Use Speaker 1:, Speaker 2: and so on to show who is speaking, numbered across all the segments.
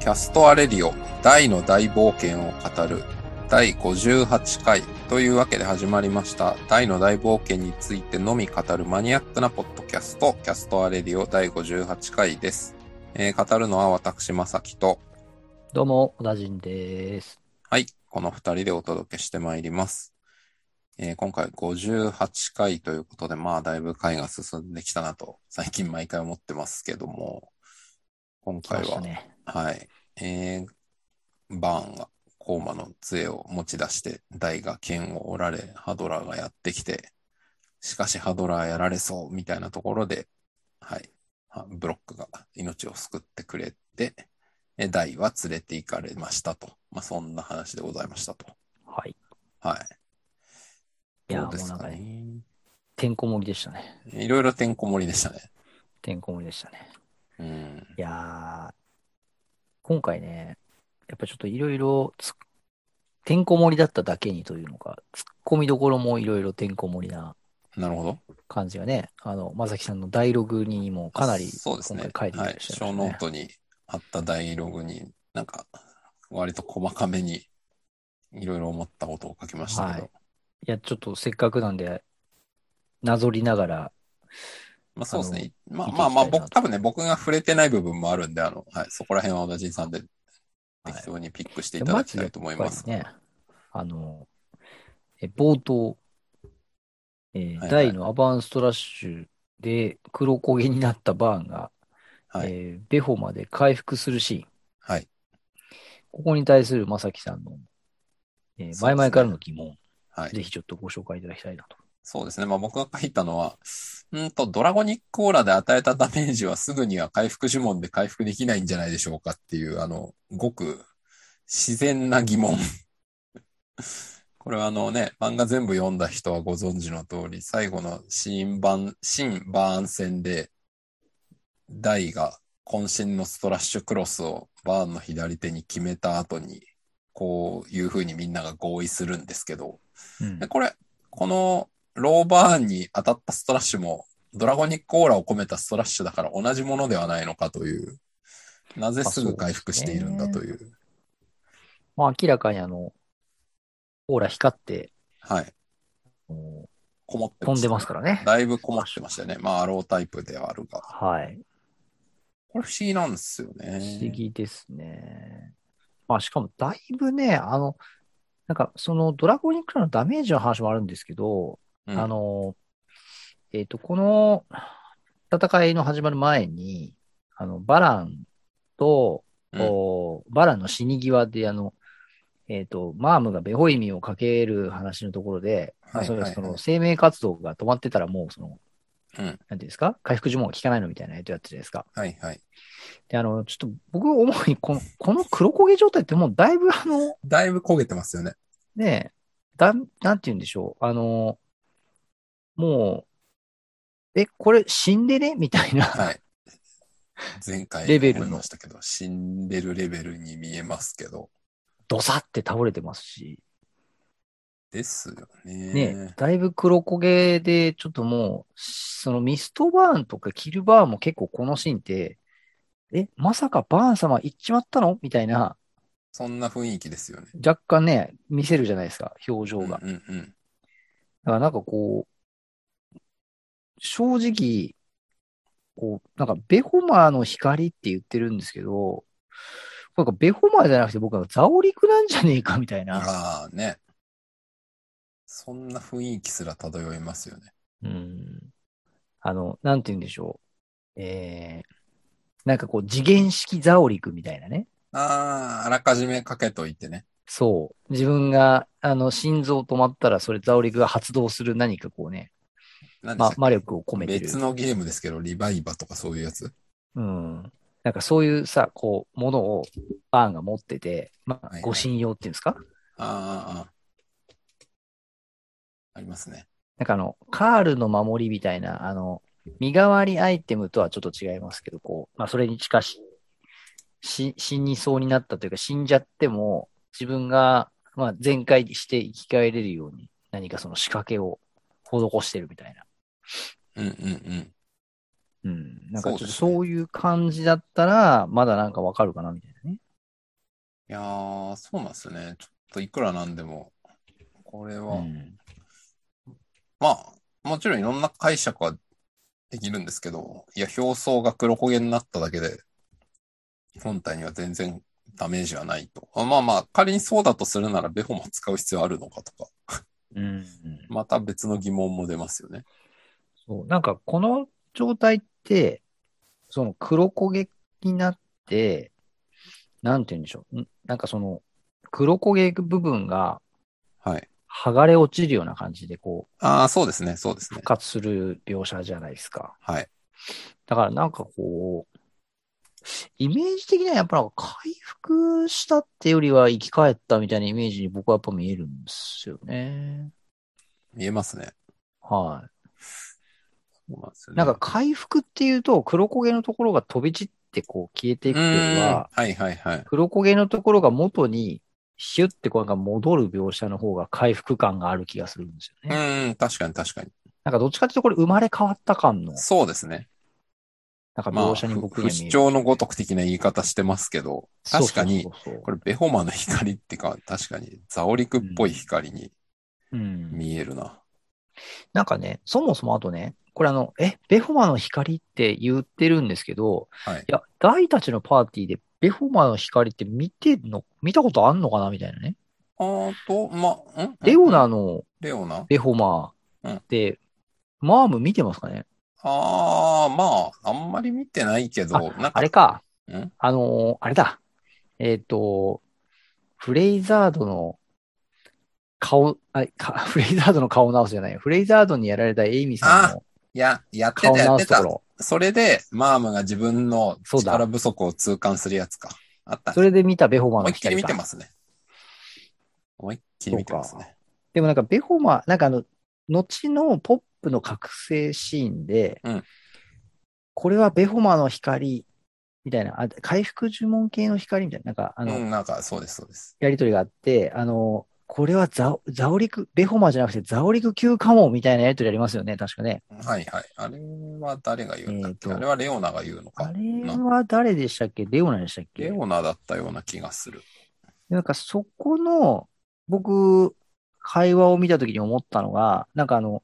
Speaker 1: キャストアレリオ大の大冒険を語る第58回というわけで始まりました大の大冒険についてのみ語るマニアックなポッドキャストキャストアレリオ第58回です、えー語るのは私まさきと
Speaker 2: どうも、小田人です。
Speaker 1: はい、この二人でお届けしてまいります。えー今回58回ということで、まあ、だいぶ回が進んできたなと、最近毎回思ってますけども、今
Speaker 2: 来ま
Speaker 1: 回
Speaker 2: した
Speaker 1: は、
Speaker 2: ね。
Speaker 1: はい、えーバーンが、コーマの杖を持ち出して、ダイが剣を折られ、ハドラーがやってきて、しかしハドラーやられそう、みたいなところで、はい、はブロックが命を救ってくれて、えダイは連れて行かれましたと。まあ、そんな話でございましたと。
Speaker 2: はい。
Speaker 1: はい。
Speaker 2: いや
Speaker 1: どうです
Speaker 2: も
Speaker 1: か
Speaker 2: うなんか
Speaker 1: ね。
Speaker 2: てんこ盛りでしたね。
Speaker 1: いろいろてんこ盛りでしたね。
Speaker 2: てんこ盛りでしたね。
Speaker 1: うん。
Speaker 2: いやー、今回ね、やっぱちょっといろいろつ、てんこ盛りだっただけにというのか、突っ込みどころもいろいろてんこ盛りな
Speaker 1: なるほど。
Speaker 2: 感じがね、あの、まさきさんのダイログにもかなり
Speaker 1: そうですね。
Speaker 2: 今回書い
Speaker 1: は
Speaker 2: て
Speaker 1: い
Speaker 2: ら。っしゃい
Speaker 1: 小
Speaker 2: ました
Speaker 1: ノ
Speaker 2: ね
Speaker 1: ートにあったダイログに、なんか、割と細かめに、いろいろ思ったことを書きましたけど、
Speaker 2: はいいや、ちょっとせっかくなんで、なぞりながら、
Speaker 1: まあそうですね。まあ
Speaker 2: 見
Speaker 1: ま
Speaker 2: ていきた
Speaker 1: あ
Speaker 2: い
Speaker 1: まあ、
Speaker 2: な
Speaker 1: 僕、
Speaker 2: と
Speaker 1: 多分ね、僕が触れてない部分もあるんで、あの、はい、そこら辺は同じさんで適当にピックしていただきたいと思います。
Speaker 2: やっぱりね、あの、え冒頭、えー
Speaker 1: はい
Speaker 2: 大のアバンストラッシュで黒焦げになったバーンが、
Speaker 1: はい。
Speaker 2: えーベホまで回復するシーン。
Speaker 1: はい。
Speaker 2: ここに対する正樹さんの、えー
Speaker 1: すね
Speaker 2: 前々からの疑問、
Speaker 1: はい。
Speaker 2: ぜひちょっとご紹介いただきたいなと。
Speaker 1: そうですね。まあ僕が書いたのは、うんと、ドラゴニックオーラで与えたダメージはすぐには回復呪文で回復できないんじゃないでしょうかっていう、あの、ごく自然な疑問。 これはあのね、漫画全部読んだ人はご存知の通り、最後のシーンバン、シーンバーン戦で、ダイが渾身のストラッシュクロスをバーンの左手に決めた後に、こういう風にみんなが合意するんですけど、で、これ、このローバーンに当たったストラッシュも、ドラゴニックオーラを込めたストラッシュだから同じものではないのかという、なぜすぐ回復しているんだという。
Speaker 2: まあ明らかにあの、オーラ光って、
Speaker 1: はい。
Speaker 2: あの
Speaker 1: こもって。
Speaker 2: 飛んでますすからね。
Speaker 1: だいぶこもってましたよね。まあ、アロータイプではあるが。
Speaker 2: はい。
Speaker 1: これ不思議なんですよね。
Speaker 2: 不思議ですね。まあ、しかもだいぶね、あの、なんかそのドラゴニックのダメージの話もあるんですけど、
Speaker 1: うん。
Speaker 2: あの、えっ、と、この戦いの始まる前に、あの、バランと、
Speaker 1: うん
Speaker 2: おバランの死に際で、あの、えっ、と、マームがベホイミをかける話のところで、
Speaker 1: は
Speaker 2: まあ
Speaker 1: い
Speaker 2: それ
Speaker 1: はい
Speaker 2: そ
Speaker 1: はい
Speaker 2: の生命活動が止まってたらもう、その、
Speaker 1: うん
Speaker 2: なんていうんですか回復呪文が効かないのみたいなやつやってたじゃないですか。
Speaker 1: はいはい。
Speaker 2: で、あの、ちょっと僕思い、この、 この黒焦げ状態ってもうだいぶあの、
Speaker 1: だいぶ焦げてますよね。
Speaker 2: ね、だん、なんて言うんでしょう。あの、もう、え、これ死んでねみたいな。
Speaker 1: はい。前回
Speaker 2: レベルの
Speaker 1: 思いましたけど、死んでるレベルに見えますけど。
Speaker 2: ドサって倒れてますし。
Speaker 1: ですよね。
Speaker 2: ね、だいぶ黒焦げで、ちょっともう、そのミストバーンとかキルバーンも結構このシーンって、え、まさかバーン様行っちまったのみたいな、
Speaker 1: そんな雰囲気ですよね。
Speaker 2: 若干ね、見せるじゃないですか、表情
Speaker 1: うん
Speaker 2: が。
Speaker 1: うんうん。
Speaker 2: だからなんかこう、正直、こう、なんかベホマーの光って言ってるんですけど、なんかベホマーじゃなくて僕はザオリクなんじゃねえかみたいな。
Speaker 1: ああね。そんな雰囲気すら漂いますよね。
Speaker 2: うん。あの、なんて言うんでしょう。えー、なんかこう次元式ザオリクみたいなね。
Speaker 1: ああ、あらかじめかけといてね。
Speaker 2: そう。自分が、あの、心臓止まったら、それザオリクが発動する何かこうね、
Speaker 1: 何でした
Speaker 2: ま
Speaker 1: っ、け
Speaker 2: 魔力を込めてる。
Speaker 1: 別のゲームですけど、リバイバとかそういうやつ。
Speaker 2: うん。なんかそういうさ、こう、ものをバーンが持ってて、ま
Speaker 1: はいは
Speaker 2: あ、
Speaker 1: い
Speaker 2: 護身用っていうんですか、
Speaker 1: あーあー、あーありますね。
Speaker 2: なんかあの、カールの守りみたいな、あの、身代わりアイテムとはちょっと違いますけど、こう、まあそれに近し、し死にそうになったというか、死んじゃっても、自分が、まあ全開にして生き返れるように、何かその仕掛けを施してるみたいな。
Speaker 1: うんうん
Speaker 2: うん。なんかち
Speaker 1: そ
Speaker 2: ょっ
Speaker 1: うで
Speaker 2: と
Speaker 1: すね
Speaker 2: そういう感じだったら、まだなんかわかるかなみたいなね。
Speaker 1: いやー、そうなんですよね。ちょっといくらなんでも、これは、
Speaker 2: うん
Speaker 1: まあ、もちろんいろんな解釈はできるんですけど、いや、表層が黒焦げになっただけで、本体には全然ダメージはないと。あまあまあ、仮にそうだとするなら、ベホも使う必要あるのかとか、
Speaker 2: うん。
Speaker 1: また別の疑問も出ますよね。
Speaker 2: そう。なんか、この状態って、その黒焦げになって、なんて言うんでしょう。んなんかその、黒焦げ部分が
Speaker 1: はい。
Speaker 2: 剥がれ落ちるような感じで、こう、
Speaker 1: ああ、そうですね、そうですね
Speaker 2: 復。活する描写じゃないですか。
Speaker 1: はい。
Speaker 2: だからなんかこう、イメージ的にはやっぱなんか回復したってよりは生き返ったみたいなイメージに僕はやっぱ見えるんですよね。
Speaker 1: 見えますね。
Speaker 2: はい。
Speaker 1: そうなんですよね。
Speaker 2: なんか回復っていうと、黒焦げのところが飛び散ってこう消えていく
Speaker 1: う
Speaker 2: よ
Speaker 1: ーん、
Speaker 2: りは、
Speaker 1: はいはいはい。
Speaker 2: 黒焦げのところが元に、ヒュッてこうなんか戻る描写の方が回復感がある気がするんですよ
Speaker 1: う
Speaker 2: ね。
Speaker 1: ーん、確かに確かに。
Speaker 2: なんかどっちかっていうとこれ生まれ変わった感の、
Speaker 1: そうですね。
Speaker 2: なんか
Speaker 1: まあ、
Speaker 2: 描写に
Speaker 1: 不
Speaker 2: 僕には
Speaker 1: 不
Speaker 2: 見える。
Speaker 1: 死鳥のごとく的な言い方してますけど、
Speaker 2: そう
Speaker 1: 確
Speaker 2: そ
Speaker 1: か
Speaker 2: う
Speaker 1: に
Speaker 2: そう、そう。
Speaker 1: これベホマの光ってか、確かにザオリクっぽい光に
Speaker 2: うん。
Speaker 1: 見えるな。
Speaker 2: なんかね、そもそもあとね、これあの、え、ベホマの光って言ってるんですけど、
Speaker 1: はい。
Speaker 2: いや、大たちのパーティーでベホマの光って見てんの、見たことあんのかなみたいなね。
Speaker 1: あと、ま、ん
Speaker 2: レオナの
Speaker 1: レオナ
Speaker 2: ベホマって、マーム見てますかね
Speaker 1: ああ、まあ、あんまり見てないけど、なん
Speaker 2: あ
Speaker 1: か
Speaker 2: れ、か
Speaker 1: ん。
Speaker 2: あのーあれだ。えっと、フレイザードの顔、あ、か フレイザードの顔直すじゃない。フレイザードにやられたエイミさんの
Speaker 1: いや、やって
Speaker 2: 顔
Speaker 1: たやっ
Speaker 2: 直
Speaker 1: て
Speaker 2: すとこ
Speaker 1: た。
Speaker 2: ろ。
Speaker 1: それで、マームが自分の
Speaker 2: そうだ
Speaker 1: 力不足を痛感するやつか。あったね。
Speaker 2: それで見たベホマ
Speaker 1: 思
Speaker 2: の
Speaker 1: いっきり
Speaker 2: 光
Speaker 1: 見
Speaker 2: か
Speaker 1: てますね。思いっきり見てますね。
Speaker 2: でもなんかベホマ、なんかあの、後のポップの覚醒シーンで、
Speaker 1: うん
Speaker 2: これはベホマの光、みたいな、あ回復呪文系の光みたいな、なんかあの、
Speaker 1: うん、なんか、そうです、そうです。
Speaker 2: やりとりがあって、あの、これはザオザオリク、ベホマじゃなくてザオリク級かも、みたいなやりとりありますよね、確かね。
Speaker 1: はいはい。あれは誰が言うんだっけ、
Speaker 2: えーと
Speaker 1: あれはレオナが言うの
Speaker 2: あ
Speaker 1: か。
Speaker 2: れ
Speaker 1: な
Speaker 2: は誰でしたっけレオナでしたっけ
Speaker 1: レオナだったような気がする。
Speaker 2: なんかそこの、僕、会話を見たときに思ったのが、なんかあの、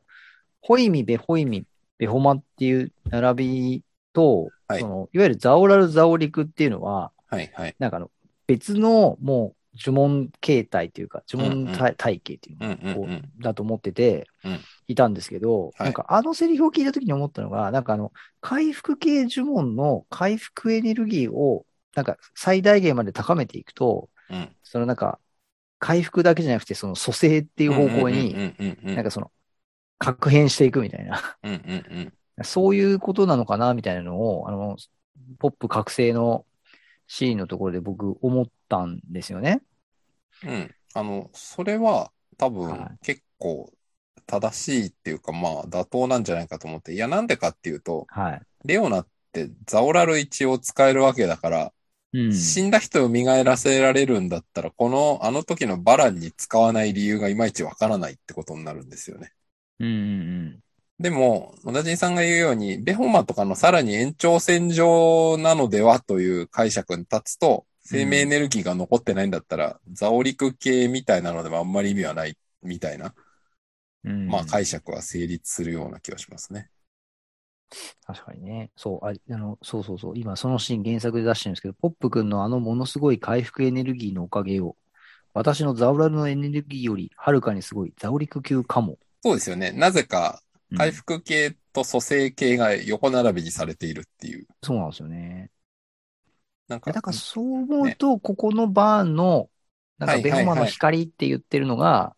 Speaker 2: ホイミ、ベホイミ、ベホマっていう並びと、
Speaker 1: はい
Speaker 2: そのいわゆるザオラル・ザオリクっていうのは、
Speaker 1: はいはい。
Speaker 2: なんかあの、別のもう呪文形態というか、呪
Speaker 1: うんう
Speaker 2: 文
Speaker 1: ん
Speaker 2: 体,、体系っていう
Speaker 1: うんうんうん。
Speaker 2: のだと思ってて、
Speaker 1: うん
Speaker 2: いたんですけど、
Speaker 1: はい
Speaker 2: なんかあのセリフを聞いたときに思ったのが、なんかあの、回復系呪文の回復エネルギーを、なんか最大限まで高めていくと、
Speaker 1: うん
Speaker 2: そのなんか、回復だけじゃなくて、その蘇生っていう方向に、、なん
Speaker 1: か、
Speaker 2: かその、確変していくみたいな、
Speaker 1: うんうんうん。
Speaker 2: そういうことなのかな、みたいなのを、あの、ポップ覚醒のシーンのところで僕思ったんですよね。
Speaker 1: うん。あの、それは多
Speaker 2: は
Speaker 1: 分結構正しいっていうか、まあ妥当なんじゃないかと思って。いや、なんでかっていうと、
Speaker 2: はい。
Speaker 1: レオナってザオラル一を使えるわけだから、
Speaker 2: うん。
Speaker 1: 死んだ人を蘇らせられるんだったら、この、あの時のバランに使わない理由がいまいちわからないってことになるんですよね。
Speaker 2: うんうん
Speaker 1: でも、野田ンさんが言うように、ベホマとかのさらに延長線上なのではという解釈に立つと、生命エネルギーが残ってないんだったら、ザオリク系みたいなのではあんまり意味はないみたいな、
Speaker 2: うん。うん
Speaker 1: まあ解釈は成立するような気がしますね。
Speaker 2: 確かにね。そう、ああの、そうそうそう。今、そのシーン原作で出してるんですけど、ポップ君のあのものすごい回復エネルギーのおかげを、私のザオラルのエネルギーよりはるかにすごいザオリク級かも。
Speaker 1: そうですよね。なぜか、
Speaker 2: うん
Speaker 1: 回復系と蘇生系が横並びにされているっていう。
Speaker 2: そうなんですよね。
Speaker 1: なん
Speaker 2: いや
Speaker 1: か、
Speaker 2: だからそう思うと、ここのバーンの、なん
Speaker 1: は
Speaker 2: か
Speaker 1: い
Speaker 2: ベホ
Speaker 1: は
Speaker 2: マ
Speaker 1: いは
Speaker 2: の
Speaker 1: い
Speaker 2: 光って言ってるのが、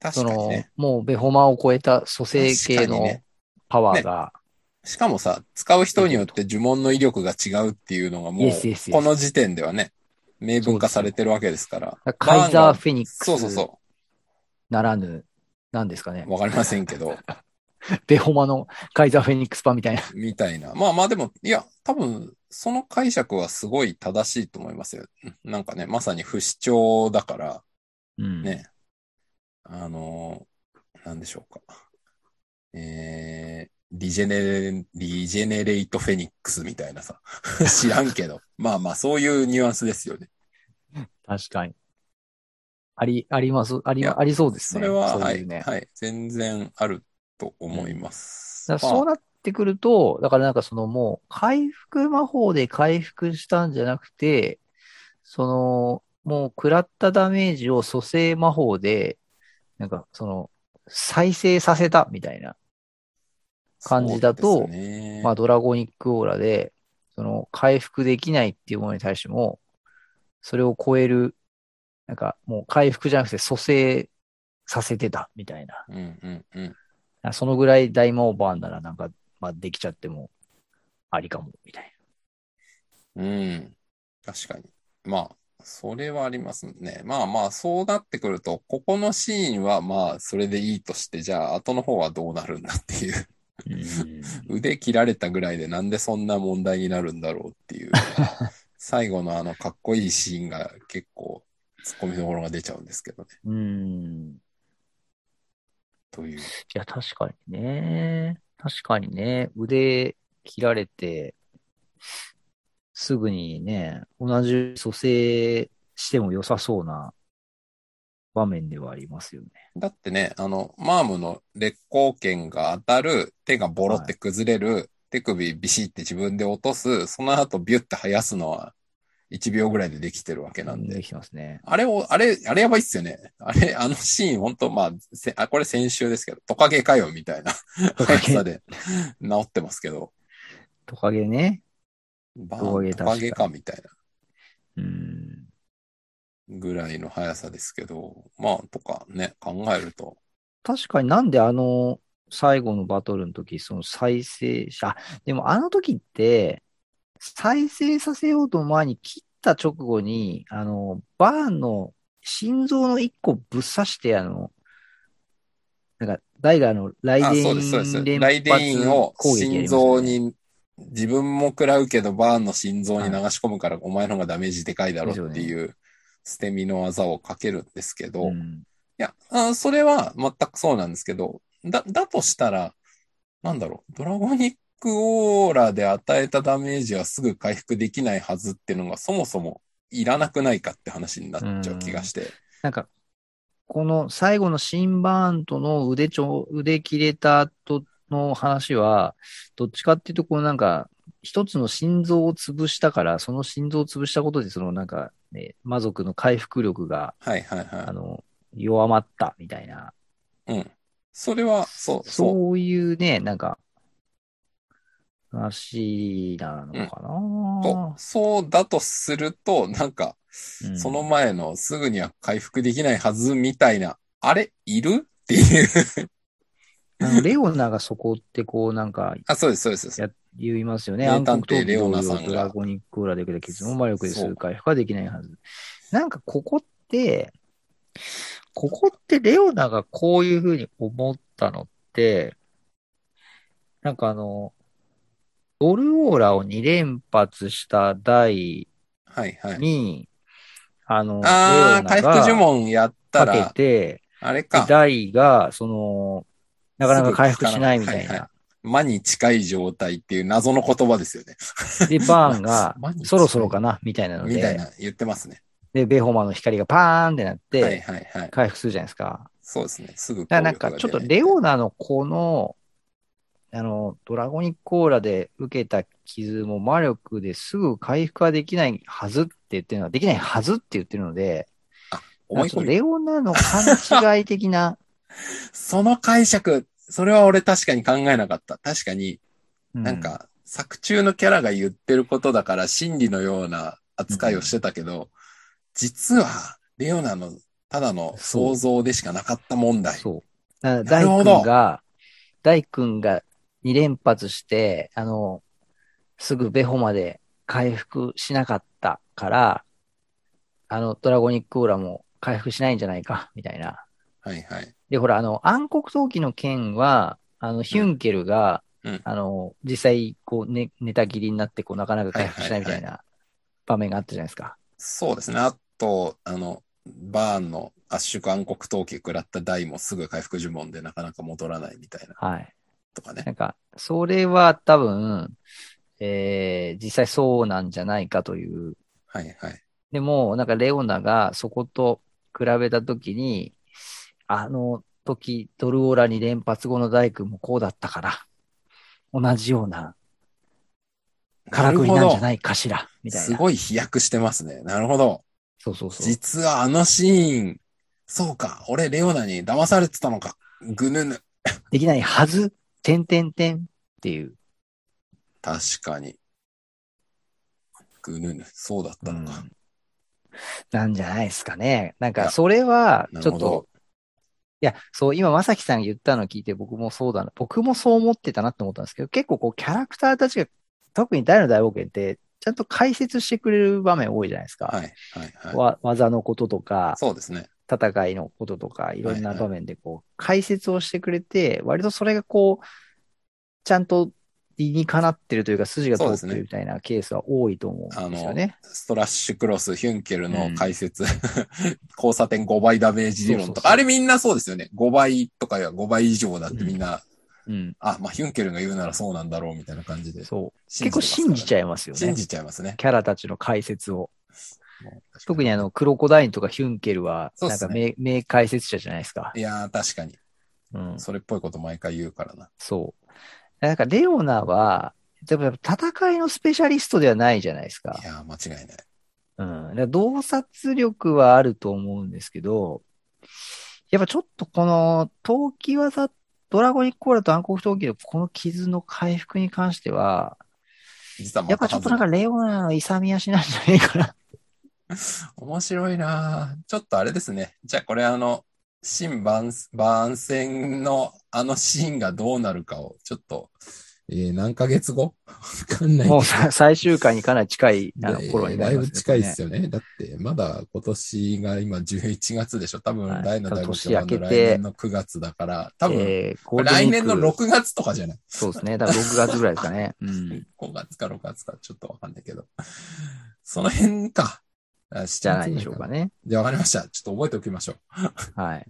Speaker 1: 確
Speaker 2: そ
Speaker 1: かに
Speaker 2: の
Speaker 1: ね。、
Speaker 2: もうベホマを超えた蘇生系
Speaker 1: 確かに
Speaker 2: の
Speaker 1: ね
Speaker 2: パワーが、
Speaker 1: しかもさ、使う人によって呪文の威力が違うっていうのがもう
Speaker 2: Yes, yes, yes.、
Speaker 1: この時点ではね、明文化されてるわけですから。
Speaker 2: カイ
Speaker 1: バ
Speaker 2: ザー・
Speaker 1: ーンが
Speaker 2: フェニック
Speaker 1: そうそう
Speaker 2: ス
Speaker 1: そ
Speaker 2: ならぬ、なんですかね
Speaker 1: う。。わかりませんけど、
Speaker 2: ベホマのカイザー・フェニックスパみたいな。
Speaker 1: みたいな。まあまあでも、いや、多分、その解釈はすごい正しいと思いますよ。なんかね、まさに不死鳥だから、
Speaker 2: うん。
Speaker 1: ね。あのー、なんでしょうか。えー、リジェネレ、リジェネレイ トフェニックスみたいなさ。知らんけど。まあまあ、そういうニュアンスですよね。
Speaker 2: 確かに。あり、あります、あり、ありそうです
Speaker 1: そ
Speaker 2: ね。
Speaker 1: れは、
Speaker 2: そう
Speaker 1: は
Speaker 2: いう
Speaker 1: い、
Speaker 2: ね。
Speaker 1: はい、全然あると思います。
Speaker 2: だからそうなってくると、だからなんかそのもう、回復魔法で回復したんじゃなくて、その、もう食らったダメージを蘇生魔法で、なんかその、再生させたみたいな。感じだと
Speaker 1: そうですね
Speaker 2: まあドラゴニックオーラで、その回復できないっていうものに対しても、それを超える、なんかもう回復じゃなくて蘇生させてたみたいな。
Speaker 1: うんうんうん。
Speaker 2: あそのぐらい大魔王バーンならなんか、まあ、できちゃってもありかも、みたい
Speaker 1: うん。確かに。まあ、それはありますね。まあまあ、そうなってくると、ここのシーンはまあ、それでいいとして、じゃあ、後の方はどうなるんだっていう。
Speaker 2: な。
Speaker 1: 腕切られたぐらいで、なんでそんな問題になるんだろうって いう。最後のあの、かっこいいシーンが結構、突っ込みどころが出ちゃうんですけどね。
Speaker 2: うん。い
Speaker 1: という。
Speaker 2: や、確かにね。確かにね。腕切られて、すぐにね、同じ蘇生しても良さそうな場面ではありますよね。
Speaker 1: だってね、あの、マームの劣行剣が当たる、手がボロって崩れる、手首ビシって自分で落とす、その後ビュって生やすのは1秒ぐらいでできてるわけなんで。
Speaker 2: できてますね。
Speaker 1: あれを、あれ、あれやばいっすよね。あれ、あのシーン、ほんと、まあ、せあ、これ先週ですけど、トカゲかよ、みたいな
Speaker 2: トカ
Speaker 1: 速
Speaker 2: ゲ
Speaker 1: さ、で治ってますけど、
Speaker 2: トカゲね。
Speaker 1: バ
Speaker 2: トカ
Speaker 1: ー
Speaker 2: ゲ
Speaker 1: ン
Speaker 2: 確か
Speaker 1: ト
Speaker 2: に
Speaker 1: カゲか、みたいな
Speaker 2: うん。
Speaker 1: ぐらいの速さですけど、まあ、とかね、考えると、
Speaker 2: 確かになんであの、最後のバトルの時、その再生し、あ、でもあの時って、再生させようと前に切った直後に、あの、バーンの心臓の一個ぶっ刺して、あの、なんか、ダイガーの
Speaker 1: あ、
Speaker 2: 雷
Speaker 1: そう
Speaker 2: 電
Speaker 1: です、そうです。
Speaker 2: 連
Speaker 1: ライデインを
Speaker 2: 発攻撃
Speaker 1: 心
Speaker 2: やりましたね
Speaker 1: 臓に、自分も食らうけど、バーンの心臓に流し込むから、お前の方がダメージでかいだろって
Speaker 2: です
Speaker 1: いう、捨て身の技をかけるんですけど、
Speaker 2: う
Speaker 1: い
Speaker 2: ん
Speaker 1: や、あそれは全くそうなんですけど、だ、だとしたら、なんだろう、ドラゴニックオーラで与えたダメージはすぐ回復できないはずっていうのが、そもそもいらなくないかって話になっちゃう気がして、
Speaker 2: なんか、この最後のシンバーンとの腕ちょ、腕切れた後の話は、どっちかっていうと、こうなんか、一つの心臓を潰したから、その心臓を潰したことで、そのなんか、ね、魔族の回復力が、
Speaker 1: はいはい
Speaker 2: あ
Speaker 1: は
Speaker 2: の、弱まったみたいな、
Speaker 1: い。うん。それは、そう、そう。
Speaker 2: そういうね、なんか、話なのか
Speaker 1: と
Speaker 2: な、
Speaker 1: そうだとすると、なんか、
Speaker 2: うん
Speaker 1: その前のすぐには回復できないはずみたいな、あれいるって いう。
Speaker 2: あのレオナがそこってこう、なんか、
Speaker 1: あ、そうです、そうです。そうです
Speaker 2: や、言いますよね。
Speaker 1: 名
Speaker 2: 暗
Speaker 1: 探
Speaker 2: 黒
Speaker 1: 偵
Speaker 2: 闘技
Speaker 1: レオナ
Speaker 2: 同様
Speaker 1: さんが
Speaker 2: ドラゴニックオーラだけで結論魔力で数回負荷できないはず。なんかここって、ここってレオナがこういうふうに思ったのって、なんかあの、ドルオーラを2連発した台
Speaker 1: はい、はい。
Speaker 2: に、あの、
Speaker 1: あー、回
Speaker 2: レオナが
Speaker 1: 復呪文やった
Speaker 2: かけ
Speaker 1: ら、
Speaker 2: て、
Speaker 1: あれか、
Speaker 2: 台が、その、なかなか回復しないみたい
Speaker 1: はいは
Speaker 2: な。
Speaker 1: 魔に近い状態っていう謎の言葉ですよね。
Speaker 2: で、バーンが
Speaker 1: 魔に、近い
Speaker 2: そろそろかな、みたいなので。
Speaker 1: みたいな、言ってますね。
Speaker 2: で、ベホマの光がパーンってなっ
Speaker 1: はい、
Speaker 2: て、
Speaker 1: はい、はい。
Speaker 2: 回復するじゃないですか。
Speaker 1: そうですね。すぐ
Speaker 2: だからなんか、ちょっとレ
Speaker 1: オ
Speaker 2: オナのこの、あの、ドラゴニックオーラで受けた傷も魔力ですぐ回復はできないはずって言ってるのは、できないはずって言ってるので、
Speaker 1: 思い
Speaker 2: ちょっ
Speaker 1: 込
Speaker 2: と
Speaker 1: み。
Speaker 2: レオナの勘違い 的な、
Speaker 1: その解釈、それは俺確かに考えなかった。確かに、
Speaker 2: う
Speaker 1: なん、か、作中のキャラが言ってることだから真理のような扱いをしてたけど、実は、レオナのただの想像でしかなかった問題。
Speaker 2: そう。
Speaker 1: な
Speaker 2: だから
Speaker 1: るほ
Speaker 2: 大
Speaker 1: ど
Speaker 2: 君が、大君が2連発して、あの、すぐベホまで回復しなかったから、あの、ドラゴニックオーラも回復しないんじゃないか、みたいな。
Speaker 1: はいはい。
Speaker 2: で、ほら、あの、暗黒闘技の剣は、あの、ヒュンケルが、
Speaker 1: うん
Speaker 2: あの、実際、こう、ね、寝たきりになって、こう、なかなか回復しないみたいな場面があったじゃないですか。
Speaker 1: そうですね。あと、あの、バーンの圧縮暗黒闘技食らった台もすぐ回復呪文でなかなか戻らないみたいな
Speaker 2: はい。
Speaker 1: とかね
Speaker 2: な。んか、それは多分、えー、実際そうなんじゃないかという
Speaker 1: はいはい。
Speaker 2: でも、なんかレオナがそこと比べたときに、あの時、ドルオラに連発後の大工もこうだったから、同じようなからくりなんじゃないかしら、みたいな。
Speaker 1: すごい飛躍してますね。なるほど。
Speaker 2: そうそうそう。
Speaker 1: 実はあのシーン、そうか、俺レオナに騙されてたのか。ぐぬぬ。
Speaker 2: できないはず、てんてんてんっていう。
Speaker 1: 確かに。ぐぬぬ。そうだったのか。
Speaker 2: なんじゃないですかね。なん
Speaker 1: い
Speaker 2: か、
Speaker 1: や
Speaker 2: それは、
Speaker 1: な
Speaker 2: ち
Speaker 1: る
Speaker 2: ょ
Speaker 1: ほ
Speaker 2: っ
Speaker 1: ど
Speaker 2: と、いや、そう、今、まさきさんが言ったの聞いて、僕もそうだな、僕もそう思ってたなって思ったんですけど、結構こう、キャラクターたちが、特に大の大冒険って、ちゃんと解説してくれる場面多いじゃないですか。
Speaker 1: はい、はい、はい。
Speaker 2: わ技のこととか、
Speaker 1: そうですね。
Speaker 2: 戦いのこととか、いろんな場面でこう、解説をしてくれて、割とそれがこう、ちゃんと理にかなってるというか、筋が通って
Speaker 1: そうですね
Speaker 2: るみたいなケースは多いと思うんですよね。
Speaker 1: ストラッシュクロス、ヒュンケルの解 説、交差点5倍ダメージ理論とか、
Speaker 2: そうそうそう
Speaker 1: あれみんなそうですよね。5倍とかや5倍以上だってみんな、
Speaker 2: うん。
Speaker 1: あ、まあヒュンケルが言うならそうなんだろうみたいな感じで。
Speaker 2: そう。結構信じち
Speaker 1: ゃ
Speaker 2: ゃいますよね。
Speaker 1: 信じちゃいますね。
Speaker 2: キャラたちの解説を。特にあ
Speaker 1: の。
Speaker 2: の、クロコダインとかヒュンケルは、
Speaker 1: そうっ
Speaker 2: なん
Speaker 1: す
Speaker 2: か
Speaker 1: ね
Speaker 2: 名、名解説者じゃないですか。
Speaker 1: いやー、確かに。
Speaker 2: うん。
Speaker 1: それっぽいこと毎回言うからな。
Speaker 2: そう。なんか、レオナは、でもやっぱ戦いのスペシャリストではないじゃないですか
Speaker 1: い。やー、間違いない。
Speaker 2: うん。だから洞察力はあると思うんですけど、やっぱちょっとこの、陶器技、ドラゴニックコーラと暗黒陶器のこの傷の回復に関しては、
Speaker 1: 実はま
Speaker 2: やったぱちょっとなんか
Speaker 1: 外れ
Speaker 2: レオナの勇み足なんじゃないかな。
Speaker 1: 面白いなーちょっとあれですね。じゃあこれあの、新番、番宣のあのシーンがどうなるかを、ちょっと、えー、何ヶ月後わかんないけど
Speaker 2: もうさ最終回にかなり近いあの
Speaker 1: で
Speaker 2: 頃にな
Speaker 1: だ
Speaker 2: り
Speaker 1: い
Speaker 2: ま
Speaker 1: ぶ
Speaker 2: すね。
Speaker 1: 近い
Speaker 2: これ
Speaker 1: で
Speaker 2: ね
Speaker 1: すよね。だって、まだ今年が今11月でしょ。多
Speaker 2: は
Speaker 1: 分、
Speaker 2: い
Speaker 1: 大の大
Speaker 2: 多
Speaker 1: 学
Speaker 2: 分年明けて
Speaker 1: 来年の9月だから、多分、
Speaker 2: えー、ゴールデンウィ
Speaker 1: 来
Speaker 2: ーク
Speaker 1: 年の6月とかじゃない
Speaker 2: そうですね。多分6月ぐらいですかね。 うん。
Speaker 1: ?5 月か6月か、ちょっとわかんないけど。その辺か。あ
Speaker 2: じゃないでしょうか。
Speaker 1: 7月
Speaker 2: ね。
Speaker 1: じゃあわかりました。ちょっと覚えておきましょう。
Speaker 2: はい。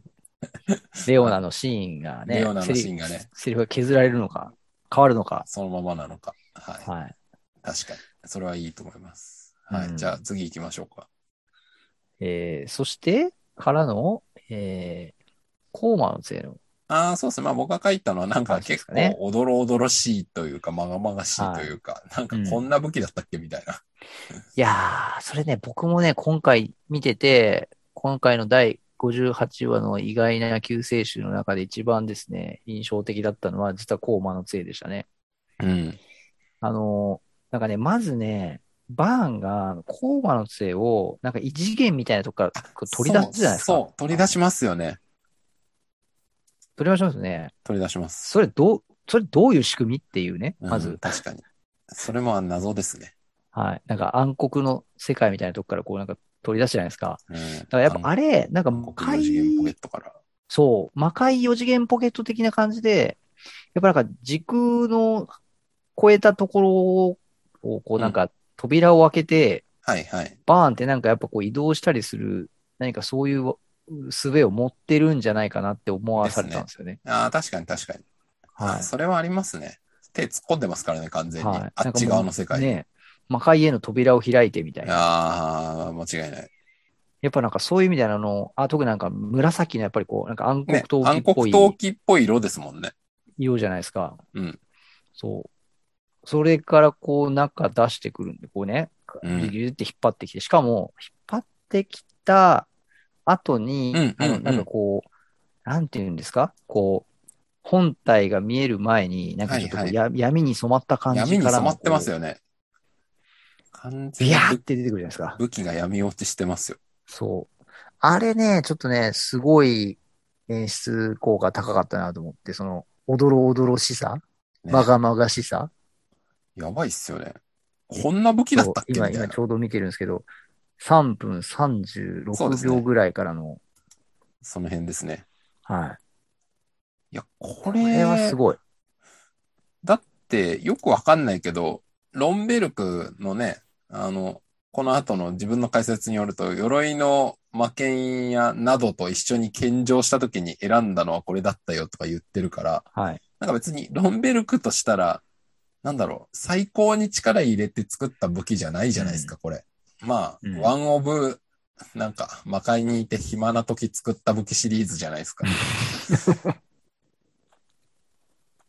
Speaker 2: レオナのシーンがね、
Speaker 1: レオナの
Speaker 2: セリ
Speaker 1: シーンがね。
Speaker 2: セリフが削られるのか、変わるのか。
Speaker 1: そのままなのか。はい。
Speaker 2: はい。
Speaker 1: 確かに。それはいいと思います。はい。
Speaker 2: うん
Speaker 1: じゃあ次行きましょうか。
Speaker 2: えー、そして、からの、えー、コーマの杖の、
Speaker 1: ああ、そうですね。まあ僕が書いたのはなんか
Speaker 2: 感じで
Speaker 1: 結
Speaker 2: すか
Speaker 1: 構
Speaker 2: ね
Speaker 1: おどろおどろしいというか、まがまがしいというか、なんかこんな武器だったっけみたいな。
Speaker 2: いやー、それね、僕もね、今回見てて、今回の第58話の意外な救世主の中で一番ですね、印象的だったのは、実はコーマの杖でしたね。
Speaker 1: うん。
Speaker 2: あのーなんかね、まずね、バーンが、コーマの杖を、なんか異次元みたいなとこからこう取り出すじゃないですか。
Speaker 1: そう、そう取り出しますよね。
Speaker 2: 取り出しますよね。
Speaker 1: 取り出します。
Speaker 2: それどう、それどういう仕組みっていうね、
Speaker 1: うん
Speaker 2: まず。
Speaker 1: 確かに。それも謎ですね。
Speaker 2: はい。なんか暗黒の世界みたいなとこからこうなんか取り出すじゃないですか。
Speaker 1: うん。
Speaker 2: だからやっぱあれ、なんか
Speaker 1: 韓
Speaker 2: 魔
Speaker 1: 国の四次元ポケ
Speaker 2: 界
Speaker 1: ッ、トから。
Speaker 2: そう、魔界四次元ポケット的な感じで、やっぱなんか時空の超えたところを、こうなんか扉を開けて、
Speaker 1: はいはい。
Speaker 2: バーンってなんかやっぱこう移動したりする、何かそういう術を持ってるんじゃないかなって思わされたんですよね。
Speaker 1: ああ、確かに確かに。
Speaker 2: はい
Speaker 1: あそれはありますね。手突っ込んでますからね、完全に。
Speaker 2: はい。
Speaker 1: あっち側の世界に。
Speaker 2: なんかもうね、魔界への扉を開いてみたいな。
Speaker 1: ああ、間違いない。
Speaker 2: やっぱなんかそういう意味ではあの、あ、特になんか紫のやっぱりこう、なんか暗黒
Speaker 1: ね、
Speaker 2: 陶器っ
Speaker 1: 暗黒
Speaker 2: ぽい
Speaker 1: 陶器っぽい色ですもんね。
Speaker 2: 色じゃないですか。
Speaker 1: うん。
Speaker 2: そう。それからこう中出してくるんで、こうね、
Speaker 1: う
Speaker 2: ギュ
Speaker 1: ん
Speaker 2: ギュって引っ張ってきて、しかも引っ張ってきた後に、
Speaker 1: うん
Speaker 2: あの
Speaker 1: うん
Speaker 2: なんかこう、なんていうんですかこう、本体が見える前に、なんかちょっとこう
Speaker 1: はい
Speaker 2: や闇に染まった感じから
Speaker 1: 闇に染まって
Speaker 2: の
Speaker 1: ます。よね。完
Speaker 2: こう
Speaker 1: 全
Speaker 2: ビ
Speaker 1: に
Speaker 2: ヤーって出てくるじゃないですか。
Speaker 1: 武器が闇落ちしてますよ。
Speaker 2: そう。あれね、ちょっとね、すごい演出効果高かったなと思って、その、おどろおどろしさ、
Speaker 1: ね
Speaker 2: まがまがしさ。
Speaker 1: やばいっすよね。こんな武器だったっけみ
Speaker 2: そう
Speaker 1: たい
Speaker 2: 今、今
Speaker 1: な。
Speaker 2: ちょうど見てるんですけど、3分
Speaker 1: そうで
Speaker 2: 36
Speaker 1: すね
Speaker 2: 秒ぐらいからの、
Speaker 1: その辺ですね。
Speaker 2: はい。
Speaker 1: いや、こ
Speaker 2: こ
Speaker 1: れ
Speaker 2: れはすごい。
Speaker 1: だってよくわかんないけど、ロンベルクのね、あの、この後の自分の解説によると、鎧の魔剣やなどと一緒に献上した時に選んだのはこれだったよとか言ってるから、
Speaker 2: はい。
Speaker 1: なんか別にロンベルクとしたら、なんだろう、最高に力入れて作った武器じゃないじゃないですか、これ。まあ、
Speaker 2: うん
Speaker 1: ワンオブ、なんか、魔界にいて暇な時作った武器シリーズじゃないです か。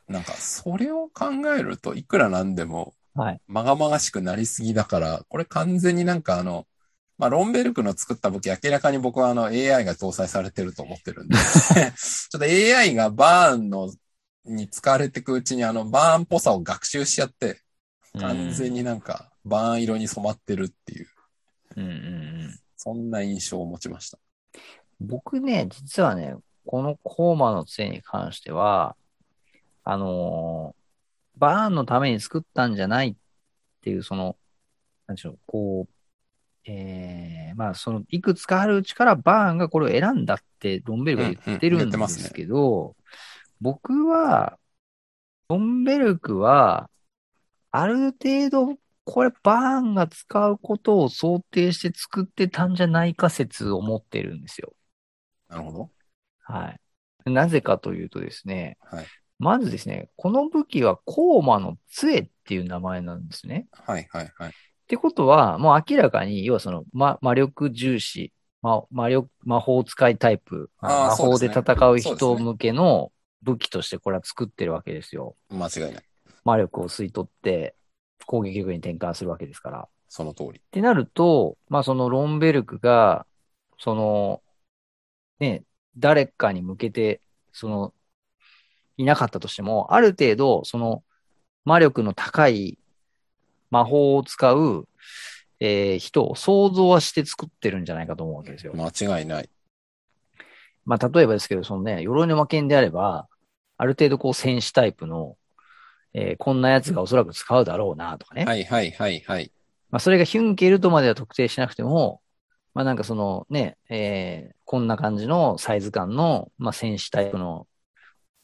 Speaker 1: なんか、それを考えると、いくらなんでも、
Speaker 2: はい。
Speaker 1: まがまがしくなりすぎだから、これ完全になんかあの、まあ、ロンベルクの作った武器、明らかに僕はあの AI が搭載されてると思ってるんで、 ちょっと AI がバーンの、に使われていくうちにあのバーンっぽさを学習しちゃって、完全になんかバーン色に染まってるっていう、
Speaker 2: うんうんうん。
Speaker 1: そんな印象を持ちました。
Speaker 2: 僕ね、実はね、このコーマの杖に関しては、あのーバーンのために作ったんじゃないっていう、その、なんでしょう、こう、えー、まあ、その、いくつかあるうちからバーンがこれを選んだって、ロンベルが言って
Speaker 1: うんう
Speaker 2: る
Speaker 1: ん言
Speaker 2: ん
Speaker 1: ってま
Speaker 2: です
Speaker 1: ね
Speaker 2: すけど、僕は、ロンベルクは、ある程度、これバーンが使うことを想定して作ってたんじゃないか説を持ってるんですよ。
Speaker 1: なるほど。
Speaker 2: はい。なぜかというとですね、
Speaker 1: はい。
Speaker 2: まずですね、この武器はコーマの杖っていう名前なんですね。
Speaker 1: はいはいはい。
Speaker 2: ってことは、もう明らかに、要はその、ま、魔力重視、ま、魔力、魔法使いタイプ、
Speaker 1: あー
Speaker 2: 魔法で
Speaker 1: そうですね
Speaker 2: 戦う
Speaker 1: そう
Speaker 2: 人
Speaker 1: ですね
Speaker 2: 向けの武器としてこれは作ってるわけですよ。
Speaker 1: 間違いない。
Speaker 2: 魔力を吸い取って攻撃力に転換するわけですから。
Speaker 1: その通り。
Speaker 2: ってなると、まあそのロンベルクが、その、ね、誰かに向けて、その、いなかったとしても、ある程度、その、魔力の高い魔法を使う、えー人を想像はして作ってるんじゃないかと思うわけですよ。
Speaker 1: 間違いない。
Speaker 2: まあ、例えばですけど、そのね、鎧の魔剣であれば、ある程度こう戦士タイプの、えーこんなやつがおそらく使うだろうな、とかね。
Speaker 1: はいはいはいはい。
Speaker 2: まあ、それがヒュンケルとまでは特定しなくても、まあ、なんかそのね、えーこんな感じのサイズ感の、まあ、戦士タイプの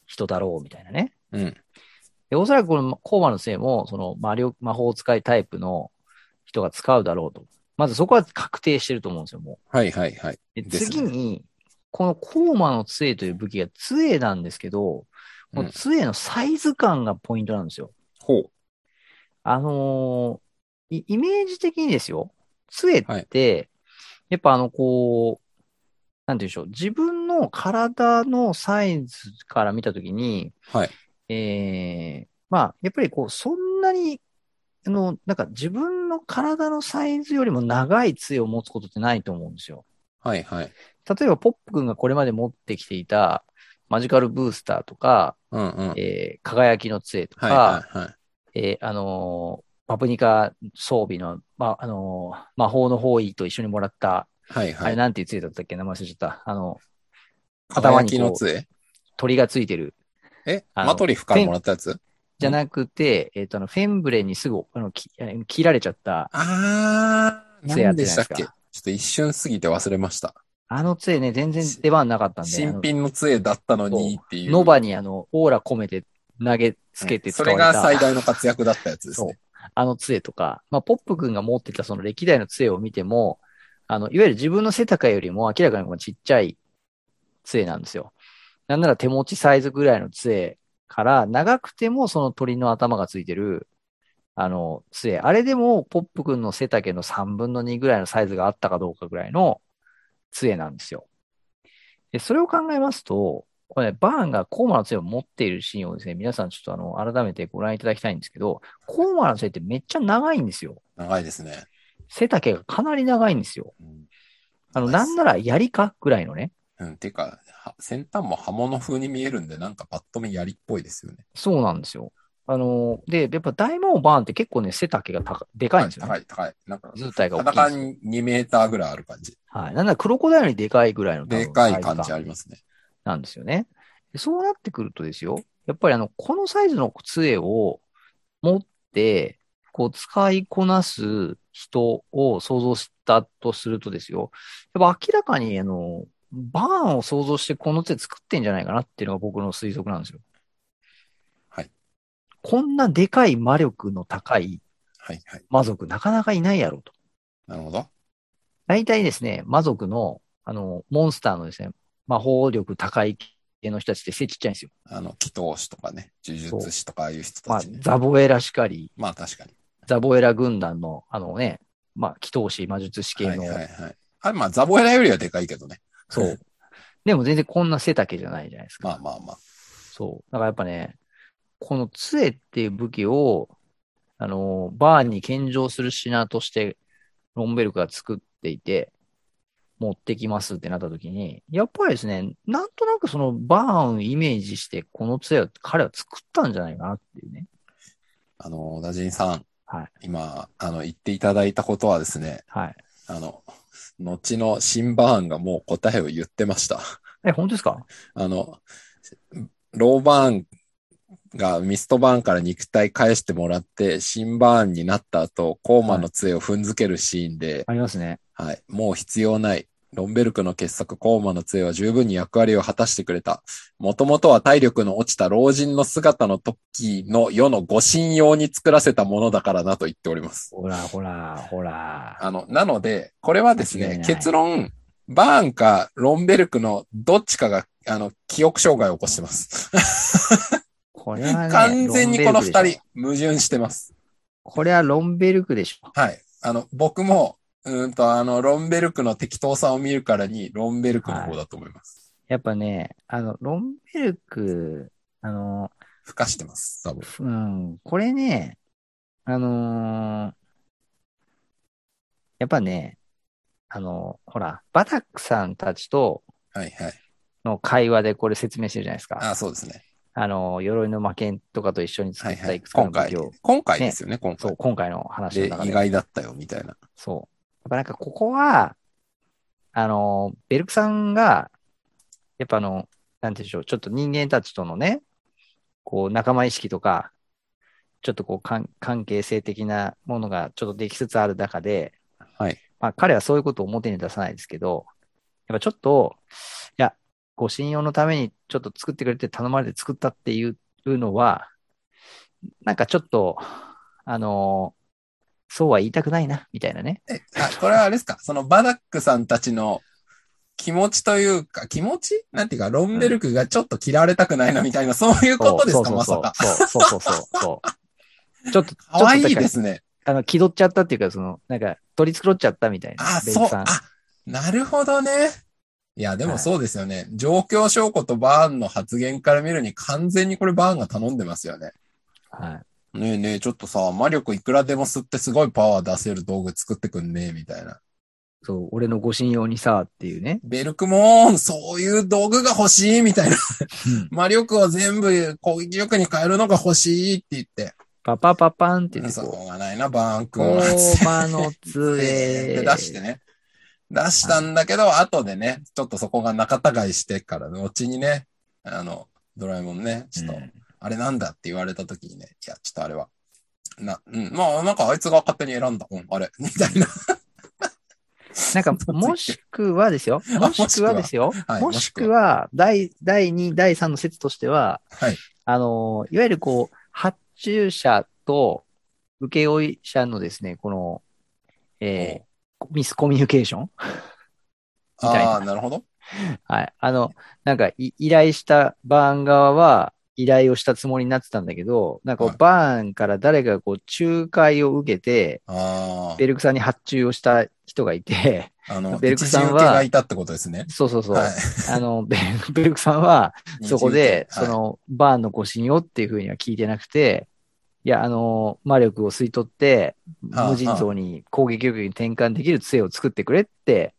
Speaker 2: 人だろうみたいなね。
Speaker 1: うん。
Speaker 2: で、おそらくこのコーマのせいも、その魔力、魔法使いタイプの人が使うだろうと。まずそこは確定してると思うんですよ、も
Speaker 1: はいはいはい。
Speaker 2: う。で
Speaker 1: ですね
Speaker 2: 次に、このコーマの杖という武器が杖なんですけど、この杖のサイズ感がポイントなんですよ。
Speaker 1: ほう。
Speaker 2: あのーイイメージ的にですよ、杖って、やっぱあの、こう、なんて言うんでしょう、自分の体のサイズから見たときに、
Speaker 1: はい。
Speaker 2: えーまあ、やっぱりこう、そんなに、あの、なんか自分の体のサイズよりも長い杖を持つことってないと思うんですよ。
Speaker 1: はいはい。
Speaker 2: 例えば、ポップ君がこれまで持ってきていた、マジカルブースターとか、
Speaker 1: うんうん。はい
Speaker 2: えー輝きの杖とか、
Speaker 1: はいはい。
Speaker 2: えーあのーパプニカ装備の、ま、あのー魔法の方位と一緒にもらった、
Speaker 1: はい
Speaker 2: あ
Speaker 1: は
Speaker 2: れ
Speaker 1: い。
Speaker 2: なんていう杖だったっけ名前忘れちゃった。あの、頭
Speaker 1: 頭
Speaker 2: にこう
Speaker 1: にの杖
Speaker 2: 鳥がついてる。
Speaker 1: え
Speaker 2: あの
Speaker 1: マトリフからもらったやつ
Speaker 2: じゃなくて、えっ、と、あの、フェンブレにすぐ、あの、きあの切られちゃった、
Speaker 1: あー、
Speaker 2: 杖や
Speaker 1: 何で
Speaker 2: ってないで
Speaker 1: し
Speaker 2: す
Speaker 1: た
Speaker 2: か
Speaker 1: っけちょっと一瞬過ぎて忘れました。
Speaker 2: あの杖ね、全然出番なかったんで、あ
Speaker 1: 新
Speaker 2: の
Speaker 1: 品の杖だったのにっていう。
Speaker 2: ノバにあの、オーラ込めて投げつけて使
Speaker 1: そ
Speaker 2: われ
Speaker 1: れ
Speaker 2: た、
Speaker 1: が最大の活躍だったやつです
Speaker 2: そう
Speaker 1: ね。。
Speaker 2: あの杖とか、まあ、ポップ君が持ってたその歴代の杖を見ても、あの、いわゆる自分の背高よりも明らかにこのちっちゃい杖なんですよ。なんなら手持ちサイズぐらいの杖から、長くてもその鳥の頭がついてる、あの、杖。あれでも、ポップ君の背丈の3分の2ぐらいのサイズがあったかどうかぐらいの杖なんですよ。で、それを考えますと、これ、ね、バーンがコーマの杖を持っているシーンをですね、皆さんちょっとあの、改めてご覧いただきたいんですけど、コーマの杖ってめっちゃ長いんですよ。
Speaker 1: 長いですね。
Speaker 2: 背丈がかなり長いんですよ。
Speaker 1: うん
Speaker 2: あの、
Speaker 1: 長い
Speaker 2: な
Speaker 1: っす
Speaker 2: んなら槍かぐらいのね。
Speaker 1: うん、てか、は先端も刃物風に見えるんで、なんかパッと見槍っぽいですよね。
Speaker 2: そうなんですよ。あの、で、やっぱ大魔王バーンって結構ね、背丈が高でかいんですよね。
Speaker 1: 高い、高い。なんか、
Speaker 2: 図体が大きいん
Speaker 1: 裸
Speaker 2: ですよ。
Speaker 1: に2メーターぐらいある感じ。
Speaker 2: はい。なんならクロコダイルよりでかいぐらいの多分
Speaker 1: でかい
Speaker 2: サイ
Speaker 1: 感
Speaker 2: ズ
Speaker 1: じありますね。
Speaker 2: なんですよね。でそうなってくるとですよ、やっぱりあの、このサイズの杖を持って、こう、使いこなす人を想像したとするとですよ、やっぱ明らかに、あの、バーンを想像してこの手作ってんじゃないかなっていうのが僕の推測なんですよ。
Speaker 1: はい。
Speaker 2: こんなでかい魔力の高い
Speaker 1: はい、はい。
Speaker 2: 魔族なかなかいないやろと。
Speaker 1: なるほど。
Speaker 2: 大体ですね、魔族の、あの、モンスターのですね、魔法力高い系の人たちって背ちっちゃいんですよ。
Speaker 1: あの、祈祷師とかね、呪術師とかああいう人
Speaker 2: ま
Speaker 1: た
Speaker 2: あ
Speaker 1: ちね、。
Speaker 2: ザボエラしかり、
Speaker 1: まあ確かに。
Speaker 2: ザボエラ軍団の、あのね、まあ、祈祷師、魔術師系
Speaker 1: はい
Speaker 2: の、
Speaker 1: はいはい。あれ、まあ、ザボエラよりはでかいけどね。
Speaker 2: そう。でも全然こんな背丈じゃないじゃないですか。
Speaker 1: まあまあまあ。
Speaker 2: そう。だからやっぱね、この杖っていう武器を、あの、バーンに献上する品として、ロンベルクが作っていて、持ってきますってなった時に、やっぱりですね、なんとなくそのバーンをイメージして、この杖を彼は作ったんじゃないかなっていうね。
Speaker 1: あの、小田人さん。
Speaker 2: はい
Speaker 1: 今、あの、言っていただいたことはですね、
Speaker 2: はい。
Speaker 1: あの、後の新バーンがもう答えを言ってました。
Speaker 2: え、本当ですか
Speaker 1: あの、ローバーンがミストバーンから肉体返してもらって、新バーンになった後、コーマの杖を踏んづけるシーンで、
Speaker 2: ありますね。
Speaker 1: はい、もう必要ない。ロンベルクの傑作コーマの杖は十分に役割を果たしてくれた。もともとは体力の落ちた老人の姿の時の世の護身用に作らせたものだからなと言っております。
Speaker 2: ほら、ほら、ほら。
Speaker 1: あの、なので、これはです
Speaker 2: 間違い
Speaker 1: ね
Speaker 2: な、い
Speaker 1: 結論、バーンかロンベルクのどっちかが、あの、記憶障害を起こしてます。
Speaker 2: これはね、
Speaker 1: 完全にこの二
Speaker 2: ロンベルクでし
Speaker 1: 人
Speaker 2: ょ。、
Speaker 1: 矛盾してます。
Speaker 2: これはロンベルクでしょ。
Speaker 1: はい。あの、僕も、うーんと、あの、ロンベルクの適当さを見るからに、ロンベルクの方だと思います。
Speaker 2: やっぱね、あの、ロンベルク、あの、
Speaker 1: ふかしてます、多分。
Speaker 2: うん、これね、あのーやっぱね、あのほら、バタックさんたちと
Speaker 1: はいはい。
Speaker 2: の会話でこれ説明してるじゃないですか。
Speaker 1: あ、そうですね。
Speaker 2: あの鎧の魔剣とかと一緒に作
Speaker 1: は
Speaker 2: っ
Speaker 1: いは
Speaker 2: た
Speaker 1: い。
Speaker 2: いくつかの
Speaker 1: 今
Speaker 2: 武
Speaker 1: 回
Speaker 2: 器を、、
Speaker 1: 今回ですよね、今
Speaker 2: そう、
Speaker 1: 回。
Speaker 2: 今回の話の
Speaker 1: で
Speaker 2: 中、
Speaker 1: 意
Speaker 2: で。
Speaker 1: 外だったよ、みたいな。
Speaker 2: そう。やっぱなんかここは、あの、ベルクさんが、やっぱあの、なんていうんでしょう、ちょっと人間たちとのね、こう仲間意識とか、ちょっとこう関関係性的なものがちょっとできつつある中で、
Speaker 1: はい。
Speaker 2: まあ彼はそういうことを表に出さないですけど、やっぱちょっと、いや、ご信用のためにちょっと作ってくれて頼まれて作ったっていうのは、なんかちょっと、あの、そうは言いたくないな、みたいなね。
Speaker 1: え、あ、これはあれです かそのバダックさんたちの気持ちというか、気持ちなんていうか、ロンベルクがちょっと嫌われたくないなみたいな、そういうことですか、
Speaker 2: そう
Speaker 1: ま
Speaker 2: そ
Speaker 1: さ
Speaker 2: う
Speaker 1: か。
Speaker 2: そうそうそうそうそうそう。ちょっと、ちょっ
Speaker 1: 可愛
Speaker 2: と
Speaker 1: いで
Speaker 2: だか
Speaker 1: すね。
Speaker 2: らあの、気取っちゃったっていうか、その、なんか、取り繕っちゃったみたいな。
Speaker 1: あ、
Speaker 2: ベル
Speaker 1: そう
Speaker 2: ク、さん
Speaker 1: あ、なるほどね。いや、でもそうですよね。状況証拠とバーンの発言から見るに完全にこれバーンが頼んでますよね。
Speaker 2: はい。
Speaker 1: ねえねえ、ちょっとさ、魔力いくらでも吸ってすごいパワー出せる道具作ってくんねえ、みたいな。
Speaker 2: そう、俺のご信用にさ、っていうね。
Speaker 1: ベルクモーン、そういう道具が欲しい、みたいな。 魔力を全部攻撃力に変えるのが欲しいって言って。
Speaker 2: パパパパンって言って
Speaker 1: し
Speaker 2: こ
Speaker 1: ょうがないな、バーン
Speaker 2: う、
Speaker 1: 君は。
Speaker 2: 大間の
Speaker 1: で
Speaker 2: 杖。
Speaker 1: 出してね。出したんだけど、後でね、ちょっとそこが仲違いしてから、後にね、あの、ドラえもんね、ちょっと、
Speaker 2: うん
Speaker 1: あれなんだって言われた時にね、いや、ちょっとあれは、な、うん、まあ、なんかあいつが勝手に選んだ、うん、あれ、 みたいな。
Speaker 2: なんか、もしくはですよ。もしくはですよ。
Speaker 1: はい
Speaker 2: もしくは、第、第2、第3の説としては、
Speaker 1: はい
Speaker 2: あの、いわゆるこう、発注者と請負者のですね、この、えーミスコミュニケーションみたいな
Speaker 1: ああー、なるほど。
Speaker 2: はい。あの、なんかい、依頼したバーン側は、依頼をしたつもりになってたんだけど、なんかこう
Speaker 1: はい
Speaker 2: バーンから誰かこう、仲介を受けて、
Speaker 1: あ
Speaker 2: ベルクさんに発注をした人がいて、
Speaker 1: あ、あの、
Speaker 2: ベルクさ
Speaker 1: 一時
Speaker 2: んは
Speaker 1: 受けがいたってことですね。
Speaker 2: そうそうそう。
Speaker 1: はい
Speaker 2: あの、ベルベルクさんは、そこで、
Speaker 1: 二次受けは
Speaker 2: そ
Speaker 1: い
Speaker 2: の、バーンのご信用っていうふうには聞いてなくて、いや、あの、魔力を吸い取って、
Speaker 1: ああ
Speaker 2: 無尽蔵に攻撃力に転換できる杖を作ってくれって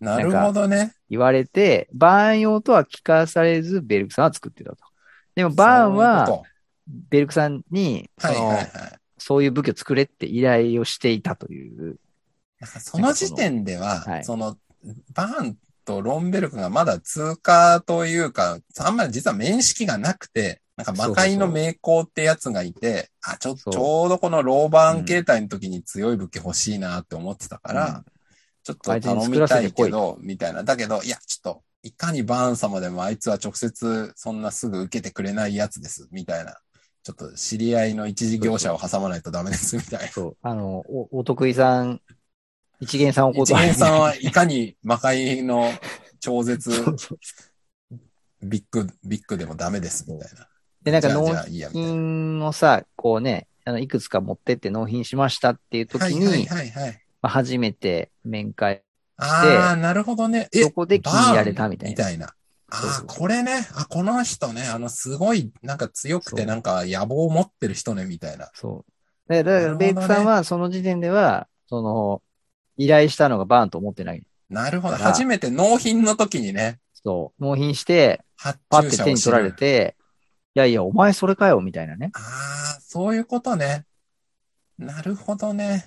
Speaker 1: なるほどね。
Speaker 2: 言われて、バーン用とは聞かされず、ベルクさんは作ってたと。でも、バ
Speaker 1: そう
Speaker 2: ーン
Speaker 1: いう
Speaker 2: は
Speaker 1: こ、
Speaker 2: ベルクさんに、
Speaker 1: と
Speaker 2: そ
Speaker 1: はい
Speaker 2: の、
Speaker 1: はいはい。
Speaker 2: そういう武器を作れって依頼をしていたという。
Speaker 1: なんかその時点では、
Speaker 2: はい
Speaker 1: その、バーンとロンベルクがまだ通過というか、あんまり実は面識がなくて、なんか魔界の名工ってやつがいて、あ、ちょ、ち
Speaker 2: そう
Speaker 1: ょうどこのローバーン形態の時に強い武器欲しいなって思ってたから、
Speaker 2: うん
Speaker 1: ちょっと頼み
Speaker 2: あ
Speaker 1: た
Speaker 2: いつに
Speaker 1: い
Speaker 2: 作らせ
Speaker 1: け
Speaker 2: て
Speaker 1: ど、みたいな。だけど、いや、ちょっと、いかにバーン様でもあいつは直接そんなすぐ受けてくれないやつです、みたいな。ちょっと知り合いの一時業者を挟まないとダメです、みたいな。
Speaker 2: そう。あの、お、お得意さん、一元さんを
Speaker 1: 一
Speaker 2: 断り
Speaker 1: 元さんはいかに魔界の超絶
Speaker 2: そうそう
Speaker 1: ビッグ、ビッグでもダメですみたいな。
Speaker 2: で、なんか
Speaker 1: じゃあ
Speaker 2: 納
Speaker 1: じゃあいいや
Speaker 2: 納
Speaker 1: みたいな。
Speaker 2: 品をさ、こうね、あの、いくつか持ってって納品しましたっていう時
Speaker 1: はい
Speaker 2: に、
Speaker 1: はいはいはい。
Speaker 2: まあ、初めて面会、
Speaker 1: ああ、なるほどね。え
Speaker 2: そ、こで気に入られたみたい
Speaker 1: み
Speaker 2: な。
Speaker 1: たいな。
Speaker 2: そう
Speaker 1: あ
Speaker 2: そ
Speaker 1: あ、
Speaker 2: う
Speaker 1: これね。あ、この人ね。あの、すごい、なんか強く
Speaker 2: そ
Speaker 1: て、
Speaker 2: う
Speaker 1: なんか野望を持ってる人ね、みたいな。
Speaker 2: そう。だから、だから
Speaker 1: な
Speaker 2: ベ
Speaker 1: る
Speaker 2: イ
Speaker 1: ほど
Speaker 2: ク
Speaker 1: ね
Speaker 2: さんはその時点では、その、依頼したのがバーンと思ってない。
Speaker 1: なるほど。
Speaker 2: だから
Speaker 1: 初めて納品の時にね、
Speaker 2: そう。納品して、
Speaker 1: 発
Speaker 2: パッ
Speaker 1: 注者
Speaker 2: て手
Speaker 1: を
Speaker 2: に
Speaker 1: 知
Speaker 2: 取られ
Speaker 1: る。
Speaker 2: て、いやいや、お前それかよ、みたいなね。
Speaker 1: ああ、そういうことね。なるほどね。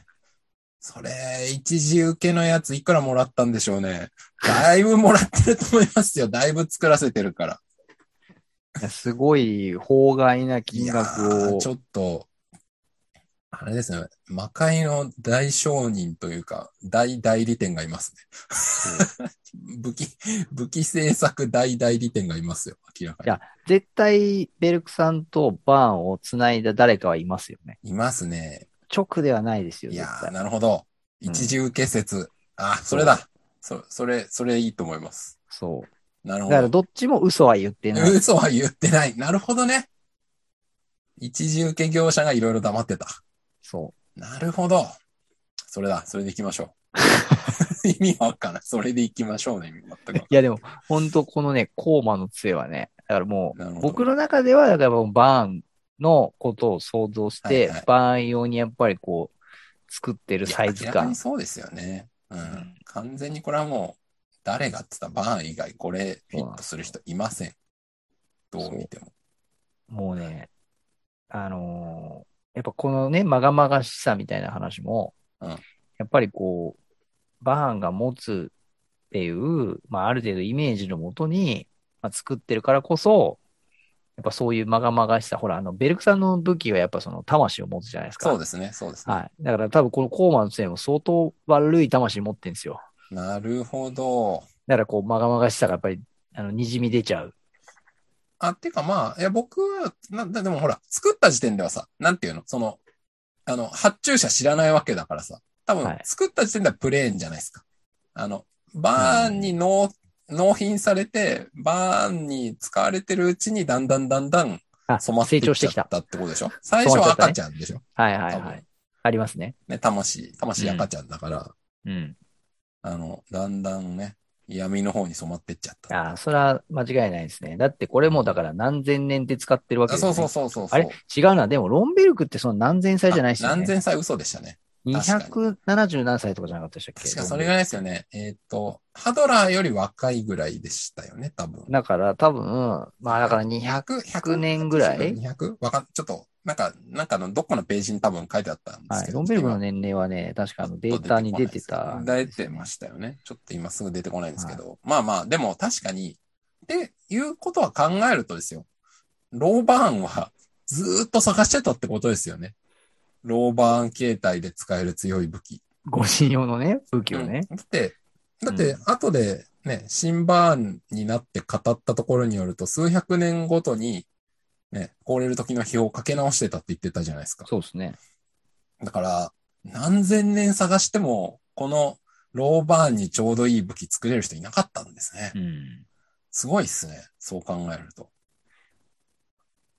Speaker 1: それ、一時受けのやついくらもらったんでしょうね。だいぶもらってると思いますよ。だいぶ作らせてるから。
Speaker 2: いやすごい、法外な金
Speaker 1: いや
Speaker 2: 額
Speaker 1: ー
Speaker 2: を
Speaker 1: ち。ょっと、あれですね。魔界の大商人というか、大代理店がいますね。 武器、武器製作大代理店がいますよ。明らか
Speaker 2: いや絶対、ベルクさんとバーンをつないだ誰かはいますよね。
Speaker 1: に。いますね。
Speaker 2: 直ではないですよ、
Speaker 1: い
Speaker 2: 絶
Speaker 1: やー
Speaker 2: 対。
Speaker 1: なるほど。
Speaker 2: うん
Speaker 1: 一時受け説。あ、それだ。そ、それ、それいいと思います。
Speaker 2: そう。
Speaker 1: なる
Speaker 2: だ
Speaker 1: ほ
Speaker 2: から、
Speaker 1: ど。
Speaker 2: どっちも嘘は言ってない。
Speaker 1: 嘘は言ってない。なるほどね。一時受け業者がいろいろ黙ってた。
Speaker 2: そ
Speaker 1: なるほど。それだ、それで行きましょ う。意味わからん。それで行きましょうね、意味全く
Speaker 2: う。。いや、でも、ほんと、このね、コーマの杖はね、だからもう、
Speaker 1: なるほど
Speaker 2: 僕の中では、だからもうバーンのことを想像し
Speaker 1: はい
Speaker 2: て、
Speaker 1: はい
Speaker 2: バーン用にやっぱりこう、作ってるサイズ
Speaker 1: いや明らか
Speaker 2: 感
Speaker 1: に。そうですよね。うん。
Speaker 2: ん
Speaker 1: 完全にこれはもう、誰がって言ったらバーン以外、これフィットする人いません。どう見ても。
Speaker 2: もうね、あのーやっぱこのね、まがまがしさみたいな話も、
Speaker 1: うん
Speaker 2: やっぱりこう、バーンが持つっていう、まあある程度イメージのもとに、まあ、作ってるからこそ、やっぱそういうまがまがしさ、ほら、あの、ベルクさんの武器はやっぱその魂を持つじゃないですか。
Speaker 1: そうですね、そうですね。
Speaker 2: はい。だから多分このコーマの杖も相当悪い魂持ってるんですよ。
Speaker 1: なるほど。
Speaker 2: だからこう、まがまがしさがやっぱり、あの、滲み出ちゃう。
Speaker 1: あ、てかまあ、いや、僕は、な、でもほら、作った時点ではさ、なんていうのその、あの、発注者知らないわけだからさ、多
Speaker 2: は
Speaker 1: 分
Speaker 2: い、
Speaker 1: 作った時点ではプレーンじゃないですか。あの、バーンに納、納品されて、バーンに使われてるうちに、だんだんだんだん
Speaker 2: あ、
Speaker 1: 染まってい
Speaker 2: 成
Speaker 1: っ
Speaker 2: 長し
Speaker 1: ち
Speaker 2: て
Speaker 1: ゃっ
Speaker 2: きた。
Speaker 1: たってことでしょ最初は赤ちゃんでしょ
Speaker 2: はいはい
Speaker 1: 多
Speaker 2: はい
Speaker 1: 分。
Speaker 2: ありますね。
Speaker 1: ね、魂、魂赤ちゃんだから、
Speaker 2: うん。
Speaker 1: あの、だんだんね、闇の方に染まってっちゃった。
Speaker 2: ああ、それは間違いないですね。だってこれもだから何千年で使ってるわけ
Speaker 1: あ
Speaker 2: ですよ
Speaker 1: そう
Speaker 2: ね。
Speaker 1: そうそうそうそう。
Speaker 2: あれ違うな。でもロンベルクってその何千歳じゃないですよ
Speaker 1: あ
Speaker 2: ね。
Speaker 1: 何千歳嘘でしたね。
Speaker 2: 270何歳とかじゃなかったでしたっけ
Speaker 1: 確かそれぐらいですよね。えーっ、と、ハドラーより若いぐらいでしたよね、多分。
Speaker 2: だから多分、まあだから200、
Speaker 1: 100
Speaker 2: 年ぐらい
Speaker 1: ?200? わかん、ちょっと、なんか、なんかの、どっかのページに多分書いてあったんで
Speaker 2: は
Speaker 1: す
Speaker 2: い。
Speaker 1: けど。
Speaker 2: ロンベルクの年齢はね、確かあのデータに出てた。
Speaker 1: 出てましたよね。ちょっと今すぐ出てこないんですけど。まあまあ、でも確かに、っていうことは考えるとですよ。ローバーンはずーっと探してたってことですよね。ローバーン形態で使える強い武器。
Speaker 2: 護身用のね、武器をね。
Speaker 1: うんだって、だっ
Speaker 2: う
Speaker 1: て
Speaker 2: ん、
Speaker 1: 後でね、シンバーンになって語ったところによると、数百年ごとに、ね、凍れる時の標をかけ直してたって言ってたじゃないですか。
Speaker 2: そうですね。
Speaker 1: だから、何千年探しても、このローバーンにちょうどいい武器作れる人いなかったんですね
Speaker 2: う。ん。
Speaker 1: すごいっすね。そう考えると。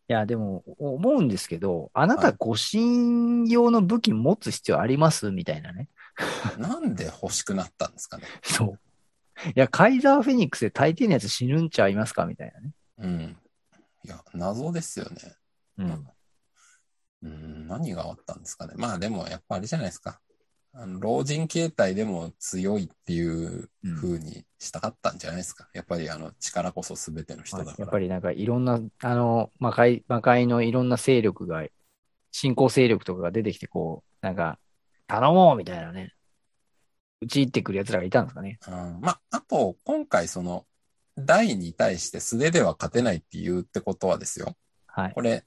Speaker 2: いや、でも、お思うんですけど、あな
Speaker 1: は
Speaker 2: た
Speaker 1: い
Speaker 2: 護身用の武器持つ必要ありますみたいなね。
Speaker 1: なんで欲しくなったんですかね。
Speaker 2: そう。いや、カイザーフェニックスで大抵のやつ死ぬんちゃいますかみたいなね。
Speaker 1: うん。いや、謎ですよね。う
Speaker 2: う
Speaker 1: ん
Speaker 2: ん。
Speaker 1: うん、何があったんですかね。まあでも、やっぱあれじゃないですか。あの老人形態でも強いっていう風にしたかったんじゃないですか。やっぱりあの力こそ全ての人だから。
Speaker 2: やっぱりなんかいろんな、あの、魔界、魔界のいろんな勢力が、新興勢力とかが出てきて、こう、なんか、頼もうみたいなね。うち行ってくる奴らがいたんですかね。
Speaker 1: うん、まあ、あと、今回その、第に対して素手では勝てないっていうってことはですよ。
Speaker 2: はい。
Speaker 1: これ、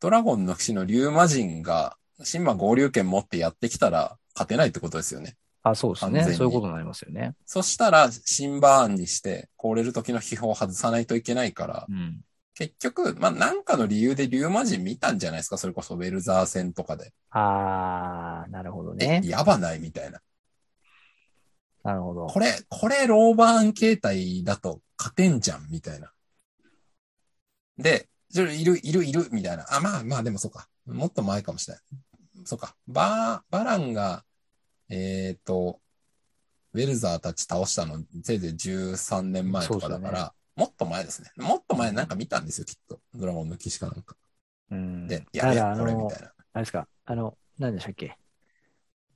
Speaker 1: ドラゴンの騎士の竜魔人が、神魔合流拳持ってやってきたら勝てないってことですよね。
Speaker 2: あ、そうです
Speaker 1: 完
Speaker 2: ね。
Speaker 1: 全に
Speaker 2: そういうことになりますよね。
Speaker 1: そしたら、シンバーンにして、凍れる時の秘宝を外さないといけないから
Speaker 2: う、ん。
Speaker 1: 結局、まあ、なんかの理由で竜魔人見たんじゃないですか。それこそ、ウェルザー戦とかで。
Speaker 2: あー、なるほど
Speaker 1: え
Speaker 2: ね、。
Speaker 1: やばないみたいな。
Speaker 2: なるほど。
Speaker 1: これ、これ、ローバーン形態だと勝てんじゃん、みたいな。で、ちょいる、いる、いる、みたいな。あ、まあまあ、でもそうか。もっと前かもしれない。そうか。バー、バランが、ええっ、と、ウェルザーたち倒したの、せいぜい13年前とかだ
Speaker 2: そう
Speaker 1: か
Speaker 2: で
Speaker 1: ら、
Speaker 2: す
Speaker 1: もっと前ですね。もっと前なんか見たんですよ、きっと。ドラゴンの騎士かなんか。
Speaker 2: うん。
Speaker 1: で、
Speaker 2: だ
Speaker 1: や
Speaker 2: から
Speaker 1: べえ
Speaker 2: あ、
Speaker 1: これ、み
Speaker 2: の
Speaker 1: たい、な。
Speaker 2: あれですか、あの、何でしたっけ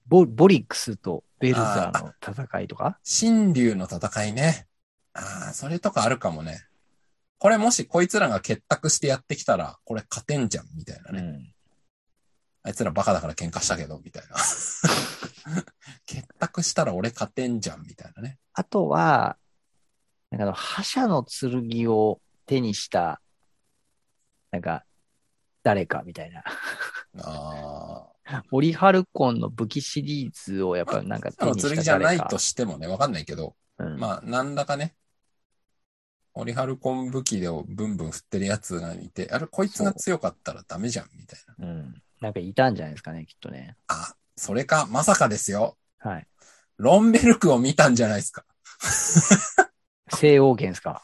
Speaker 2: ボ、ボリックスとベルザーの戦いとか
Speaker 1: 神竜の戦いね。ああ、それとかあるかもね。これもしこいつらが結託してやってきたら、これ勝てんじゃん、みたいなね。
Speaker 2: ん。
Speaker 1: あいつらバカだから喧嘩したけど、みたいな。 結託したら俺勝てんじゃん、みたいなね。
Speaker 2: あとは、なんかあの、覇者の剣を手にした、なんか、誰かみたいな。
Speaker 1: ああ。
Speaker 2: オリハルコンの武器シリーズをやっぱなんか手
Speaker 1: あの
Speaker 2: にした
Speaker 1: 剣
Speaker 2: 誰か。
Speaker 1: じゃないとしてもね、わかんないけど、
Speaker 2: うん、
Speaker 1: まあ、なんだかね、オリハルコン武器でをブンブン振ってるやつがいて、あれ、こいつが強かったらダメじゃん、みたいな。
Speaker 2: うん。なんかいたんじゃないですかね、きっとね。
Speaker 1: あ、それか、まさかですよ。
Speaker 2: はい。
Speaker 1: ロンベルクを見たんじゃないですか。
Speaker 2: 西欧圏ですか。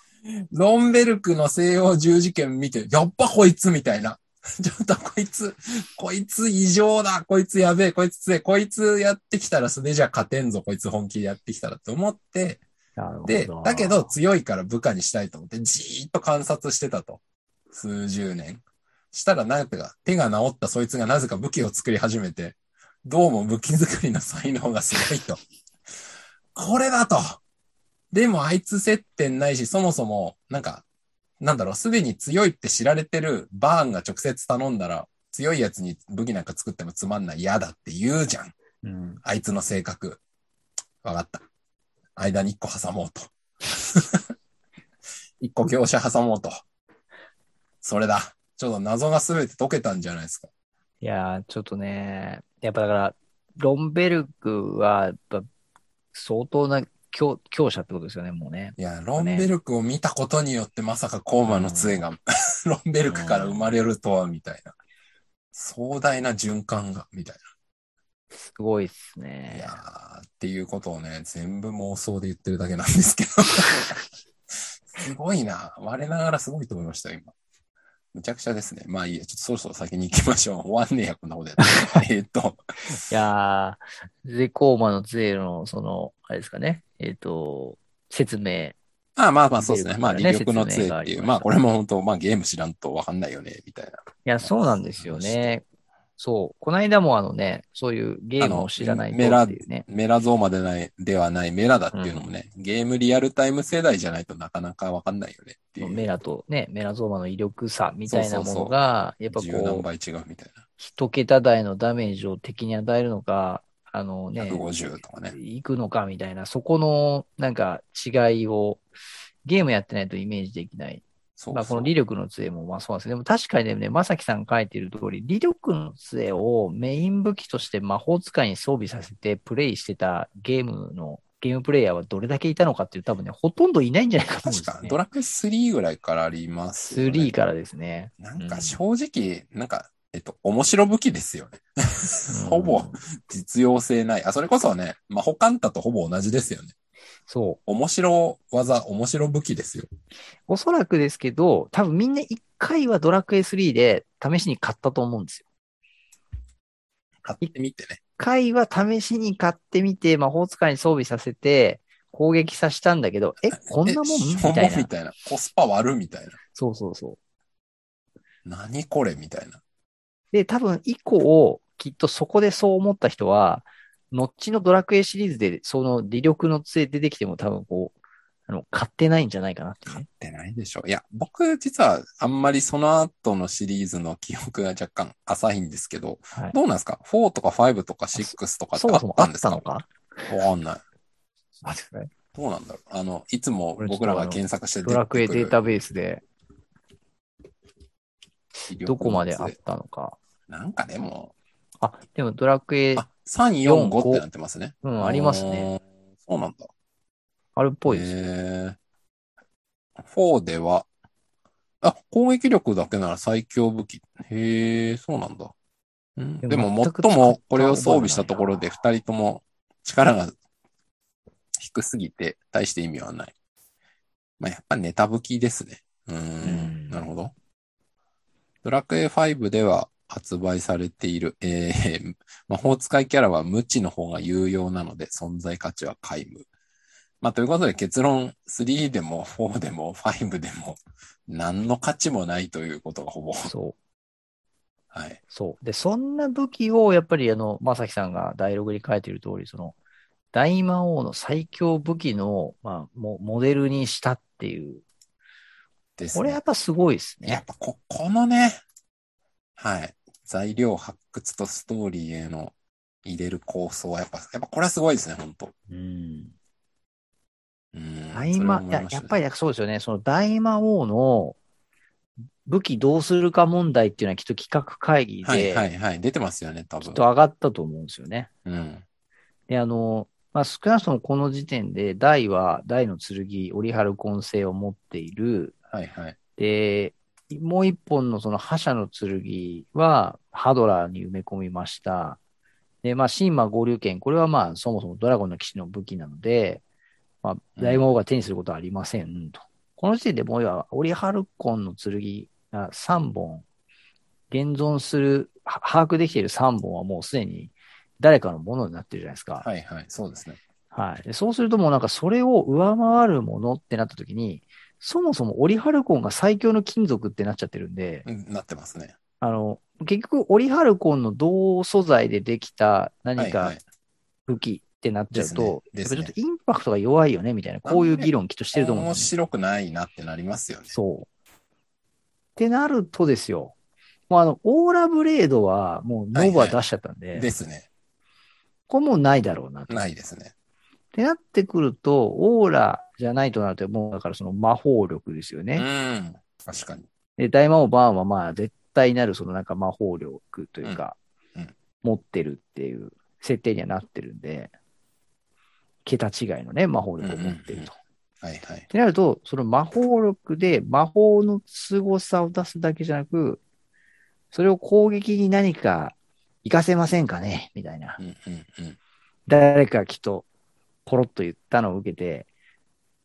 Speaker 1: ロンベルクの西洋十字剣見て、やっぱこいつみたいな。 ちょっとこいつ、こいつ異常だ、こいつやべえ、こいつ強え、こいつやってきたら素手じゃ勝てんぞ、こいつ本気でやってきたらって思って、
Speaker 2: なるほ
Speaker 1: で、だけど、強いから部下にしたいと思って、じーっと観察してたと。数十年。したら、なんか、手が治ったそいつがなぜか武器を作り始めて、どうも武器作りの才能がすごいと。 これだと。でも、あいつ接点ないし、そもそも、なんか、なんだろう、すでに強いって知られてるバーンが直接頼んだら、強いやつに武器なんか作ってもつまんない、嫌だって言うじゃん。
Speaker 2: うん。
Speaker 1: あいつの性格。わかった。間に一個挟もうと。 一個業者挟もうと。それだ。ちょっと謎が全て解けたんじゃないですか。
Speaker 2: いやー、ちょっとね、やっぱだから、ロンベルクは、やっぱ、相当な強、強者ってことですよね、もうね。
Speaker 1: いや、ロンベルクを見たことによってまさかコーマの杖 が、ロンベルクから生まれるとは、みたいな。壮大な循環が、みたい
Speaker 2: すごいっす
Speaker 1: な。い
Speaker 2: ね
Speaker 1: や。ー、っていうことをね、全部妄想で言ってるだけなんです けど。すごいな。我ながらすごいと思いましたよ、今。むちゃくちゃですね。まあいいや、ちょっとそろそろ先に行きましょう。終わんねえや、こんな ことやって。えーっと、
Speaker 2: いやー、ゼコーマのゼの、その、あれですかね、えっ、と、説明。
Speaker 1: まあまあまあ、そうですね。まあ、
Speaker 2: ね
Speaker 1: 魅力の杖
Speaker 2: 説明があ
Speaker 1: ってい
Speaker 2: り
Speaker 1: う。
Speaker 2: ました
Speaker 1: まあ、これも本当、まあ、ゲーム知らんとわかんないよね、みたいな。
Speaker 2: いや、そうなんですよね。そう。この間もあのね、そういうゲームを知らないとっていうね。
Speaker 1: メラゾーマでない、ではないメラだっていうのもね、ゲームリアルタイム世代じゃないとなかなかわかんないよねっていう。
Speaker 2: メラとね、メラゾーマの威力差みたいな
Speaker 1: そうそ
Speaker 2: も
Speaker 1: うそう
Speaker 2: のが、やっぱ
Speaker 1: 十何
Speaker 2: こう、
Speaker 1: 倍違うみたい
Speaker 2: 一桁台のダメージを敵に与えるのか、あの
Speaker 1: な。
Speaker 2: ね、
Speaker 1: 150とかね。
Speaker 2: いくのかみたいな、そこのなんか違いを、ゲームやってないとイメージできない。
Speaker 1: そう
Speaker 2: まあ、
Speaker 1: そ
Speaker 2: こ
Speaker 1: う
Speaker 2: の理力の杖もまあそうなんですね。でも確かにね、まさきさんが書いてる通り、理力の杖をメイン武器として魔法使いに装備させてプレイしてたゲームの、ゲームプレイヤーはどれだけいたのかっていう多分ね、ほとんどいないんじゃないかと思う
Speaker 1: 確
Speaker 2: んです
Speaker 1: か、
Speaker 2: ね
Speaker 1: ド。ラクエ3ぐらいからありますよね。
Speaker 2: 3からですね。
Speaker 1: なんか正直、なんか、えっと、面白武器ですよね。
Speaker 2: うん
Speaker 1: ほぼ実用性ない。あ、それこそね、まあ、他ンタとほぼ同じですよね。
Speaker 2: そ
Speaker 1: 面白技、面白武器ですよ。
Speaker 2: う。おそらくですけど、多分みんな一回はドラクエ3で試しに買ったと思うんですよ。
Speaker 1: 買ってみてね。
Speaker 2: 一回は試しに買ってみて、魔法使いに装備させて、攻撃させたんだけど、え、こん なもん
Speaker 1: え
Speaker 2: み
Speaker 1: しょうも
Speaker 2: たいな
Speaker 1: み。たいな。コスパ悪みたいな。
Speaker 2: そうそうそう。
Speaker 1: 何これみたいな。
Speaker 2: で、多分以降、きっとそこでそう思った人は、後のドラクエシリーズで、その理力の杖出てきても多分こう、あの、買ってないんじゃないかなっていう
Speaker 1: 買っ
Speaker 2: ね。
Speaker 1: てないでしょ。いや、僕実はあんまりその後のシリーズの記憶が若干浅いんですけど、
Speaker 2: はい。
Speaker 1: どうなんですか ?4 とか5とか6とかって
Speaker 2: そ
Speaker 1: あ
Speaker 2: もそ
Speaker 1: っ
Speaker 2: も
Speaker 1: た
Speaker 2: あ
Speaker 1: ん
Speaker 2: っ
Speaker 1: です
Speaker 2: た
Speaker 1: か
Speaker 2: のか
Speaker 1: わかんない。
Speaker 2: あそうですね
Speaker 1: どうなんだろうあの、いつも僕らが検索して出てく
Speaker 2: ド
Speaker 1: る
Speaker 2: ラクエデータベースで
Speaker 1: 威力の
Speaker 2: どこまであっ
Speaker 1: やつ
Speaker 2: たのか。
Speaker 1: なんかでも、
Speaker 2: あ、でもドラクエ、
Speaker 1: あ、3、4、5ってなってますね。
Speaker 2: うん、ありますね。
Speaker 1: あー。そうなんだ。
Speaker 2: あるっぽいですよ。
Speaker 1: えー、4では、あ、攻撃力だけなら最強武器。へえ、そうなんだ。うん、で
Speaker 2: で
Speaker 1: も
Speaker 2: も、
Speaker 1: 最もこれを装備したところで、二人とも力が低すぎて、大して意味はない。まあ、やっぱネタ武器ですね。うーん、
Speaker 2: うん
Speaker 1: なるほど。ドラクエ5では、発売されている、えー、 魔法使いキャラは無知の方が有用なので存在価値は皆無。まあ、ということで結論、3でも4でも5でも何の価値もないということがほぼ。
Speaker 2: そう。
Speaker 1: はい。
Speaker 2: そう。で、そんな武器を、やっぱり、あの、まさきさんがダイログに書いている通り、その、大魔王の最強武器の、まあ、もモデルにしたっていう。
Speaker 1: です、ね。
Speaker 2: これやっぱすごいです
Speaker 1: やっ
Speaker 2: ね。
Speaker 1: ぱこ、このね、はい。材料発掘とストーリーへの入れる構想はやっぱ、やっぱこれはすごいですね、本当
Speaker 2: うん。
Speaker 1: うん。そ
Speaker 2: 大魔、い
Speaker 1: れは思
Speaker 2: や
Speaker 1: いまし
Speaker 2: や
Speaker 1: た
Speaker 2: っぱりだからそうですよね。その大魔王の武器どうするか問題っていうのはきっと企画会議
Speaker 1: はいは
Speaker 2: で、
Speaker 1: いはい。出てますよね、多
Speaker 2: きっ
Speaker 1: 分
Speaker 2: と。上がったと思うんですよね。
Speaker 1: うん。
Speaker 2: で、あの、まあ、少なくともこの時点で、大は、大の剣、折原根性を持っている。
Speaker 1: はいはい。
Speaker 2: で、もう一本のその覇者の剣は、ハドラーに埋め込みました。で、まあ、神魔合流剣、これはまあ、そもそもドラゴンの騎士の武器なので、まあ、大魔王が手にすることはありません、と。この時点でもう要は、オリハルコンの剣が3本、現存する、は把握できている3本はもうすでに誰かのものになってるじゃないですか。
Speaker 1: はいはい。そうですね。
Speaker 2: はい。でそうするともうなんかそれを上回るものってなった時に、そもそもオリハルコンが最強の金属ってなっちゃってるんで、
Speaker 1: うんなってますね。
Speaker 2: あの、結局オリハルコンの銅素材でできた
Speaker 1: は
Speaker 2: 何
Speaker 1: いは
Speaker 2: か
Speaker 1: い。
Speaker 2: 武器ってなっちゃうと、
Speaker 1: で
Speaker 2: やっ
Speaker 1: すねです
Speaker 2: ぱ
Speaker 1: ね
Speaker 2: ちょっとインパクトが弱いよねみたいな、こういう議論きっとしてると思うん
Speaker 1: 面
Speaker 2: ですよね
Speaker 1: 白くないなってなりますよね。
Speaker 2: そう。ってなるとですよ、もうあの、オーラブレードはもうノバ出しちゃったんで、
Speaker 1: ですね。
Speaker 2: これもうないだろうなと。
Speaker 1: ないですね。
Speaker 2: ってなってくると、オーラじゃないとなると、もうだからその魔法力ですよ
Speaker 1: う
Speaker 2: ね。
Speaker 1: ん。確かに。
Speaker 2: で、大魔王バーンはまあ絶対なるそのなんか魔法力というか、
Speaker 1: うんうん
Speaker 2: 持ってるっていう設定にはなってるんで、桁違いのね、魔法力を持って
Speaker 1: うんうんう
Speaker 2: る
Speaker 1: ん
Speaker 2: と。っ
Speaker 1: はいはい。
Speaker 2: てなると、その魔法力で魔法の凄さを出すだけじゃなく、それを攻撃に何か活かせませんかねみたいな
Speaker 1: う。んうんうん。
Speaker 2: 誰かきっとポロッと言ったのを受けて、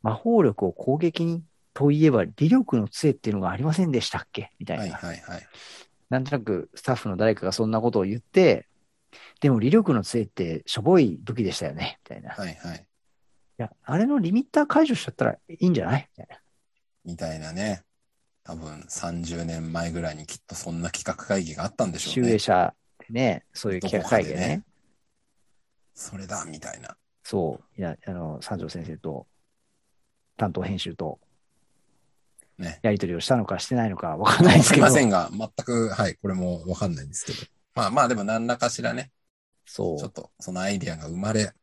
Speaker 2: 魔法力を攻撃にといえば理力の杖っていうのがありませんでしたっけみたいな。
Speaker 1: はいはいはい。
Speaker 2: なんとなくスタッフの誰かがそんなことを言って、でも、理力の杖ってしょぼい武器でしたよね、みたいな。い
Speaker 1: はいはい。
Speaker 2: や、あれのリミッター解除しちゃったらいいんじゃないみたい
Speaker 1: みたいなね。多分30年前ぐらいにきっとそんな企画会議があったんで
Speaker 2: な。
Speaker 1: しょう
Speaker 2: 集英
Speaker 1: ね。
Speaker 2: 者ってね、そういう企画会議で
Speaker 1: どこかで
Speaker 2: ね
Speaker 1: ね。それだ、みたいな。
Speaker 2: そう、いや、あの、三条先生と担当編集と
Speaker 1: ね。
Speaker 2: やり取りをしたのかしてないのかわかんないです
Speaker 1: すい
Speaker 2: けど。
Speaker 1: ませんが、全く、はい、これもわかんないんですけど。まあまあ、でも何らかしらね、
Speaker 2: そ
Speaker 1: ちょっとそのアイディアが生まれ、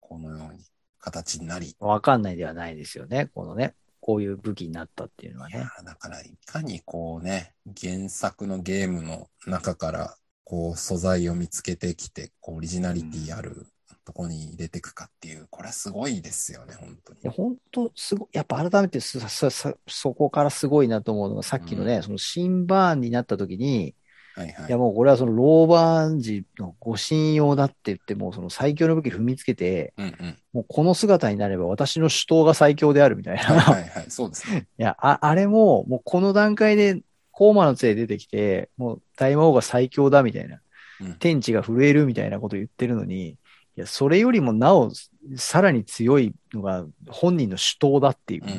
Speaker 1: このように形になり、
Speaker 2: う。わかんないではないですよね。このね、こういう武器になったっていうのはい
Speaker 1: や
Speaker 2: ね。
Speaker 1: ーだから、いかにこうね、原作のゲームの中から、こう、素材を見つけてきて、こう、オリジナリティあるとこに入れていくかっていう、これはすごいですよね、本当に
Speaker 2: いや。本当すごい、やっぱ改めてすささそこからすごいなと思うのが、さっきのね、
Speaker 1: うん
Speaker 2: その新バーンになった時に、
Speaker 1: はいはい
Speaker 2: い、やもうこれはそのローバーン時の護信用だって言って、もうその最強の武器踏みつけて、
Speaker 1: うんうん。
Speaker 2: もうこの姿になれば私の主刀が最強であるみたいな。
Speaker 1: はい
Speaker 2: い、
Speaker 1: はいはい、そうですね。
Speaker 2: やあ、あれも、もうこの段階で、コーマの杖出てきて、もう大魔王が最強だみたいな。
Speaker 1: うん
Speaker 2: 天地が震えるみたいなこと言ってるのに、いや、それよりもなお、さらに強いのが本人の主刀だっていう、
Speaker 1: うんう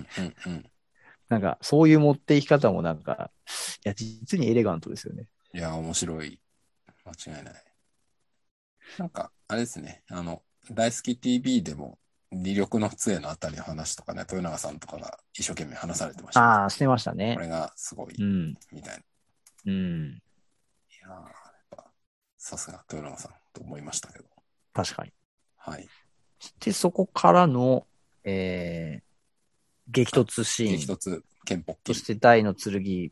Speaker 1: んうん。
Speaker 2: なんか、そういう持っていき方もなんか、いや、実にエレガントですよね。
Speaker 1: いや、面白い。間違いない。なんか、あれですね。あの、大好き TV でも、魅力の杖のあたりの話とかね、豊永さんとかが一生懸命話されてました。
Speaker 2: ああ、してましたね
Speaker 1: こ。れがすごい、
Speaker 2: うん。
Speaker 1: みたいな。い
Speaker 2: うん。
Speaker 1: やーやっぱ、さすが豊永さんと思いましたけど。
Speaker 2: 確かに。
Speaker 1: はい。
Speaker 2: で、そこからの、えー、激突シ
Speaker 1: で
Speaker 2: ーン。
Speaker 1: 一つ、剣ポッキリ
Speaker 2: そし。て、大の剣、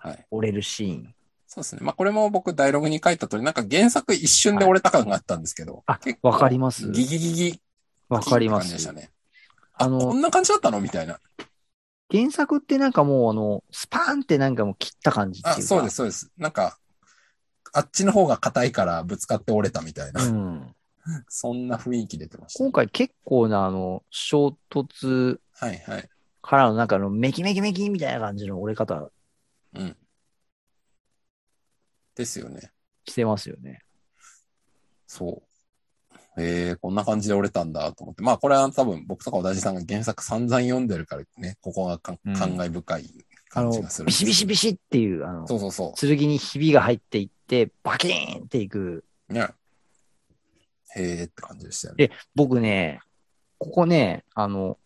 Speaker 1: はい。
Speaker 2: 折れるシーン。
Speaker 1: そうですね。まあ、これも僕、ダイログに書いた通り、なんか原作一瞬で折れた感があったんですけど。
Speaker 2: あ
Speaker 1: 結、構
Speaker 2: わかります。
Speaker 1: ギギギギ。
Speaker 2: わかりま
Speaker 1: って感じでした
Speaker 2: す。
Speaker 1: ね。
Speaker 2: あの、
Speaker 1: こんな感じだったのみたいな。
Speaker 2: 原作ってなんかもうあの、スパーンってなんかもう切った感じっていう
Speaker 1: あ、
Speaker 2: か。
Speaker 1: そうです、そうです。なんか、あっちの方が硬いからぶつかって折れたみたいな、
Speaker 2: うん。
Speaker 1: そんな雰囲気出てました。
Speaker 2: 今回結構なあの、衝突
Speaker 1: はいはい。
Speaker 2: からのなんかあの、メキメキメキみたいな感じの折れ方
Speaker 1: うん。ですよね。
Speaker 2: してますよね。
Speaker 1: そう。えー、こんな感じで折れたんだと思って。まあ、これは多分僕とか小田地さんが原作散々読んでるからね、ここがか
Speaker 2: うん
Speaker 1: 感慨深い
Speaker 2: あ
Speaker 1: 感
Speaker 2: の
Speaker 1: じがす、る。
Speaker 2: ビシビシビシっていう、あの、
Speaker 1: そうそうそ
Speaker 2: 剣にひびが入っていって、バキーンっていく。
Speaker 1: う。ね。へーって感じでしたよね。
Speaker 2: で、僕ね、ここね、あの、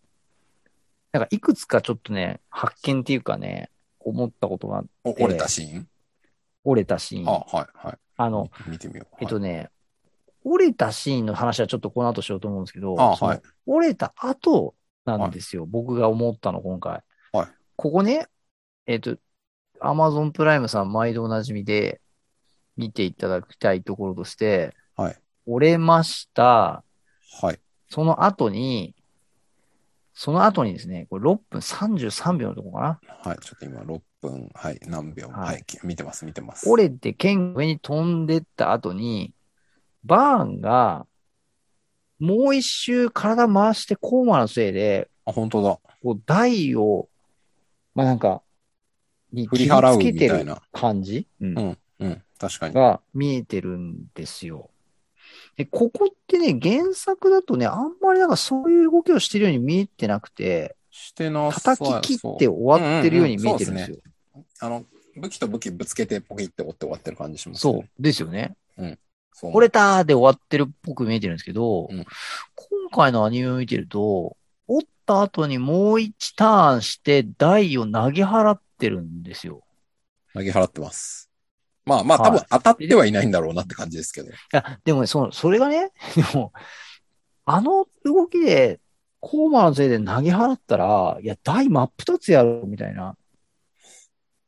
Speaker 2: なんかいくつかちょっとね、発見っていうかね、思ったことが
Speaker 1: お折れたシーン、
Speaker 2: 折れたシーン。
Speaker 1: あ、
Speaker 2: あ
Speaker 1: はい、はい。
Speaker 2: の、
Speaker 1: 見てみよう。
Speaker 2: えっとね、折れたシーンの話はちょっとこの後しようと思うんですけど、
Speaker 1: あ
Speaker 2: その
Speaker 1: はい
Speaker 2: 折れた後なんですよ。僕が思ったの、今回。
Speaker 1: はい
Speaker 2: ここね、えっ、と、アマゾンプライムさん毎度おなじみで見ていただきたいところとして、
Speaker 1: はい
Speaker 2: 折れました。
Speaker 1: はい。
Speaker 2: その後に、その後にですね、これ6分33秒のとこかな。
Speaker 1: はい。ちょっと今6分、はい、何秒、
Speaker 2: は
Speaker 1: はいい、見てます、見てます。
Speaker 2: 折れて剣が上に飛んでった後に、バーンが、もう一周体回してコーマのせいで、
Speaker 1: あ、本当だ。
Speaker 2: こう台を、まあなんか、に
Speaker 1: 振り払う
Speaker 2: 切り
Speaker 1: み
Speaker 2: つけ
Speaker 1: た
Speaker 2: て
Speaker 1: い
Speaker 2: る
Speaker 1: な。
Speaker 2: 感じ、うん
Speaker 1: うん、うん、確かに。
Speaker 2: が見えてるんですよ。で、ここってね、原作だとね、あんまりなんかそういう動きをしてるように見えてなくて、
Speaker 1: してなさ
Speaker 2: 叩き切
Speaker 1: そう
Speaker 2: って終わってるように見えてるんですよ。
Speaker 1: うんうんうんそうですねあの、武器と武器ぶつけてポキって折って終わってる感じします、
Speaker 2: そ
Speaker 1: ね
Speaker 2: う。。ですよね。
Speaker 1: そう。
Speaker 2: 折れたーで終わってるっぽく見えてるんですけど、
Speaker 1: うん
Speaker 2: 今回のアニメを見てると、折った後にもう一ターンして台を投げ払ってるんですよ。
Speaker 1: 投げ払ってます。まあまあ、
Speaker 2: はい
Speaker 1: 多分当たってはいないんだろうなって感じですけど。
Speaker 2: いや、でもね、その、それがね、 でも、あの動きで、コーマのせいで投げ払ったら、いや、台真っ二つやろ、みたいな。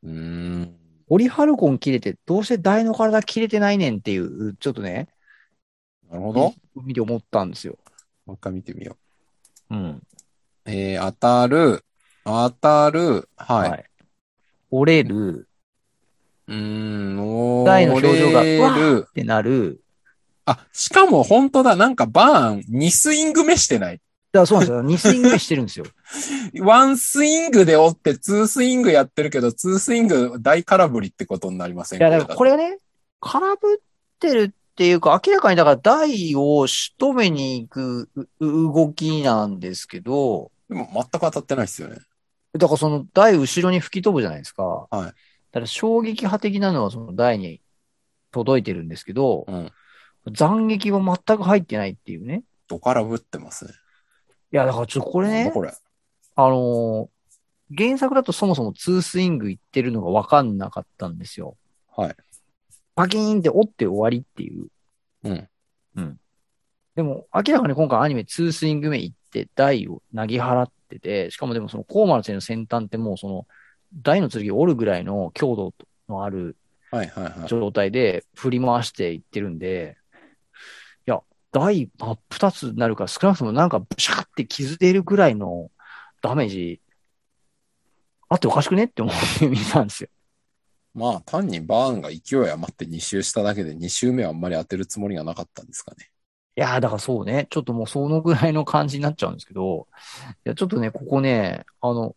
Speaker 1: うーん。
Speaker 2: オリハルコン切れて、どうして台の体切れてないねんっていう、ちょっとね、
Speaker 1: なるほど。も
Speaker 2: 見て思ったんですよ。
Speaker 1: う一回見てみよ
Speaker 2: うん。
Speaker 1: う。えー、当たる、当たる、はい。
Speaker 2: はい。折れる
Speaker 1: うーん、お
Speaker 2: 台の表情が
Speaker 1: 折れる。
Speaker 2: ってなる。
Speaker 1: あ、しかも本当だ、なんかバーン2スイング目してない。
Speaker 2: だからそうなんですよ。2スイング目してるんですよ。
Speaker 1: 1スイングで折って2スイングやってるけど、2スイング大空振りってことになりません
Speaker 2: いや、だからこれがね、空振ってるっていうか、明らかにだから台を仕留めに行くうう動きなんですけど、
Speaker 1: でも全く当たってないですよね。
Speaker 2: だからその台後ろに吹き飛ぶじゃないですか。はいだから衝撃波的なのはその台に届いてるんですけど、
Speaker 1: うん。
Speaker 2: 斬撃は全く入ってないっていうね。
Speaker 1: ドカラぶってますね。
Speaker 2: いや、だからちょっとこれ
Speaker 1: なんだ
Speaker 2: ね、
Speaker 1: これ。
Speaker 2: あのー原作だとそもそもツースイングいってるのがわかんなかったんですよ。
Speaker 1: はい。
Speaker 2: パキーンって折って終わりっていう。
Speaker 1: うん。
Speaker 2: でも、明らかに今回アニメツースイング目行って、台を投げ払ってて、しかもでもそのコーマの線の先端ってもうその、台の剣を折るぐらいの強度のある
Speaker 1: はいはいはい。
Speaker 2: 状態で振り回していってるんで、いや、台真っ二つになるから少なくともなんかブシャーって傷出るぐらいのダメージ、あっておかしくねって思って見たんですよ。
Speaker 1: まあ、単にバーンが勢い余って2周しただけで、2周目はあんまり当てるつもりがなかったんですかね。
Speaker 2: いやー、だからそうね、ちょっともうそのぐらいの感じになっちゃうんですけど、いや、ちょっとね、ここね、あの、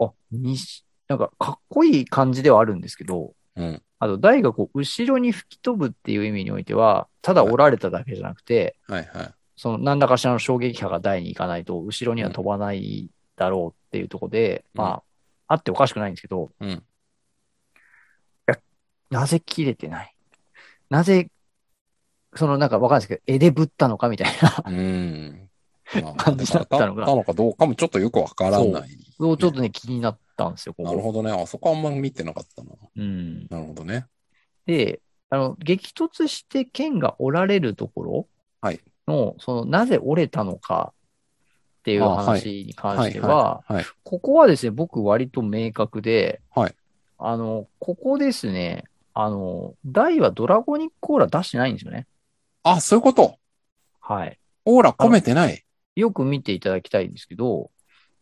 Speaker 2: あ、にし、なんかかっこいい感じではあるんですけど、
Speaker 1: うん。
Speaker 2: あと、台がこう、後ろに吹き飛ぶっていう意味においては、ただ折られただけじゃなくて、
Speaker 1: はいはい。
Speaker 2: その何らかしらの衝撃波が台に行かないと、後ろには飛ばないだろうっていうところで、
Speaker 1: うん
Speaker 2: まあ、あっておかしくないんですけど、
Speaker 1: うん。
Speaker 2: なぜ切れてないなぜ、そのなんかわかんないですけど、絵でぶったのかみたいな、
Speaker 1: うん。まあ、
Speaker 2: 感じだったの
Speaker 1: 当た
Speaker 2: が
Speaker 1: ったのかどうかもちょっとよくわからない。
Speaker 2: それをちょっとね、気になったんですよ、ここ。
Speaker 1: なるほどね。あそこあんま見てなかったな。
Speaker 2: うん。
Speaker 1: なるほどね。
Speaker 2: で、あの、激突して剣が折られるところ
Speaker 1: はい
Speaker 2: の、その、なぜ折れたのかっていう
Speaker 1: あはい
Speaker 2: 話に関しては、
Speaker 1: はいはい。
Speaker 2: ここはですね、僕割と明確で、
Speaker 1: はい
Speaker 2: あの、ここですね、あの、大はドラゴニックオーラ出してないんですよね。
Speaker 1: あ、そういうこと。
Speaker 2: はい。
Speaker 1: オーラ込めてない。
Speaker 2: よく見ていただきたいんですけど、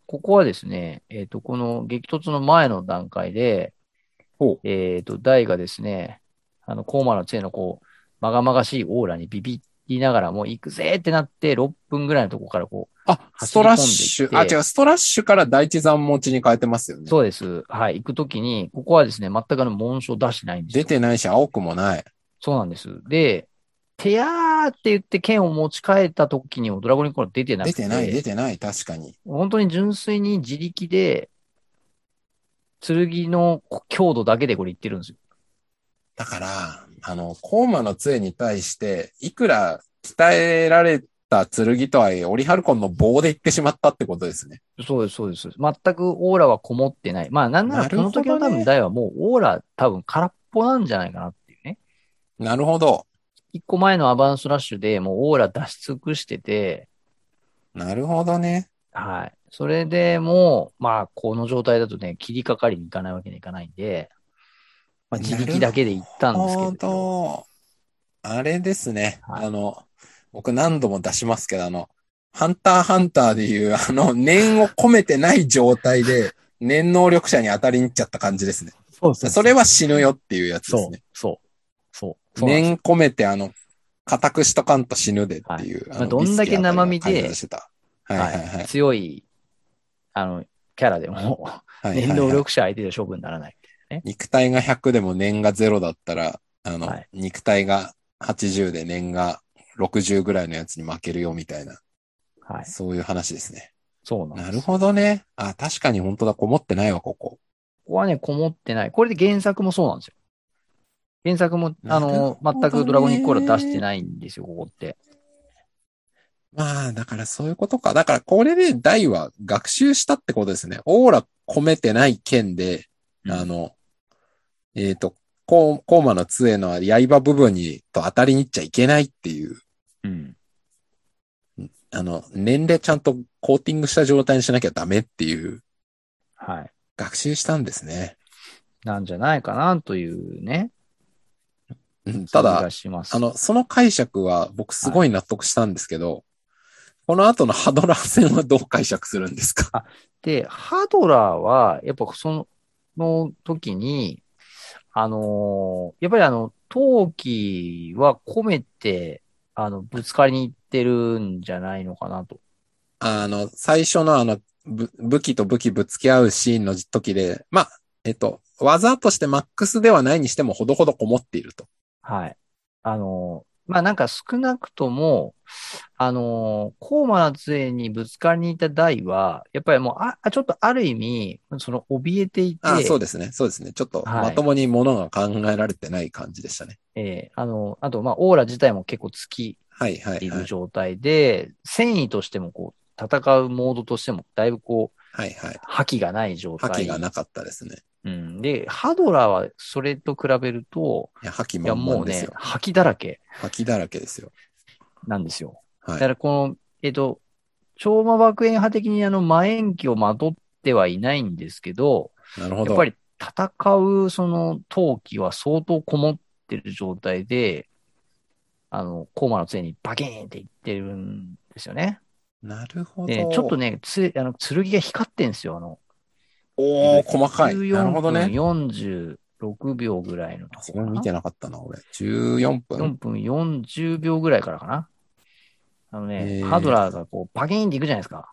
Speaker 2: ここはですね、えっ、と、この激突の前の段階で、
Speaker 1: ほう。
Speaker 2: えっ、と、大がですね、あの、コーマの杖のこう、まがまがしいオーラにビビ言いながらも、行くぜってなって、6分ぐらいのとこからこ
Speaker 1: あ、ストラッシュ。あ、
Speaker 2: 走り込んでいって
Speaker 1: 違う、ストラッシュから第一山持ちに変えてますよ
Speaker 2: う、
Speaker 1: ね。
Speaker 2: そうです。はい、行くときに、ここはですね、全くあの、紋章出してないんですよ
Speaker 1: 出てないし、青くもない。
Speaker 2: そうなんです。で、てやーって言って剣を持ち替えた時にもドラゴニコーラ出てな
Speaker 1: 出
Speaker 2: く
Speaker 1: て
Speaker 2: て、
Speaker 1: ない、出てない、確かに。
Speaker 2: 本当に純粋に自力で、剣の強度だけでこれいってるんですよ。
Speaker 1: だから、あの、コーマの杖に対して、いくら鍛えられた剣とはいえ、オリハルコンの棒で行ってしまったってことですね。
Speaker 2: そうです、そうです。全くオーラはこもってない。まあ、なんな
Speaker 1: な
Speaker 2: ら
Speaker 1: る
Speaker 2: こ
Speaker 1: ほど
Speaker 2: の
Speaker 1: ね
Speaker 2: 時の多分台はもうオーラ多分空っぽなんじゃないかなっていうね。
Speaker 1: なるほど。
Speaker 2: 一個前のアバンスラッシュでもうオーラ出し尽くしてて、
Speaker 1: なるほどね。
Speaker 2: はい。それでもう、まあ、この状態だとね、切りかかりに行かないわけにはいかないんで、まあ、自力だけで行ったんですけ
Speaker 1: ほ
Speaker 2: れ
Speaker 1: ん
Speaker 2: ど。
Speaker 1: と、あれですね。
Speaker 2: はい
Speaker 1: あの、僕何度も出しますけど、あの、ハンターハンターでいう、あの、念を込めてない状態 で、念能力者に当たりに行っちゃった感じですね。
Speaker 2: そう
Speaker 1: それは死ぬよっていうやつで
Speaker 2: そ
Speaker 1: す
Speaker 2: う
Speaker 1: ね。、
Speaker 2: そう、そう。そうなんです
Speaker 1: 念込めて、あの、固くしとかんと死ぬでっていう。
Speaker 2: はい
Speaker 1: あの
Speaker 2: まあどんだけ生身で
Speaker 1: リスキーな感じがしてたはいはいはい。
Speaker 2: はい強い、あの、キャラでも、
Speaker 1: はいはいはい
Speaker 2: 念能力者相手で勝負にならない。
Speaker 1: 肉体が100でも年が0だったら、あの、
Speaker 2: はい
Speaker 1: 肉体が80で年が60ぐらいのやつに負けるよみたいな、
Speaker 2: はい。
Speaker 1: そういう話ですね。
Speaker 2: そうなんです。
Speaker 1: なるほどね。あ、確かに本当だ、こもってないわ、ここ。
Speaker 2: ここはね、こもってない。これで原作もそうなんですよ。原作も、あ
Speaker 1: なる
Speaker 2: の、
Speaker 1: ほどね
Speaker 2: 全くドラゴニックオーラ出してないんですよ、ここって。
Speaker 1: まあ、だからそういうことか。だからこれで大は学習したってことですね。オーラ込めてない剣で、あの、えっ、と、コーコーマの杖の刃部分にと当たりに行っちゃいけないっていう、
Speaker 2: うん。
Speaker 1: あの、年齢ちゃんとコーティングした状態にしなきゃダメっていう
Speaker 2: はい。
Speaker 1: 学習したんですね。
Speaker 2: なんじゃないかな、というね。
Speaker 1: うんただ
Speaker 2: 気が、します
Speaker 1: あ、の、その解釈は僕すごい納得したんですけど、この後のハドラー戦はどう解釈するんですか
Speaker 2: で、ハドラーは、やっぱその、の時に、あのーやっぱりあの、陶器は込めて、あの、ぶつかりに行ってるんじゃないのかなと。
Speaker 1: あの、最初のあの、ぶ武器と武器ぶつけ合うシーンの時で、まあ、えっと、技としてマックスではないにしてもほどほどこもっていると。
Speaker 2: はい。あのーまあ、なんか少なくとも、あのー、コーマの杖にぶつかりに行った台は、やっぱりもう、あ、あちょっとある意味、その、怯えていて、
Speaker 1: ああそうですね。そうですね。ちょっと
Speaker 2: はい
Speaker 1: まともにものが考えられてない感じでしたね。
Speaker 2: えーあの、あと、まあ、オーラ自体も結構つき、
Speaker 1: はいはいいは
Speaker 2: る
Speaker 1: い。
Speaker 2: 状態で、繊維としてもこう、戦うモードとしても、だいぶこう、
Speaker 1: はいはい。
Speaker 2: 覇気がない状
Speaker 1: 覇
Speaker 2: 態。
Speaker 1: 気がなかったですね。
Speaker 2: うん。で、ハドラーはそれと比べると、
Speaker 1: いや、覇気
Speaker 2: いや
Speaker 1: 満
Speaker 2: も
Speaker 1: 々
Speaker 2: う
Speaker 1: です
Speaker 2: ね
Speaker 1: よ、。
Speaker 2: 覇気だらけ
Speaker 1: 覇気だらけですよ。
Speaker 2: なんですよ。
Speaker 1: は
Speaker 2: だ
Speaker 1: い
Speaker 2: か。らこの、えっと、超魔爆炎派的にあの、魔炎気をまとってはいないんですけど、
Speaker 1: なるほ
Speaker 2: や
Speaker 1: ど
Speaker 2: っぱ。り戦うその陶器は相当こもってる状態で、あの、コーマの杖にバキーンっていってるんですよね。
Speaker 1: なるほど。
Speaker 2: で、ちょっとね、つ、あの、剣が光ってんですよ。あの、
Speaker 1: おお細かい。なるほどね。
Speaker 2: 14分46秒ぐらいのとこ
Speaker 1: そ
Speaker 2: か
Speaker 1: れ
Speaker 2: な
Speaker 1: 見てなかったな、俺。14
Speaker 2: 4
Speaker 1: 分。
Speaker 2: 分40秒ぐらいからかな。あの
Speaker 1: へ
Speaker 2: ね、
Speaker 1: ー
Speaker 2: ハドラーがこう、バキーンっていくじゃないですか。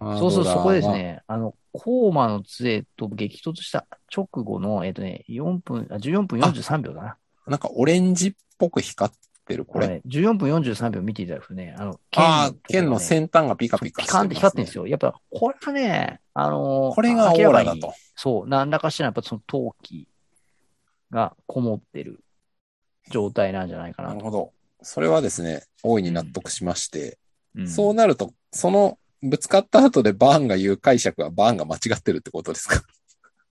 Speaker 2: そうするとそこですね、あの、コーマの杖と激突した直後の、えっとね、4分、あ、14分43秒
Speaker 1: ハドラ
Speaker 2: だな。
Speaker 1: ーは。なんかオレンジっぽく光ってる、こ
Speaker 2: これ
Speaker 1: れ。
Speaker 2: ね、14分43秒見ていただくとね、あの、
Speaker 1: ああ、
Speaker 2: 剣
Speaker 1: 剣の先端がピカ
Speaker 2: ピ
Speaker 1: ピカ
Speaker 2: カンって光ってんです
Speaker 1: よ。
Speaker 2: よ。やっぱ、これはね、あのー
Speaker 1: これがオ
Speaker 2: 明ら
Speaker 1: ー
Speaker 2: か
Speaker 1: ラ
Speaker 2: に
Speaker 1: だと。
Speaker 2: そう、何らかしらやっぱその陶器がこもってる状態なんじゃないか
Speaker 1: な
Speaker 2: な
Speaker 1: る
Speaker 2: と。
Speaker 1: ほど。それはですね、大いに納得しまして、
Speaker 2: うん
Speaker 1: そうなると、その、ぶつかった後でバーンが言う解釈はバーンが間違ってるってことですか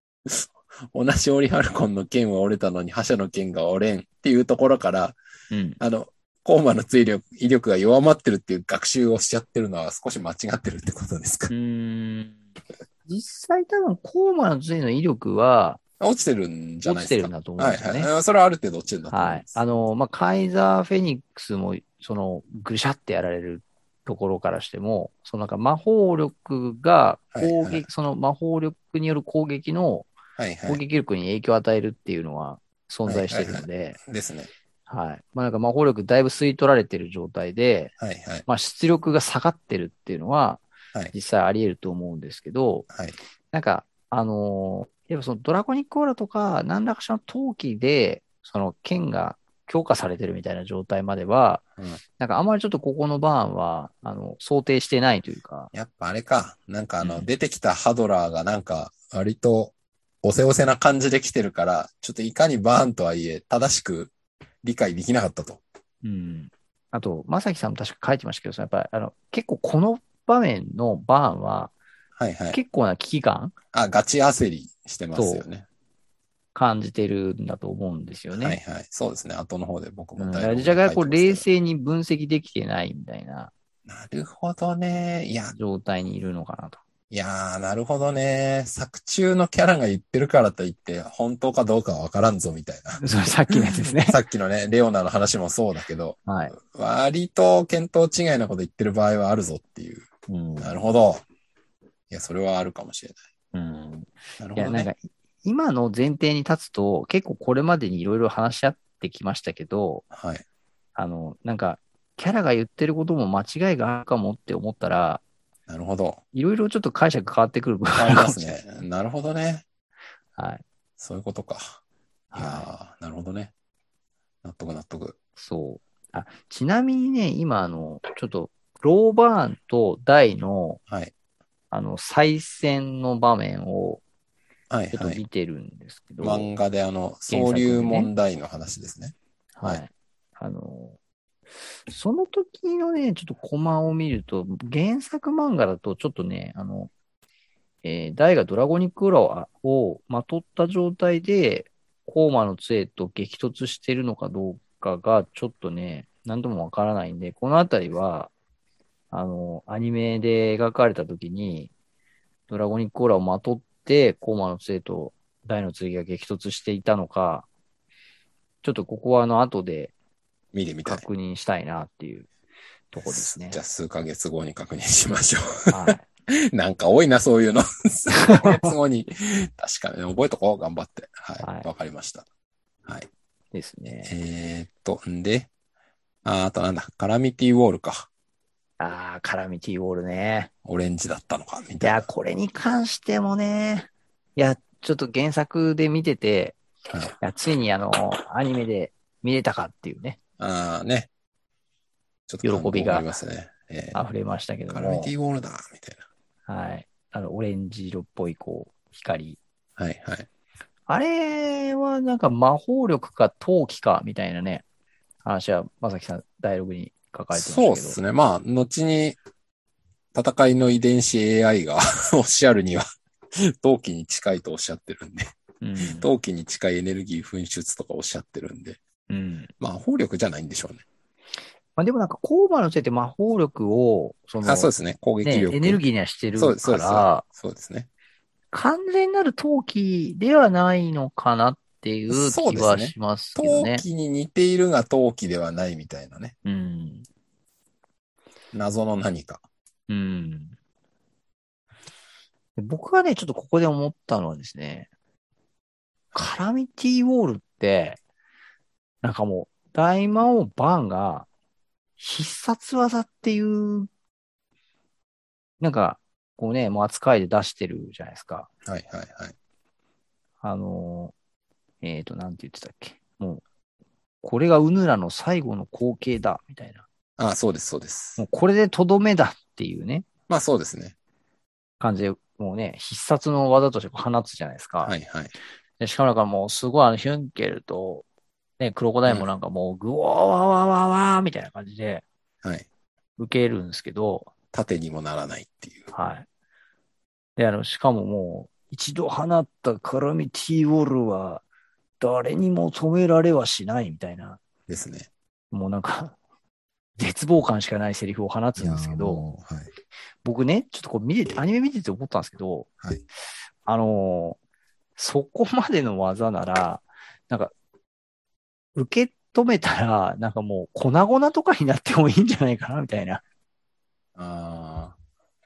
Speaker 1: 同じオリハルコンの剣は折れたのに覇者の剣が折れんっていうところから、
Speaker 2: うん
Speaker 1: あの、コーマの追力、威力が弱まってるっていう学習をしちゃってるのは少し間違ってるってことですか
Speaker 2: う。ーん実際多分、コーマの杖の威力は
Speaker 1: 落ちてるんじゃ
Speaker 2: 落
Speaker 1: ない
Speaker 2: ち
Speaker 1: で
Speaker 2: て
Speaker 1: すか。
Speaker 2: るんだと思うん
Speaker 1: はい
Speaker 2: ですよね。
Speaker 1: はいうん。それはある程度落ちてるんだと思い
Speaker 2: は
Speaker 1: ま
Speaker 2: い。
Speaker 1: す。
Speaker 2: あの、まあ、カイザー・フェニックスも、その、ぐしゃってやられるところからしても、そのなんか魔法力が攻撃、
Speaker 1: はいはい
Speaker 2: その魔法力による攻撃の
Speaker 1: はい
Speaker 2: 攻
Speaker 1: は
Speaker 2: 撃力に影響を与えるっていうのは存在してるので、
Speaker 1: い。ですね。
Speaker 2: はいはい。まあなんか魔法力だいぶ吸い取られてる状態で、
Speaker 1: はいはい。
Speaker 2: まあ出力が下がってるっていうのは
Speaker 1: はい、
Speaker 2: 実際あり得ると思うんですけど、
Speaker 1: はい。
Speaker 2: なんか、あのーやっぱそのドラゴニックオーラとか、何らかしらの陶器で、その剣が強化されてるみたいな状態までは、
Speaker 1: うん
Speaker 2: なんかあまりちょっとここのバーンは、あの、想定してないというか、
Speaker 1: やっぱあれか。なんかあの、
Speaker 2: うん
Speaker 1: 出てきたハドラーがなんか、割と、おせおせな感じで来てるから、ちょっといかにバーンとはいえ、正しく理解できなかったと。
Speaker 2: うん。あと、まさきさんも確か書いてましたけど、そのやっぱり、あの、結構この場面のバーンは、
Speaker 1: はいはい。
Speaker 2: 結構な危機感
Speaker 1: あ、ガチ焦りしてますよね。
Speaker 2: 感じてるんだと思うんですよね。
Speaker 1: はいはい。そうですね。後の方で僕
Speaker 2: う
Speaker 1: も
Speaker 2: ん、
Speaker 1: 台
Speaker 2: だか
Speaker 1: 本
Speaker 2: ら
Speaker 1: に
Speaker 2: ジャガーがこう
Speaker 1: 書いて
Speaker 2: 冷
Speaker 1: ますけ
Speaker 2: 静に分析できてないみたいな
Speaker 1: どなるほどね。いや、
Speaker 2: 状態にいるのかなと。
Speaker 1: いやー、なるほどね。作中のキャラが言ってるからといって、本当かどうかはわからんぞ、みたいな。
Speaker 2: それさっきのやつですね
Speaker 1: 。さっきのね、レオナの話もそうだけど、
Speaker 2: はい。
Speaker 1: 割と見当違いなこと言ってる場合はあるぞっていう。
Speaker 2: うん
Speaker 1: なるほど。いや、それはあるかもしれ
Speaker 2: うん
Speaker 1: ない。ないる
Speaker 2: や、
Speaker 1: ほど
Speaker 2: なん
Speaker 1: ね。
Speaker 2: か、今の前提に立つと、結構これまでにいろいろ話し合ってきましたけど、
Speaker 1: はい。
Speaker 2: あの、なんか、キャラが言ってることも間違いがあるかもって思ったら、
Speaker 1: なるほど。
Speaker 2: いろいろちょっと解釈変わってくる部分
Speaker 1: 変わり
Speaker 2: があ
Speaker 1: ま
Speaker 2: るか
Speaker 1: す
Speaker 2: もしれない。
Speaker 1: ね。なるほどね。
Speaker 2: はい。
Speaker 1: そういうことか。いや
Speaker 2: は
Speaker 1: ー、なるほどね。納得納得。
Speaker 2: そう。あ、ちなみにね、今、あの、ちょっと、ローバーンとダイの、
Speaker 1: はい。
Speaker 2: あの、再戦の場面を、
Speaker 1: はい
Speaker 2: ちょっと
Speaker 1: はい。
Speaker 2: 見てるんですけど、
Speaker 1: 漫画であの、
Speaker 2: 原
Speaker 1: 総
Speaker 2: 作でね
Speaker 1: 流問題の話ですね。
Speaker 2: は。
Speaker 1: はい
Speaker 2: あの、その時のね、ちょっとコマを見ると、原作漫画だとちょっとね、あの、えーダイがドラゴニックオーラをあをまとった状態で、コーマの杖と激突してるのかどうかが、ちょっとね、何ともわからないんで、このあたりは、あの、アニメで描かれた時に、ドラゴニックオーラをまとって、コーマの杖とダイの剣が激突していたのか、ちょっとここはあの後で
Speaker 1: 見てみたい。
Speaker 2: 確認したいなっていうとこですね
Speaker 1: じ。ゃあ数ヶ月後に確認しましょ
Speaker 2: はい。
Speaker 1: う。 なんか多いな、そういうの。 数ヶ月後に。確かに、覚えとこう、頑張って。はい。
Speaker 2: はい
Speaker 1: わ、かりました。はい。
Speaker 2: ですね。
Speaker 1: えー、っと、んで、あー、あとなんだ、カラミティウォールか。
Speaker 2: ああ、カラミティウォールね。
Speaker 1: オレンジだったのか、み
Speaker 2: い
Speaker 1: たい
Speaker 2: や、
Speaker 1: な。
Speaker 2: これに関してもね、いや、ちょっと原作で見てて、い
Speaker 1: はい
Speaker 2: やついにあの、アニメで見れたかっていうね、
Speaker 1: ああ、ね。ちょっと
Speaker 2: 喜びが
Speaker 1: ありますね。えー
Speaker 2: 溢れましたけど
Speaker 1: カラミ
Speaker 2: も
Speaker 1: テ、ィウォールだ、みたい
Speaker 2: はい。あの、オレンジ色っぽい、こう、光。
Speaker 1: な。はい、はい。
Speaker 2: あれはなんか魔法力か陶器かみたいなね、話は、まさきさん、ダイアログに書かれてましたけ
Speaker 1: そう
Speaker 2: ど。
Speaker 1: ですね。まあ、後に、戦いの遺伝子 AI が おっしゃるには、 陶器に近いとおっしゃってるんで、
Speaker 2: うん
Speaker 1: 陶器に近いエネルギー噴出とかおっしゃってるんで、
Speaker 2: うん。
Speaker 1: まあ、法力じゃないんでしょうね。
Speaker 2: まあ、でもなんか、コーバのせいで魔法力を、その、
Speaker 1: あ、そうですね。攻撃
Speaker 2: ね、
Speaker 1: 力。
Speaker 2: エネルギーにはしてる
Speaker 1: そうです、そ
Speaker 2: か
Speaker 1: うです
Speaker 2: ら、
Speaker 1: そうですね。
Speaker 2: 完全なる陶器ではないのかなっていう
Speaker 1: そう
Speaker 2: 気
Speaker 1: ですね
Speaker 2: はしますけど
Speaker 1: 陶
Speaker 2: ね。
Speaker 1: 器に似ているが陶器ではないみたいなね。
Speaker 2: うん。
Speaker 1: 謎の何か。
Speaker 2: うん。で僕はね、ちょっとここで思ったのはですね、カラミティウォールって、なんかもう、大魔王バーンが必殺技っていう、なんか、こうね、もう扱いで出してるじゃないですか。
Speaker 1: はいはいはい。
Speaker 2: あのー、えっ、と、なんて言ってたっけ。もう、これがウヌラの最後の光景だ、みたいな。
Speaker 1: あ、そうです、そうです
Speaker 2: もう。これでとどめだっていうね、
Speaker 1: まあそうですね。
Speaker 2: 感じで、もうね、必殺の技としてこう放つじゃないですか。
Speaker 1: はいはい。
Speaker 2: でしかもなんかもう、すごいあの、ヒュンケルと、ね、クロコダイルもなんかもう、ぐおーわわわわーみたいな感じで
Speaker 1: はい。
Speaker 2: 受けるんですけど、
Speaker 1: 縦にもならないっていう。
Speaker 2: はい。で、あの、しかももう、一度放ったカラミティウォールは、誰にも止められはしないみたいな。
Speaker 1: ですね。
Speaker 2: もうなんか、絶望感しかないセリフを放つんですけど、
Speaker 1: はい。
Speaker 2: 僕ね、ちょっとこう見てて、アニメ見てて思ったんですけど、
Speaker 1: はい
Speaker 2: あのーそこまでの技なら、なんか、受け止めたら、なんかもう粉々とかになってもいいんじゃないかな、みたいな。
Speaker 1: ああ。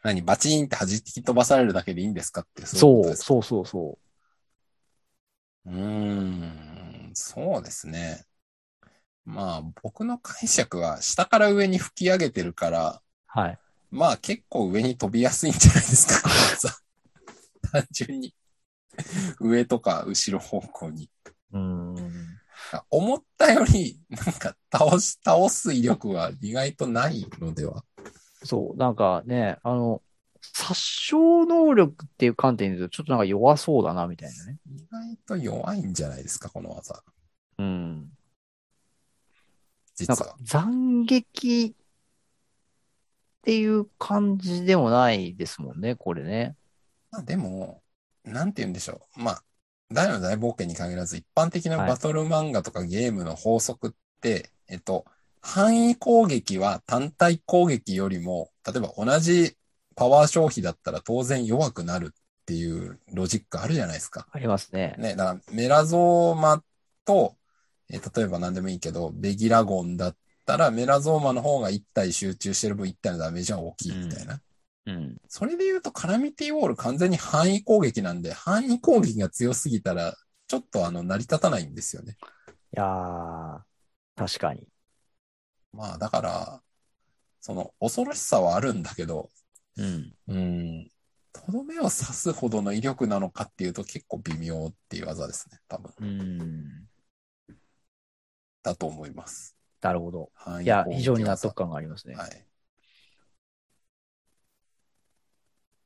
Speaker 1: 何バチンって弾き飛ばされるだけでいいんですかって。い
Speaker 2: そ
Speaker 1: こと
Speaker 2: う、
Speaker 1: ですか
Speaker 2: そうそうそう
Speaker 1: ーん。そうですね。まあ、僕の解釈は、下から上に吹き上げてるから、
Speaker 2: はい。
Speaker 1: まあ結構上に飛びやすいんじゃないですか、こ れさ。単純に。上とか後ろ方向に。
Speaker 2: うーん。
Speaker 1: 思ったより、なんか倒し、倒す威力は意外とないのでは。
Speaker 2: そう、なんかね、あの、殺傷能力っていう観点で言うと、ちょっとなんか弱そうだな、みたいなね。
Speaker 1: 意外と弱いんじゃないですか、この技。
Speaker 2: うん。
Speaker 1: 実
Speaker 2: なん
Speaker 1: は
Speaker 2: か。、斬撃っていう感じでもないですもんね、これね。
Speaker 1: まあでも、なんて言うんでしょう。まあ、大の大冒険に限らず、一般的なバトル漫画とかゲームの法則って、えっと、範囲攻撃は単体攻撃よりも、例えば同じパワー消費だったら当然弱くなるっていうロジックあるじゃないですか。
Speaker 2: ありますね。
Speaker 1: ね、だからメラゾーマと、えー例えば何でもいいけど、ベギラゴンだったら、メラゾーマの方が1体集中してる分1体のダメージは大きいみたいな。
Speaker 2: うん。
Speaker 1: それで言うと、カラミティウォール完全に範囲攻撃なんで、範囲攻撃が強すぎたら、ちょっとあの、成り立たないんですよね。
Speaker 2: いやー、確かに。
Speaker 1: まあ、だから、その、恐ろしさはあるんだけど、
Speaker 2: うん。
Speaker 1: うん、とどめを刺すほどの威力なのかっていうと結構微妙っていう技ですね。多分、
Speaker 2: うん。
Speaker 1: だと思います。
Speaker 2: なるほど。
Speaker 1: 範
Speaker 2: い
Speaker 1: 囲
Speaker 2: や
Speaker 1: 攻、撃
Speaker 2: 非常に納
Speaker 1: 技
Speaker 2: 得感がありますね。
Speaker 1: はい。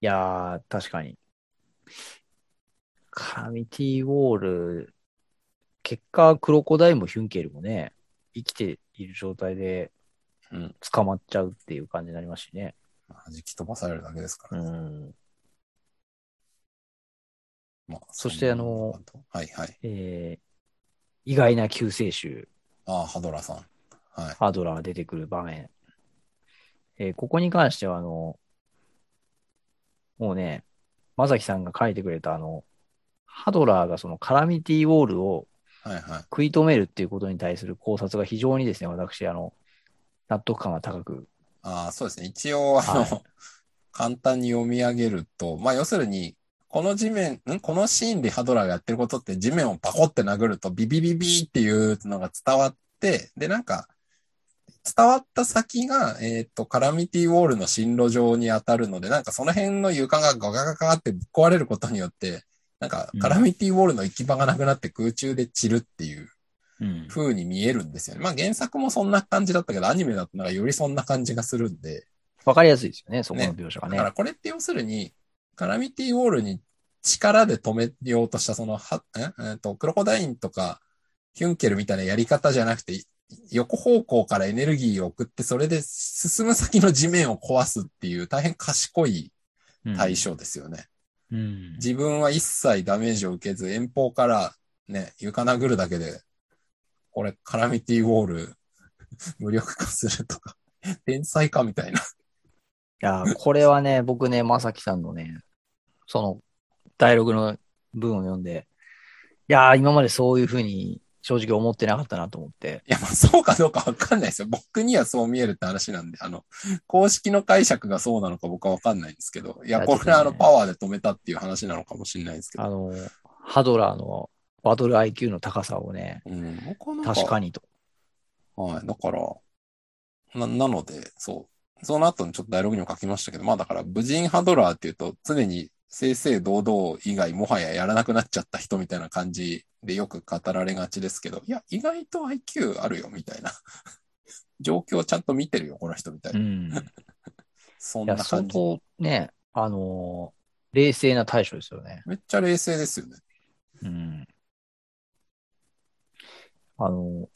Speaker 2: いやー、確かに。カラミティウォール、結果、クロコダイム、ヒュンケルもね、生きている状態で
Speaker 1: うん、
Speaker 2: 捕まっちゃうっていう感じになりますしね。
Speaker 1: まあ弾き飛ばされるだけですから。
Speaker 2: ん。
Speaker 1: まあ、
Speaker 2: そして
Speaker 1: んなもんだと、はいはい。
Speaker 2: えー、意外な救世主、
Speaker 1: ああ、ハドラーさん。はい。
Speaker 2: ハドラーが出てくる場面。えーここに関しては、あの、もうね、まさきさんが書いてくれた、あの、ハドラーがそのカラミティウォールを
Speaker 1: はいはい。
Speaker 2: 食い止めるっていうことに対する考察が非常にですね、私、あの、納得感が高く。
Speaker 1: ああ、そうですね。一応、あの、
Speaker 2: はい
Speaker 1: 簡単に読み上げると、まあ、要するに、この地面、んこのシーンでハドラーがやってることって地面をパコって殴るとビビビビっていうのが伝わって、で、なんか、伝わった先が、えっ、と、カラミティウォールの進路上に当たるので、なんかその辺の床がガガガガってぶっ壊れることによって、なんか
Speaker 2: うん
Speaker 1: カラミティウォールの行き場がなくなって空中で散るっていう
Speaker 2: うん
Speaker 1: 風に見えるんですよね。まあ原作もそんな感じだったけど、アニメだとなんかよりそんな感じがするんで、
Speaker 2: わかりやすいですよね、そこの描写が
Speaker 1: だ
Speaker 2: ね。
Speaker 1: からこれって要するに、カラミティウォールに力で止めようとした、その、は、ええっと、クロコダインとか、ヒュンケルみたいなやり方じゃなくて、い横方向からエネルギーを送って、それで進む先の地面を壊すっていう大変賢い
Speaker 2: うん
Speaker 1: 対。象ですよね。
Speaker 2: うん。
Speaker 1: 自分は一切ダメージを受けず、遠方からね、床殴るだけで、これ、カラミティウォール、無力化するとか、天才かみたいな。
Speaker 2: いやー、これは ね、僕ね、まさきさんのね、その、ダイアログの文を読んで、いやー、今までそういうふうに正直思ってなかったなと思って。
Speaker 1: いや、まあ、そうかどうかわかんないですよ。僕にはそう見えるって話なんで、あの、公式の解釈がそうなのか僕はわかんないんですけど、い
Speaker 2: い
Speaker 1: や、
Speaker 2: や
Speaker 1: これはあ
Speaker 2: ち
Speaker 1: の、
Speaker 2: ょっとね
Speaker 1: パワーで止めたっていう話なのかもしれないですけ
Speaker 2: あ
Speaker 1: ど。
Speaker 2: の、ハドラーのバトル IQ の高さをね、
Speaker 1: うん、僕はなんか
Speaker 2: 確かにと。
Speaker 1: はい、だから、な、なので、そう。その後にちょっとダイアログにも書きましたけど、まあだから、無人ハドラーっていうと、常に正々堂々以外、もはややらなくなっちゃった人みたいな感じでよく語られがちですけど、いや、意外と IQ あるよ、みたいな。状況をちゃんと見てるよ、この人みたいうな。
Speaker 2: ん。
Speaker 1: そん
Speaker 2: い
Speaker 1: な
Speaker 2: や、相
Speaker 1: 感じ。
Speaker 2: 当ね、あのー冷静な対処ですよね。
Speaker 1: めっちゃ冷静ですよね。
Speaker 2: うんあの、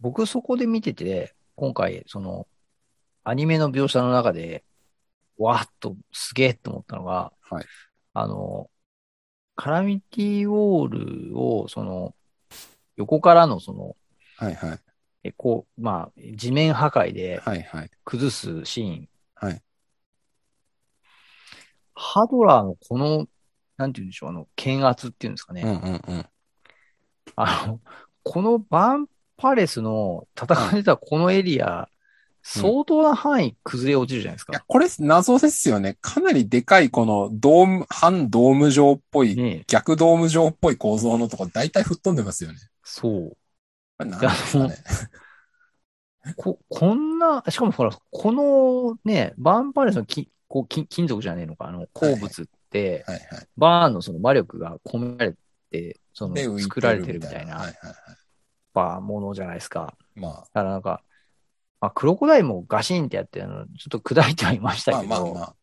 Speaker 2: 僕そこで見てて、今回、その、アニメの描写の中で、わーっとすげえと思ったのが、
Speaker 1: はい
Speaker 2: あの、カラミティウォールを、その、横からの、その、
Speaker 1: はいはい。
Speaker 2: え、こう、まあ、地面破壊で
Speaker 1: はいはい。
Speaker 2: 崩すシーン。
Speaker 1: はい
Speaker 2: ハドラーのこの、なんて言うんでしょう、あの、剣圧っていうんですかね。
Speaker 1: うんうんうん。
Speaker 2: あの、このバンパレスの戦われたこのエリア、相当な範囲崩れ落ちるじゃないです
Speaker 1: いや
Speaker 2: か。、
Speaker 1: これ謎ですよね。かなりでかい、このドーム、半ドーム状っぽい
Speaker 2: ねえ
Speaker 1: 逆ドーム状っぽい構造のとこ、大体吹っ飛んでますよね。
Speaker 2: そう。
Speaker 1: これ何ですかね。
Speaker 2: こ、こんな、しかもほら、このね、バーンパレスのきこう金金属じゃねえのか、あの、鉱物って、
Speaker 1: はいはい。
Speaker 2: バーンのその魔力が込められて、その
Speaker 1: で、浮いて
Speaker 2: 作られてるみたいな、
Speaker 1: はいは
Speaker 2: や
Speaker 1: い
Speaker 2: っぱものじゃないですか。
Speaker 1: はい。ま
Speaker 2: だからなんか、まあ、クロコダイルもガシンってやって、あのちょっと砕いてはいまし
Speaker 1: あ、
Speaker 2: た
Speaker 1: まあ
Speaker 2: けど、
Speaker 1: まあ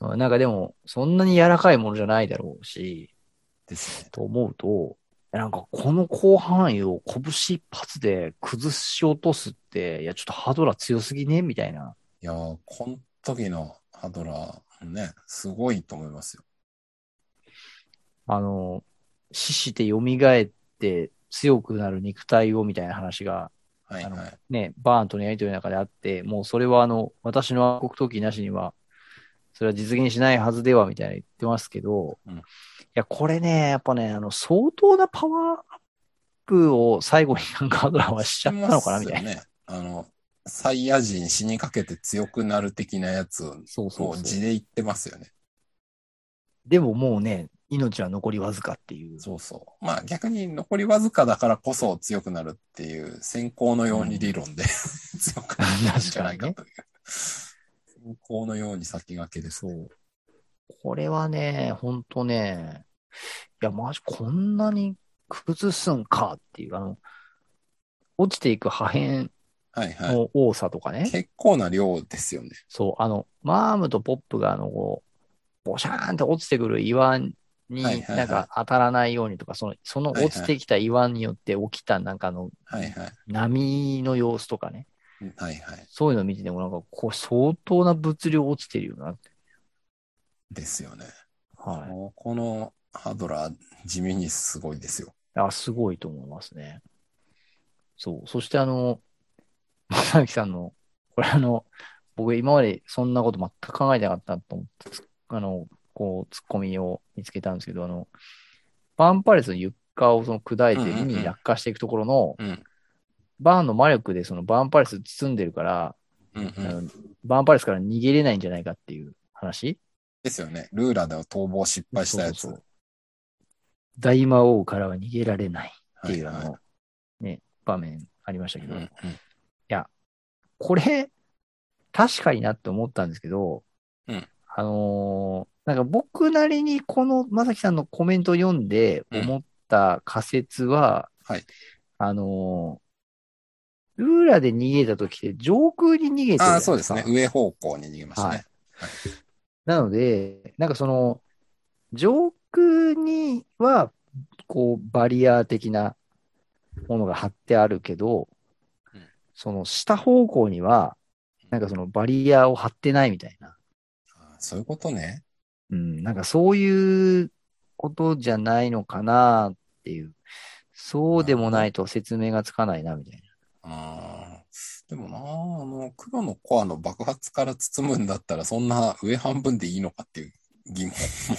Speaker 1: まあ、
Speaker 2: うんなんかでも、そんなに柔らかいものじゃないだろうし、
Speaker 1: ですね。
Speaker 2: と思うと、なんかこの広範囲を拳一発で崩し落とすって、いや、ちょっとハードラー強すぎねみたいな。
Speaker 1: いやー、この時のハドラー、ね、すごいと思いますよ。
Speaker 2: あの、死して蘇って強くなる肉体をみたいな話が、
Speaker 1: はい
Speaker 2: あの
Speaker 1: はい。
Speaker 2: ね、バーンとのやりとりの中であって、もうそれはあの、私の暗黒闘技なしには、それは実現しないはずでは、みたいな言ってますけど、
Speaker 1: うん
Speaker 2: いや、これね、やっぱね、あの、相当なパワーアップを最後になんかアドラーはしちゃったのかな、みたいな。
Speaker 1: しますよね。あの、サイヤ人死にかけて強くなる的なやつを、
Speaker 2: そうそ
Speaker 1: こ
Speaker 2: う
Speaker 1: う、
Speaker 2: そう。
Speaker 1: 字で言ってますよね。
Speaker 2: でももうね、命は残りわずかっていう。
Speaker 1: そうそう。まあ逆に残りわずかだからこそ強くなるっていう先行のように理論で、 強くなるんじゃないかという。先行のように先駆けです、ね。
Speaker 2: そう。これはね、ほんとね、いや、マジこんなに崩すんかっていう、あの、落ちていく破片
Speaker 1: はいはい。
Speaker 2: の多さとかね。
Speaker 1: 結構な量ですよね。
Speaker 2: そう、あの、マームとポップが、あの、こう、ボシャーンって落ちてくる岩に、
Speaker 1: はいはい
Speaker 2: なんか当たらないようにとか、その、その
Speaker 1: はいはい
Speaker 2: 落ちてきた岩によって起きた、なんかあの、
Speaker 1: はいはい。
Speaker 2: 波の様子とかね。
Speaker 1: はいはい。
Speaker 2: そういうのを見てても、なんか、こう、相当な物量落ちてるよなって。
Speaker 1: ですよね。
Speaker 2: はい。
Speaker 1: もうこのハドラー、地味にすごいですよ。
Speaker 2: あ、すごいと思いますね。そう。そしてあの、 正きさんの、これあの、僕今までそんなこと全く考えてなかったなと思って、つあの、こう、ツッコミを見つけたんですけど、あの、バーンパレスの床をその砕いて海に落下していくところの、
Speaker 1: うん。
Speaker 2: バーンの魔力でそのバーンパレス包んでるから、
Speaker 1: うんう
Speaker 2: あ
Speaker 1: ん。
Speaker 2: のバーンパレスから逃げれないんじゃないかっていう話
Speaker 1: ですよね。ルーラーでは逃亡失敗したやつ。
Speaker 2: そうそうそう大魔王からは逃げられないっていう、
Speaker 1: は
Speaker 2: あ
Speaker 1: いはい
Speaker 2: の、ね、場面ありましたけど、
Speaker 1: うんうん
Speaker 2: これ、確かになって思ったんですけど、
Speaker 1: うん
Speaker 2: あのーなんか僕なりにこのまさきさんのコメントを読んで
Speaker 1: うん
Speaker 2: 思った仮説は、
Speaker 1: はい
Speaker 2: あのールーラで逃げた時って上空に逃げてるじゃ
Speaker 1: あ
Speaker 2: な
Speaker 1: あ、
Speaker 2: い
Speaker 1: そうですね
Speaker 2: か。。
Speaker 1: 上方向に逃げましたね。
Speaker 2: はいなので、なんかその、上空には、こう、バリアー的なものが貼ってあるけど
Speaker 1: うん、
Speaker 2: その下方向には、なんかそのバリアを張ってないみたいな。
Speaker 1: あーそういうことね。
Speaker 2: うん、なんかそういうことじゃないのかなっていう。そうでもないと説明がつかないな、みたい
Speaker 1: あーでもなあ、の、黒のコアの爆発から包むんだったら、そんな上半分でいいのかっていう疑問も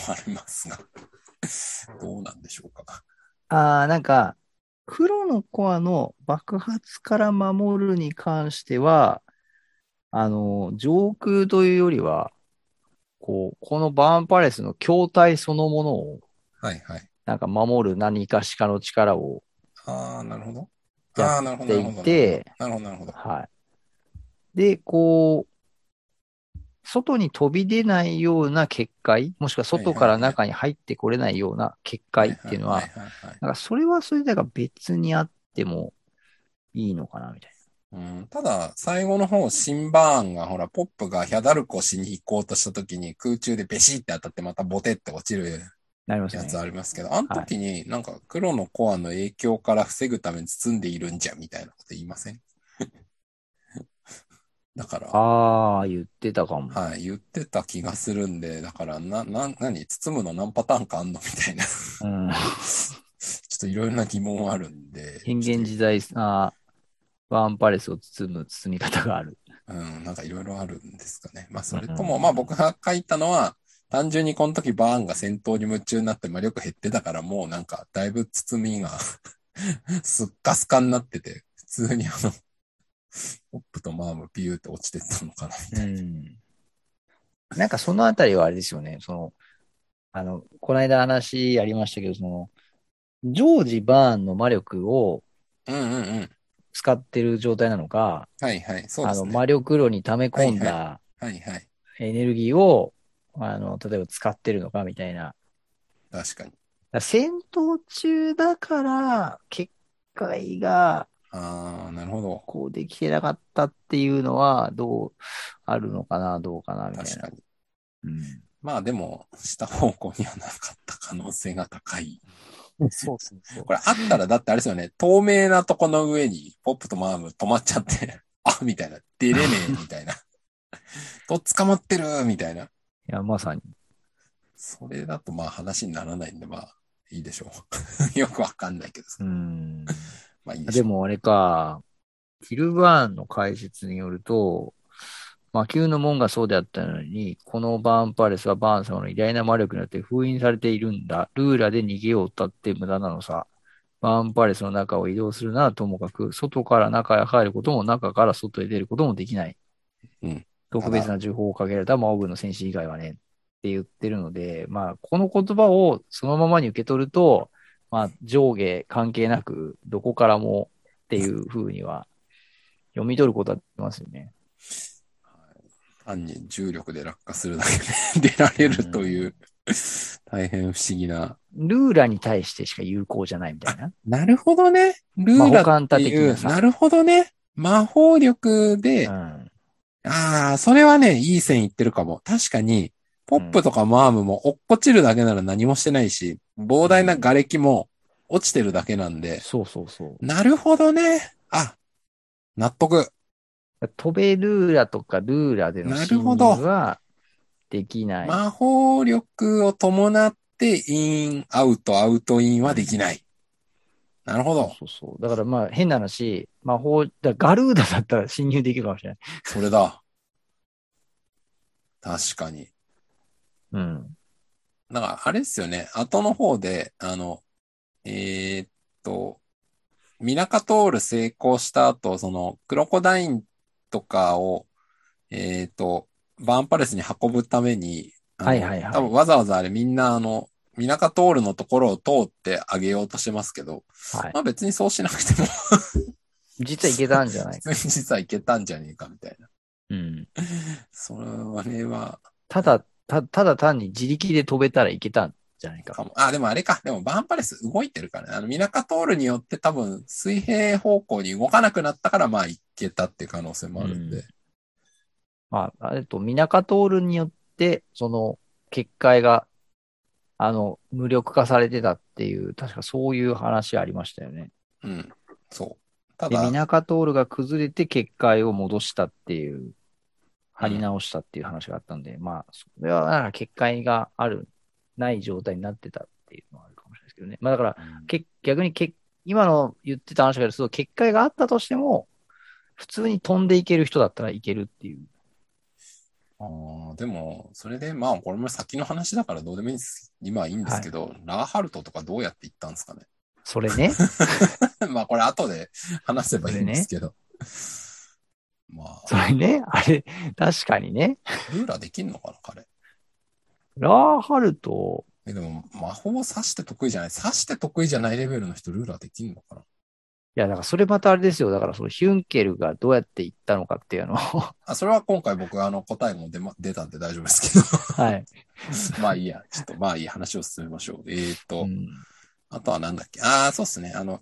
Speaker 1: あります が、どうなんでしょうか。
Speaker 2: な。ああ、なんか、黒のコアの爆発から守るに関しては、あの、上空というよりは、こう、このバーンパレスの筐体そのものを、
Speaker 1: はいはい。
Speaker 2: なんか守る何かしかの力を、
Speaker 1: ああ、なるほど。
Speaker 2: や
Speaker 1: ああ、なるほど、なるほ
Speaker 2: っ
Speaker 1: ど。
Speaker 2: ていて、
Speaker 1: なるほど、なるほど。
Speaker 2: はい。で、こう、外に飛び出ないような結界、もしくは外から中に入ってこれないような結界っていうのは、
Speaker 1: いはいはい
Speaker 2: なんかそれはそれでなんか別にあってもいいのかな、みたい
Speaker 1: うん、ただ、最後の方、シンバーンが、ほら、ポップがヒャダルコしに行こうとした時に、空中でベシって当たって、またボテって落ちる
Speaker 2: な。なります
Speaker 1: や
Speaker 2: ね
Speaker 1: つ。ありますけど、あの時になんか黒のコアの影響から防ぐために包んでいるんじゃみたいなこと言いません だから、
Speaker 2: ああ、言ってたかも。
Speaker 1: はい、言ってた気がするんで、だから、な、な、何、包むの何パターンかあんの みたいな。ちょ
Speaker 2: うん。
Speaker 1: っといろいろな疑問あるんで。
Speaker 2: 変幻自在なワンパレスを包む包み方がある。
Speaker 1: うん、なんかいろいろあるんですかね。まあ、それと
Speaker 2: うんう
Speaker 1: も、
Speaker 2: ん
Speaker 1: まあ僕が書いたのは、単純にこの時バーンが戦闘に夢中になって魔力減ってたから、もうなんか、だいぶ包みが、 すっかすかになってて、普通にあの、ポップとマームピューって落ちてったのかな、みたい
Speaker 2: うん。なんかそのあたりはあれですよね。その、あの、この間話ありましたけど、その、常時バーンの魔力を
Speaker 1: うんうんうん。
Speaker 2: 使ってる状態なのか、
Speaker 1: はいはい。そうで
Speaker 2: あ
Speaker 1: す
Speaker 2: の、
Speaker 1: ね。
Speaker 2: 魔力炉に溜め込
Speaker 1: は
Speaker 2: ん
Speaker 1: い
Speaker 2: だ
Speaker 1: はいはい。
Speaker 2: エネルギーを、あの、例えば使ってるのかみたいな。
Speaker 1: 確かに。
Speaker 2: だから戦闘中だから、結界が、
Speaker 1: ああ、なるほど。
Speaker 2: こうできてなかったっていうのは、どう、あるのかな、どうかな、みたい
Speaker 1: 確
Speaker 2: な
Speaker 1: か。に。
Speaker 2: うん
Speaker 1: まあでも、した方向にはなかった可能性が高い。
Speaker 2: そうそうそう
Speaker 1: こ。れあったら、だってあれですよね、透明なとこの上に、ポップとマーム止まっちゃって、 あ、みたいな、出れねえ、みたいな。 とっ捕まってる、みたいな。
Speaker 2: いや、まさに。
Speaker 1: それだとまあ話にならないんで、まあ、いいでしょう。 よくわかんないけど
Speaker 2: う
Speaker 1: さ。
Speaker 2: ん。
Speaker 1: まあいいでし
Speaker 2: で
Speaker 1: ょう。
Speaker 2: もあれか、ヒルバーンの解説によると、魔球の門がそうであったのに、このバーンパレスはバーン様の偉大な魔力によって封印されているんだ。ルーラで逃げようったって無駄なのさ。バーンパレスの中を移動するならともかく、外から中へ入ることも中から外へ出ることもできない。
Speaker 1: うん
Speaker 2: 特別な情報をかけられた魔王軍の戦士以外はね、って言ってるので、まあ、この言葉をそのままに受け取ると、まあ、上下関係なく、どこからもっていうふうには、読み取ることはできますよね。
Speaker 1: 単に重力で落下するだけで 出られるという、大変不思議な。
Speaker 2: ルーラに対してしか有効じゃないみた いな。
Speaker 1: なるほどね。ル
Speaker 2: まあ
Speaker 1: ー
Speaker 2: 保
Speaker 1: ラ
Speaker 2: 管
Speaker 1: って
Speaker 2: 他的
Speaker 1: い
Speaker 2: な
Speaker 1: う、
Speaker 2: さ
Speaker 1: なるほどね。魔法力で、
Speaker 2: うん。
Speaker 1: ああ、それはね、いい線いってるかも。確かに、ポップとかマームも落っこちるだけなら何もしてないし、膨大な瓦礫も落ちてるだけなんで、
Speaker 2: そうそうそう。
Speaker 1: なるほどね。あ、納得。
Speaker 2: 飛べルーラとかルーラでの
Speaker 1: な
Speaker 2: 侵
Speaker 1: るほ
Speaker 2: 入
Speaker 1: ど
Speaker 2: はできない。
Speaker 1: 魔法力を伴って、イン、アウト、アウト、インはできない。なるほど。
Speaker 2: そうそう。だからまあ変な話、魔法、だガルーダだったら侵入できるかもしれない。
Speaker 1: それだ。確かに。
Speaker 2: うん。
Speaker 1: なんか、あれですよね。後の方で、あの、えーっと、ミラカトール成功した後、その、クロコダインとかを、えーっと、バーンパレスに運ぶために、あの
Speaker 2: はいはいはい
Speaker 1: 多分わざわざあれみんなあの、ミラカトールのところを通ってあげようとしてますけど、
Speaker 2: はい。
Speaker 1: まあ別にそうしなくても、
Speaker 2: 実はいけたんじゃない
Speaker 1: 普通に実はいけたんじゃねえかみたいな。
Speaker 2: うん。
Speaker 1: それは、
Speaker 2: ただ、た、ただ単に自力で飛べたらいけたんじゃないか。
Speaker 1: かも。あ、でもあれか。でもバーンパレス動いてるからね。あの、ミナカトールによって多分水平方向に動かなくなったから、まあ、いけたっていう可能性もあるんで。
Speaker 2: うんまあ、あれと、ミナカトールによって、その、結界が、あの、無力化されてたっていう、確かそういう話ありましたよね。
Speaker 1: うん。そう。た
Speaker 2: で、ミ
Speaker 1: だ、
Speaker 2: ナカトールが崩れて結界を戻したっていう、張り直したっていう話があったんで、まあ、それは、なんか結界がある、ない状態になってたっていうのはあるかもしれないですけどね。まあだから、け逆にけ今の言ってた話からすると、結界があったとしても、普通に飛んでいける人だったらいけるっていう。
Speaker 1: あーでも、それで、まあ、これも先の話だからどうでもいいんです。今はいいんですけど、ラーハルトとかどうやって行ったんですかね。
Speaker 2: それ ね。
Speaker 1: まあ、これ後で話せばいいんですけど。まあ、
Speaker 2: それね。あれ、確かにね。
Speaker 1: ルーラできんのかな、彼。
Speaker 2: ラーハルト、
Speaker 1: え、でも、魔法を刺して得意じゃない。刺して得意じゃないレベルの人、ルーラできんのかない
Speaker 2: や、だからそれまたあれですよ。だからそのヒュンケルがどうやって行ったのかっていう のを、は
Speaker 1: あ、それは今回僕、あの、答えも出ま、出たんで大丈夫です
Speaker 2: い。
Speaker 1: け ど。まあいいや。ちょっと、まあいい話を進めましょう。えーっと、
Speaker 2: うん
Speaker 1: あとはなんだっけ。ああ、そうっすね。あの、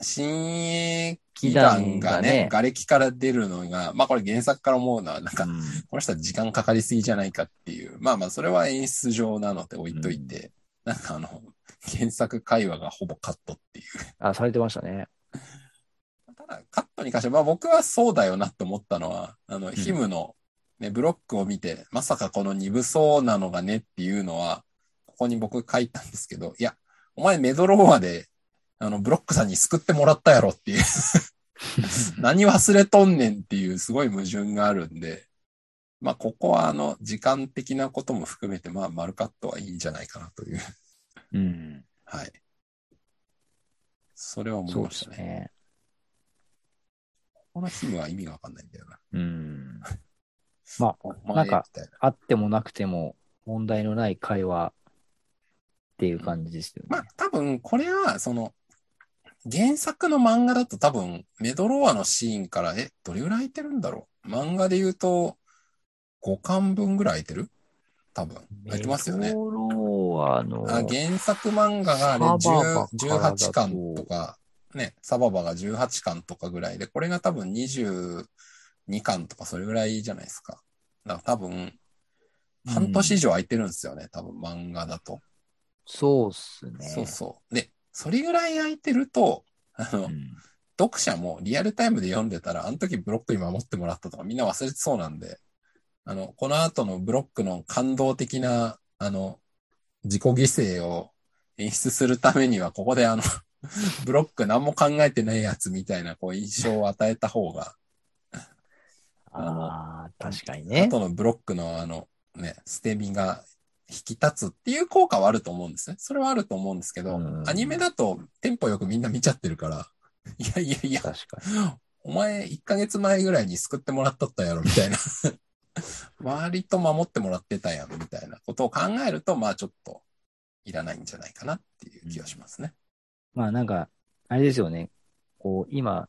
Speaker 1: 新鋭祈願が
Speaker 2: 祈願がね
Speaker 1: ね、瓦礫から出るのが、まあこれ原作から思うのは、なんか、この人は時間かかりすぎじゃないかっていう。まあまあ、それは演出上なので置いといて、なんかあの、原作会話がほぼカットっていう。
Speaker 2: あ、されてましたね。
Speaker 1: ただ、カットに関しては、まあ僕はそうだよなって思ったのは、あの、ヒムの、ね、ブロックを見て、まさかこの鈍そうなのがねっていうのは、ここに僕書いたんですけど、いや、お前メドローアで、あの、ブロックさんに救ってもらったやろって いう、何忘れとんねんっていう、すごい矛盾があるんで、まあ、ここは、あの、時間的なことも含めて、まあ、丸カットはいいんじゃないかなという、
Speaker 2: うん。
Speaker 1: はい。それは思い
Speaker 2: そう
Speaker 1: ま
Speaker 2: で
Speaker 1: し
Speaker 2: す
Speaker 1: たね。
Speaker 2: ね。
Speaker 1: このヒムは意味がわかんないんだよな。
Speaker 2: うん。まあ、
Speaker 1: お
Speaker 2: な
Speaker 1: 前
Speaker 2: ん
Speaker 1: み
Speaker 2: か
Speaker 1: たいな。
Speaker 2: あってもなくても問題のない会話っていう感じですよね。
Speaker 1: まあ、多分、これは、その、原作の漫画だと多分、メドローアのシーンから、え、どれぐらい空いてるんだろう漫画で言うと、5巻分ぐらい空いてる多分。空いてますよね
Speaker 2: メ。ドローアの、
Speaker 1: あ原作漫画があれ
Speaker 2: サババ
Speaker 1: 10
Speaker 2: からだと
Speaker 1: 18巻とか、ね、サババが18巻とかぐらいで、これが多分22巻とかそれぐらいじゃないですか。だから多分、
Speaker 2: うん
Speaker 1: 半年以上空いてるんですよね、多分漫画だと。
Speaker 2: そうっすね。
Speaker 1: そうそう。で、それぐらい空いてると、あの、
Speaker 2: うん
Speaker 1: 読者もリアルタイムで読んでたら、あの時ブロックに守ってもらったとかみんな忘れてそうなんで、あの、この後のブロックの感動的な、あの、自己犠牲を演出するためには、ここであの、 ブロック何も考えてないやつみたいな、こう、印象を与えた方が、
Speaker 2: ああ、確かにね。
Speaker 1: 後のブロックのあの、ね、捨て身が引き立つっていう効果はあると思うんですね。それはあると思うんですけど、
Speaker 2: うん
Speaker 1: アニメだとテンポよくみんな見ちゃってるから、 いやいやいや、
Speaker 2: 確か
Speaker 1: お前、1ヶ月前ぐらいに救ってもらっとったやろ、みたいな。 割と守ってもらってたやん、みたいなことを考えると、まあちょっと、いらないんじゃないかなっていう気がしますね。
Speaker 2: に。まあなんか、あれですよね。こう、今、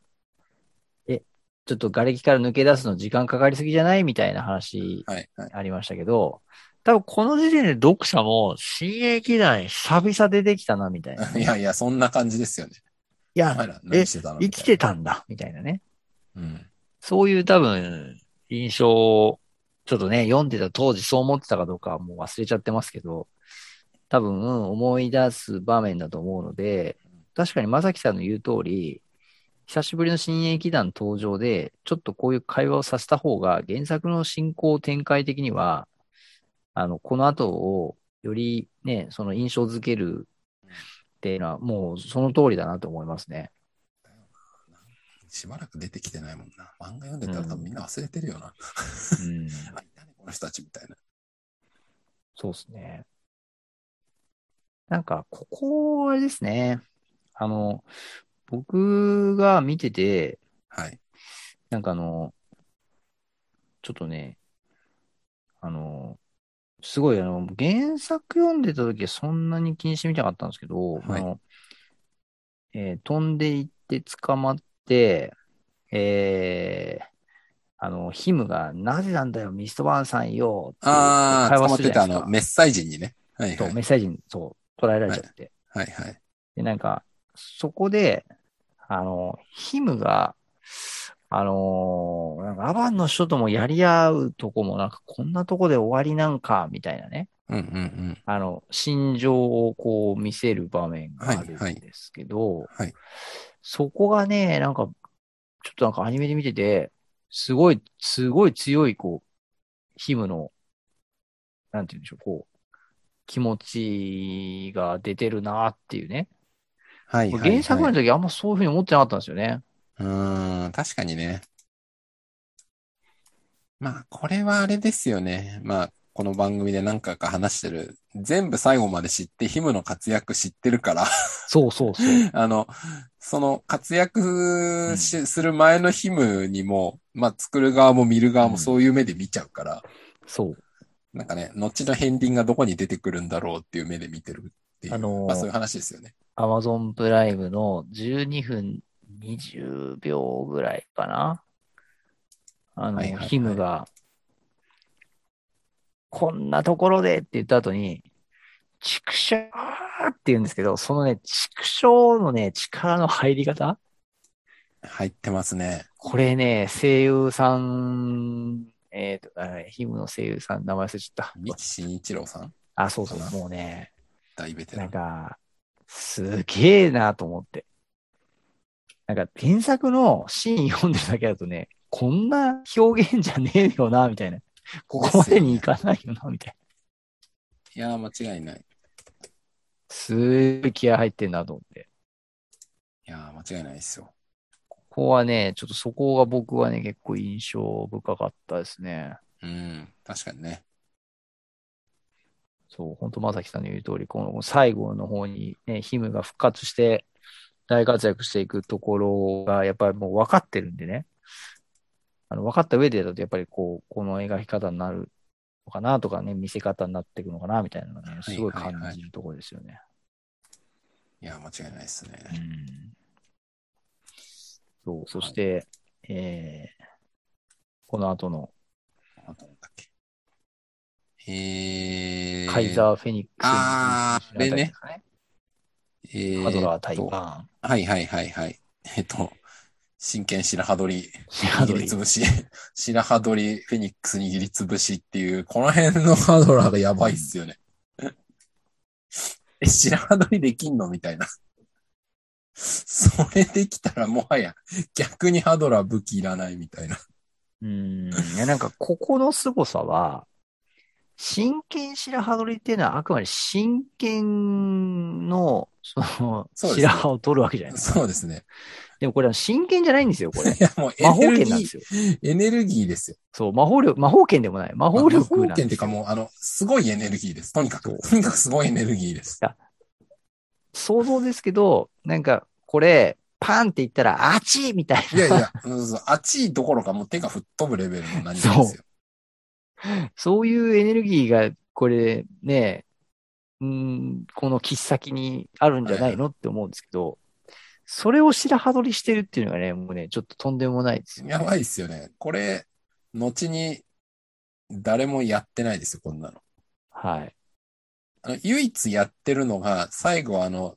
Speaker 2: え、ちょっと瓦礫から抜け出すの時間かかりすぎじゃないみたいな話
Speaker 1: はい、はい。
Speaker 2: ありましたけど、多分この時点で読者も、新鋭機団久々出てきたな、みたいな。い
Speaker 1: いやいや、そんな感じですよね。お
Speaker 2: や、
Speaker 1: 前ら何してたの
Speaker 2: 生きて
Speaker 1: た
Speaker 2: たんだ、みたいなね。
Speaker 1: いな。うん。
Speaker 2: そういう多分、印象を、ちょっとね、読んでた当時そう思ってたかどうかはもう忘れちゃってますけど、多分、うん思い出す場面だと思うので、確かにまさきさんの言う通り、久しぶりの新鋭劇団登場で、ちょっとこういう会話をさせた方が、原作の進行展開的には、あの、この後をよりね、その印象づけるっていうのは、もうその通りだなと思いますね。
Speaker 1: しばらく出てきてないもんな。漫画読んでたら多分みんな忘れてるよな。
Speaker 2: うん、
Speaker 1: あいたねこの人たちみたいな。
Speaker 2: そうですね。なんか、ここ、あれですね。あの、僕が見てて、
Speaker 1: はい。
Speaker 2: なんかあの、ちょっとね、あの、すごい、あの、原作読んでた時はそんなに気にしてみたかったんですけど、
Speaker 1: はい
Speaker 2: あの、えー飛んでいって捕まって、えー、あの、ヒムが、なぜなんだよ、ミストバーンさんよ、って
Speaker 1: あ
Speaker 2: 会
Speaker 1: あ、
Speaker 2: 話
Speaker 1: 捕ますっ
Speaker 2: るじ
Speaker 1: て
Speaker 2: ゃな
Speaker 1: たあ
Speaker 2: いです
Speaker 1: の、
Speaker 2: か。
Speaker 1: メッサージにね。はい
Speaker 2: そ
Speaker 1: は
Speaker 2: う、
Speaker 1: い。
Speaker 2: メッサージに、そう、捉えられちゃって。
Speaker 1: はいはい。
Speaker 2: で、なんか、そこで、あの、ヒムが、あのーなんかアバンの人ともやり合うとこもなんか、こんなとこで終わりなんか、みたいなね、
Speaker 1: うんうんうん。
Speaker 2: あの、心情をこう見せる場面がある
Speaker 1: はいはい
Speaker 2: んですけど、
Speaker 1: はい。
Speaker 2: そこがね、なんか、ちょっとなんかアニメで見てて、すごい、すごい強い、こう、ヒムの、なんて言うんでしょう、こう、気持ちが出てるなっていうね。
Speaker 1: はい、はい。
Speaker 2: 原作の時あんまそういうふうに思ってなかったんですよね。
Speaker 1: うーん、確かにね。まあ、これはあれですよね。まあ、この番組で何回か話してる。全部最後まで知って、ヒムの活躍知ってるから、
Speaker 2: そうそうそう。
Speaker 1: あの、その活躍しする前のヒムにも、まあ、作る側も見る側もそういう目で見ちゃうから、
Speaker 2: そう。
Speaker 1: なんかね、後の片鱗がどこに出てくるんだろうっていう目で見てるっていう、
Speaker 2: あのー
Speaker 1: まあ、そういう話ですよね。
Speaker 2: アマゾンプライムの12分20秒ぐらいかな。あの、
Speaker 1: はいはいはい
Speaker 2: ヒムが、こんなところでって言った後に、畜生って言うんですけど、そのね、畜生のね、力の入り方
Speaker 1: 入ってますね。
Speaker 2: これね、声優さん、えっ、とあ、ヒムの声優さん、名前忘れちゃった。
Speaker 1: 三木真一郎さん、
Speaker 2: あ、そうそう、もうね、
Speaker 1: 大ベテラ
Speaker 2: なん
Speaker 1: ン。
Speaker 2: か、すげえなと思って。なんか、原作のシーン読んでるだけだとね、こんな表現じゃねえよな、みたいな。ここまでにいかないよな、みたいな。
Speaker 1: いやー、間違いない。
Speaker 2: すごい気合入ってんなと思って。
Speaker 1: いやー、間違いないですよ。
Speaker 2: ここはね、ちょっとそこが僕はね、結構印象深かったですね。
Speaker 1: うん、確かにね。
Speaker 2: そう、本当まさきさんの言う通り、この最後の方にね、ヒムが復活して、大活躍していくところが、やっぱりもう分かってるんでね。あの、分かった上でだと、やっぱりこう、この描き方になるのかなとかね、見せ方になっていくのかな、みたいなのがね、すごい
Speaker 1: はいはいはい
Speaker 2: 感じるところですよね。
Speaker 1: いや、間違いないですね。
Speaker 2: うん。そう、そして、えー、この後の
Speaker 1: なんだっけ。えー。
Speaker 2: カイザー・フェニックスの
Speaker 1: あー
Speaker 2: 選手のあたりですかね。
Speaker 1: えー
Speaker 2: ハドラー対
Speaker 1: と
Speaker 2: バ
Speaker 1: はいはいはいはい。えっと、真剣白羽取り、
Speaker 2: ーン。ハド
Speaker 1: 握
Speaker 2: リ
Speaker 1: りつぶし、 白羽取り、フェニックス握りつぶしっていう、この辺のハードラーがやばいっすよ ね。え、白羽取りできんのみたいな。それできたらもはや逆にハードラー武器いらないみたいな。
Speaker 2: うん。いや、なんか、ここの凄さは、真剣白羽取りっていうのは、あくまで真剣の、その、
Speaker 1: そうですね
Speaker 2: 白羽を取るわけじゃないですか。
Speaker 1: そうですね。
Speaker 2: でもこれは真剣じゃないんですよ、これ
Speaker 1: い。やもう
Speaker 2: 魔
Speaker 1: エ
Speaker 2: 法
Speaker 1: ネル
Speaker 2: 剣なんで
Speaker 1: ギ
Speaker 2: すよ。
Speaker 1: ー、エネルギーですよ。
Speaker 2: そう、魔法力、魔法剣でもない。魔法力
Speaker 1: まあ
Speaker 2: な
Speaker 1: 魔法剣
Speaker 2: んですよ
Speaker 1: っていうかもう、あの、すごいエネルギーです。とにか
Speaker 2: そう
Speaker 1: く、とにかくすごいエネルギーです。
Speaker 2: 想像ですけど、なんか、これ、パンって言ったら、あっちみたい
Speaker 1: いやいや、うんそうあっちいどころかもう手が吹っ飛ぶレベルの何かですよ。
Speaker 2: な、そういうエネルギーが、これ、ね、うんこの切っ先にあるんじゃないのって思うんですけど、それを白羽取りしてるっていうのがね、もうね、ちょっととんでもないですよね。
Speaker 1: やばいっすよね。これ、後に誰もやってないですよ、こんなの。
Speaker 2: はい。
Speaker 1: あの、唯一やってるのが、最後あの、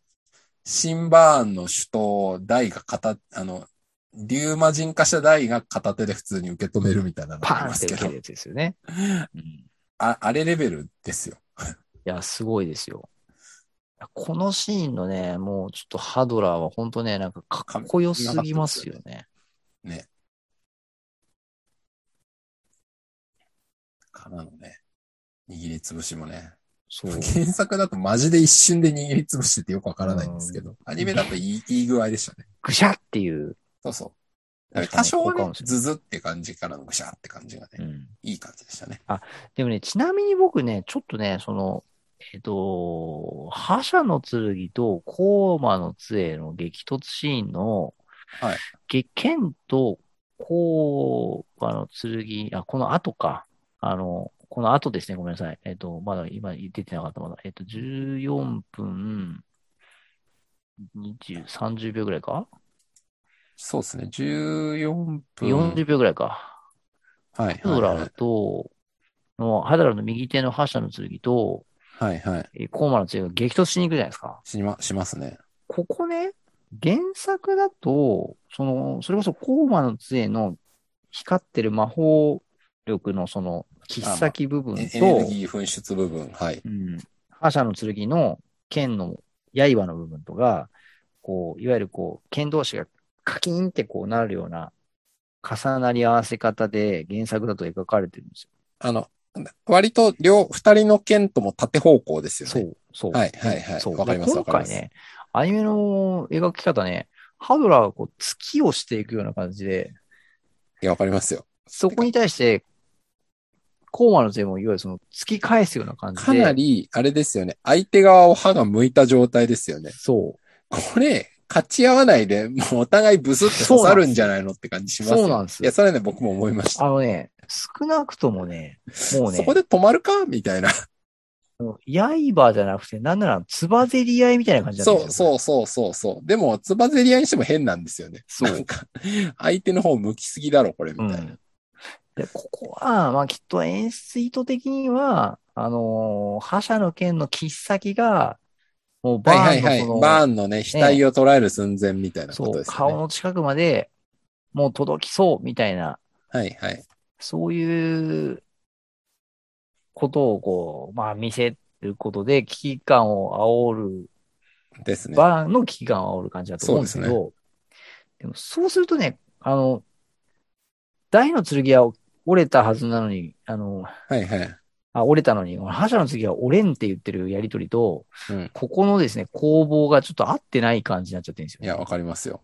Speaker 1: シンバーンの首都を大が片、あの、リューマ人化した大が片手で普通に受け止めるみたいなのがあ
Speaker 2: パ
Speaker 1: り
Speaker 2: ン
Speaker 1: ま
Speaker 2: っ
Speaker 1: す
Speaker 2: て
Speaker 1: け
Speaker 2: 受け
Speaker 1: ど
Speaker 2: る、やつですよね。うん、い
Speaker 1: ああれレベルですよ。
Speaker 2: や、すごいですよ。このシーンのね、もうちょっとハドラーは本当ね、なんかかっこよすぎますよね。
Speaker 1: ね。からのね、握りつぶしもね。
Speaker 2: そう。
Speaker 1: 原作だとマジで一瞬で握りつぶしててよくわからないんですけど、アニメだといいいい具合でしたね。
Speaker 2: ぐしゃっていう。
Speaker 1: そうそう。
Speaker 2: 確かに
Speaker 1: 多少は
Speaker 2: そうか
Speaker 1: ね
Speaker 2: も、しれない
Speaker 1: ズズって感じからのぐしゃって感じがね、
Speaker 2: うん
Speaker 1: いい感じでしたね。
Speaker 2: でもね、ちなみに僕ね、ちょっとね、その、えっと、覇者の剣とコーマの杖の激突シーンの、
Speaker 1: はい。
Speaker 2: げ剣とコーマの剣、あ、この後か。あの、この後ですね、ごめんなさい。えっと、まだ今出てなかった、まだ。えっと、14分20、30秒ぐらいか
Speaker 1: そうですね。14分。
Speaker 2: ?40 秒ぐらいか。
Speaker 1: はい。
Speaker 2: ハドラーと、の、ハドラーの右手の覇者の剣と、
Speaker 1: はいはい。
Speaker 2: えーコーマの剣が激突しに行くじゃないですか。
Speaker 1: しま、しますね。
Speaker 2: ここね、原作だと、その、それこそコーマの杖の光ってる魔法力のその、切っ先部分
Speaker 1: エエネル
Speaker 2: と、
Speaker 1: ギー噴出部分。はい。
Speaker 2: うん、覇者の剣の剣の刃の部分とか、こう、いわゆるこう、剣同士がカキンってこうなるような重なり合わせ方で原作だと描かれてるんですよ
Speaker 1: あの、割と両、二人の剣とも縦方向ですよね。
Speaker 2: そう、そう。
Speaker 1: はいはいはい
Speaker 2: そう。
Speaker 1: わかります
Speaker 2: で
Speaker 1: わかります
Speaker 2: 今回ね、アニメの描き方ね、ハドラーがこう、突きをしていくような感じで、
Speaker 1: いや、わかりますよ。
Speaker 2: そこに対して、コーマの勢もいわゆるその、突き返すような感じで。
Speaker 1: かなり、あれですよね。相手側を歯が向いた状態ですよね。
Speaker 2: そ
Speaker 1: これ、勝ち合わないで、もうお互いブスって刺さるんじゃないのって感じし
Speaker 2: う。
Speaker 1: ますよ。
Speaker 2: そうなんです
Speaker 1: いや、
Speaker 2: よ。
Speaker 1: それはね、僕も思いました。
Speaker 2: あのね、少なくともね、もうね、
Speaker 1: そこで止まるかみたいな。
Speaker 2: 刃じゃなくて、なんなら、つばぜり合いみたいな感じなん
Speaker 1: そ
Speaker 2: で
Speaker 1: う
Speaker 2: す
Speaker 1: そ
Speaker 2: よ。
Speaker 1: うそうそうそう。でも、つばぜり合いにしても変なんですよね。
Speaker 2: そう
Speaker 1: なんか、相手の方向きすぎだろ、これ、みたいな。
Speaker 2: うん。で、ここは、まあきっと演出意図的には、あのー覇者の剣の切っ先が、もうバ
Speaker 1: は
Speaker 2: ー
Speaker 1: い
Speaker 2: ンの
Speaker 1: はい
Speaker 2: そ
Speaker 1: は
Speaker 2: の、
Speaker 1: い。バーンのね、額を捉える寸前みたいなこ
Speaker 2: そ
Speaker 1: と
Speaker 2: う、
Speaker 1: ですよ
Speaker 2: 顔
Speaker 1: ね。
Speaker 2: の近くまでもう届きそうみたいな、
Speaker 1: はいはい。
Speaker 2: そういうことをこう、まあ見せることで危機感を煽る、
Speaker 1: ですね。
Speaker 2: バーンの危機感を煽る感じだと思うんですけど、
Speaker 1: そ
Speaker 2: でもそうするとね、あの、大の剣は折れたはずなのに、あの、
Speaker 1: はいはい。
Speaker 2: あ、折れたのに、覇者の次は折れんって言ってるやりとりと、
Speaker 1: うん。
Speaker 2: ここのですね、攻防がちょっと合ってない感じになっちゃってるんですよ
Speaker 1: い
Speaker 2: ね。
Speaker 1: や、わかりますよ。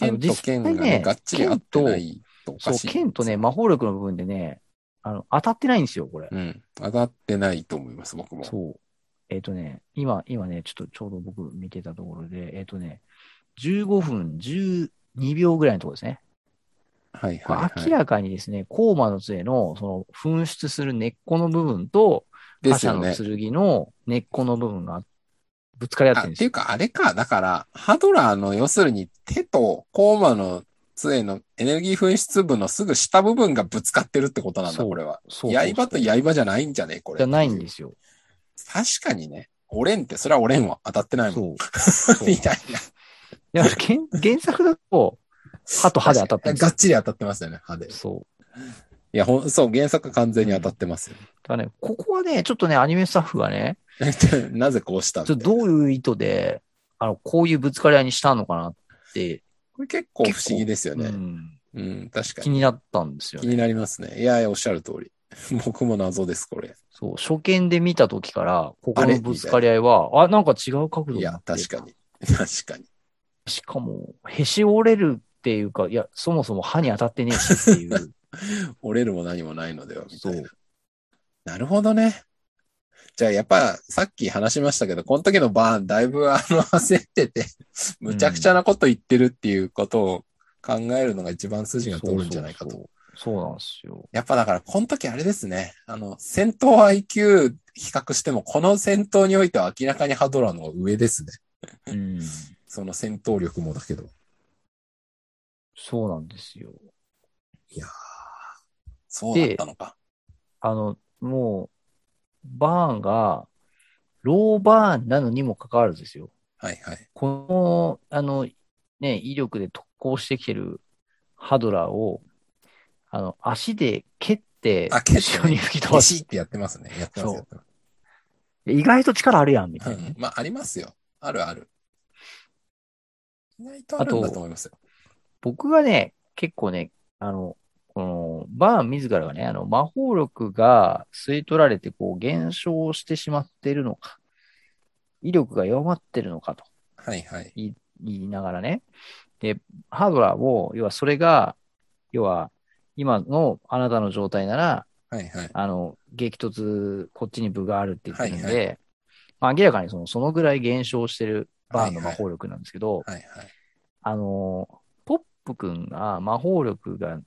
Speaker 2: あの
Speaker 1: 剣と剣が
Speaker 2: 実際
Speaker 1: ね、
Speaker 2: ね
Speaker 1: がっちり合ってないとおか
Speaker 2: そう、
Speaker 1: しい。
Speaker 2: 剣とね、魔法力の部分でね、あの、当たってないんですよ、これ。
Speaker 1: うん。当たってないと思います、僕も。
Speaker 2: そう。えっ、とね、今、今ね、ちょっとちょうど僕見てたところで、えっ、とね、15分12秒ぐらいのところですね。
Speaker 1: はい
Speaker 2: これ
Speaker 1: はい、はい
Speaker 2: 明。らかにですね、コーマの杖の、その、噴出する根っこの部分と、
Speaker 1: ですよ
Speaker 2: 覇
Speaker 1: ね。
Speaker 2: 者の剣の根っこの部分がぶつかり合って
Speaker 1: あ、
Speaker 2: るん
Speaker 1: っ
Speaker 2: です
Speaker 1: てい
Speaker 2: よ
Speaker 1: う。か、あれか、だから、ハドラーの、要するに手とコーマの杖のエネルギー噴出部のすぐ下部分がぶつかってるってことなんだ、
Speaker 2: そう
Speaker 1: これは。
Speaker 2: そうそう
Speaker 1: 刃と刃じゃないんじゃねこれ。
Speaker 2: じゃないんですよ。
Speaker 1: 確かにね。オレンって、それはオレンは当たってないもん。
Speaker 2: そ う。そう
Speaker 1: みたいな。
Speaker 2: でも原原作だと、歯と歯で当たってるんです
Speaker 1: が
Speaker 2: よ
Speaker 1: っちり当たってますよね、歯で。い
Speaker 2: そう。
Speaker 1: や、ほん、そう、原作完全に当たってますよ。
Speaker 2: だからね、ここはね、ちょっとね、アニメスタッフがね、
Speaker 1: なぜこうした
Speaker 2: ちょっとどういう意図で、あの、こういうぶつかり合いにしたのかなって、
Speaker 1: これ結構不思議ですよ
Speaker 2: う
Speaker 1: ね。
Speaker 2: ん、
Speaker 1: うん、確か
Speaker 2: 気
Speaker 1: に。
Speaker 2: になったんですよ
Speaker 1: 気
Speaker 2: ね。
Speaker 1: になりますね。いやいや、おっしゃる通り。僕も謎です、これ。
Speaker 2: そう、初見で見た時から、ここ
Speaker 1: あれ
Speaker 2: のぶつかり合いは、あなんか違う角度
Speaker 1: い
Speaker 2: にな
Speaker 1: や
Speaker 2: っ、てる
Speaker 1: 確かに。 確かに。
Speaker 2: しかも、へし折れるっていうか、いや、そもそも歯に当たってねえしっ ていう。
Speaker 1: 折れるも何もないのでは、みた
Speaker 2: そ
Speaker 1: いな
Speaker 2: う。。
Speaker 1: なるほどね。じゃあやっぱさっき話しましたけど、この時のバーンだいぶあの焦って て、むちゃくちゃなこと言ってるっていうことを考えるのが一番筋が通るんじゃないかと。
Speaker 2: そうそうそうそうなんですよ。
Speaker 1: やっぱだからこの時あれですね。あの、戦闘 IQ 比較しても、この戦闘においては明らかにハドラーの方が上ですね。
Speaker 2: うん。
Speaker 1: その戦闘力もだけど。
Speaker 2: そうなんですよ。
Speaker 1: いやーそうだったのか。
Speaker 2: あの、もう、バーンが、ローバーンなのにもかかわらずですよ。
Speaker 1: はいはい。
Speaker 2: この、あの、ね、威力で特攻してきてるハドラーを、あの、足で蹴って、
Speaker 1: あ蹴ってね
Speaker 2: 後ろに吹き飛
Speaker 1: ビ
Speaker 2: ばす。
Speaker 1: シってやってますね。やってます
Speaker 2: そう
Speaker 1: やってま
Speaker 2: 意外と力あるやん、みた
Speaker 1: す。
Speaker 2: いうな。
Speaker 1: ん。まあありますよ。あるある。意外とあるんだと思いますよ。
Speaker 2: 僕がね、結構ね、あの、この、バーン自らがね、あの、魔法力が吸い取られて、こう、減少してしまっているのか、威力が弱まってるのかと
Speaker 1: はいはい。
Speaker 2: 言いながらね、で、ハードラーを、要はそれが、要は、今のあなたの状態なら、
Speaker 1: はいはい。
Speaker 2: あの、激突、こっちに部があるって言ってるんで、
Speaker 1: はいは
Speaker 2: まあ、明らかにその、そのぐらい減少してるバーンの魔法力なんですけど、
Speaker 1: はいはい。
Speaker 2: あの、ポップくんが魔法力が、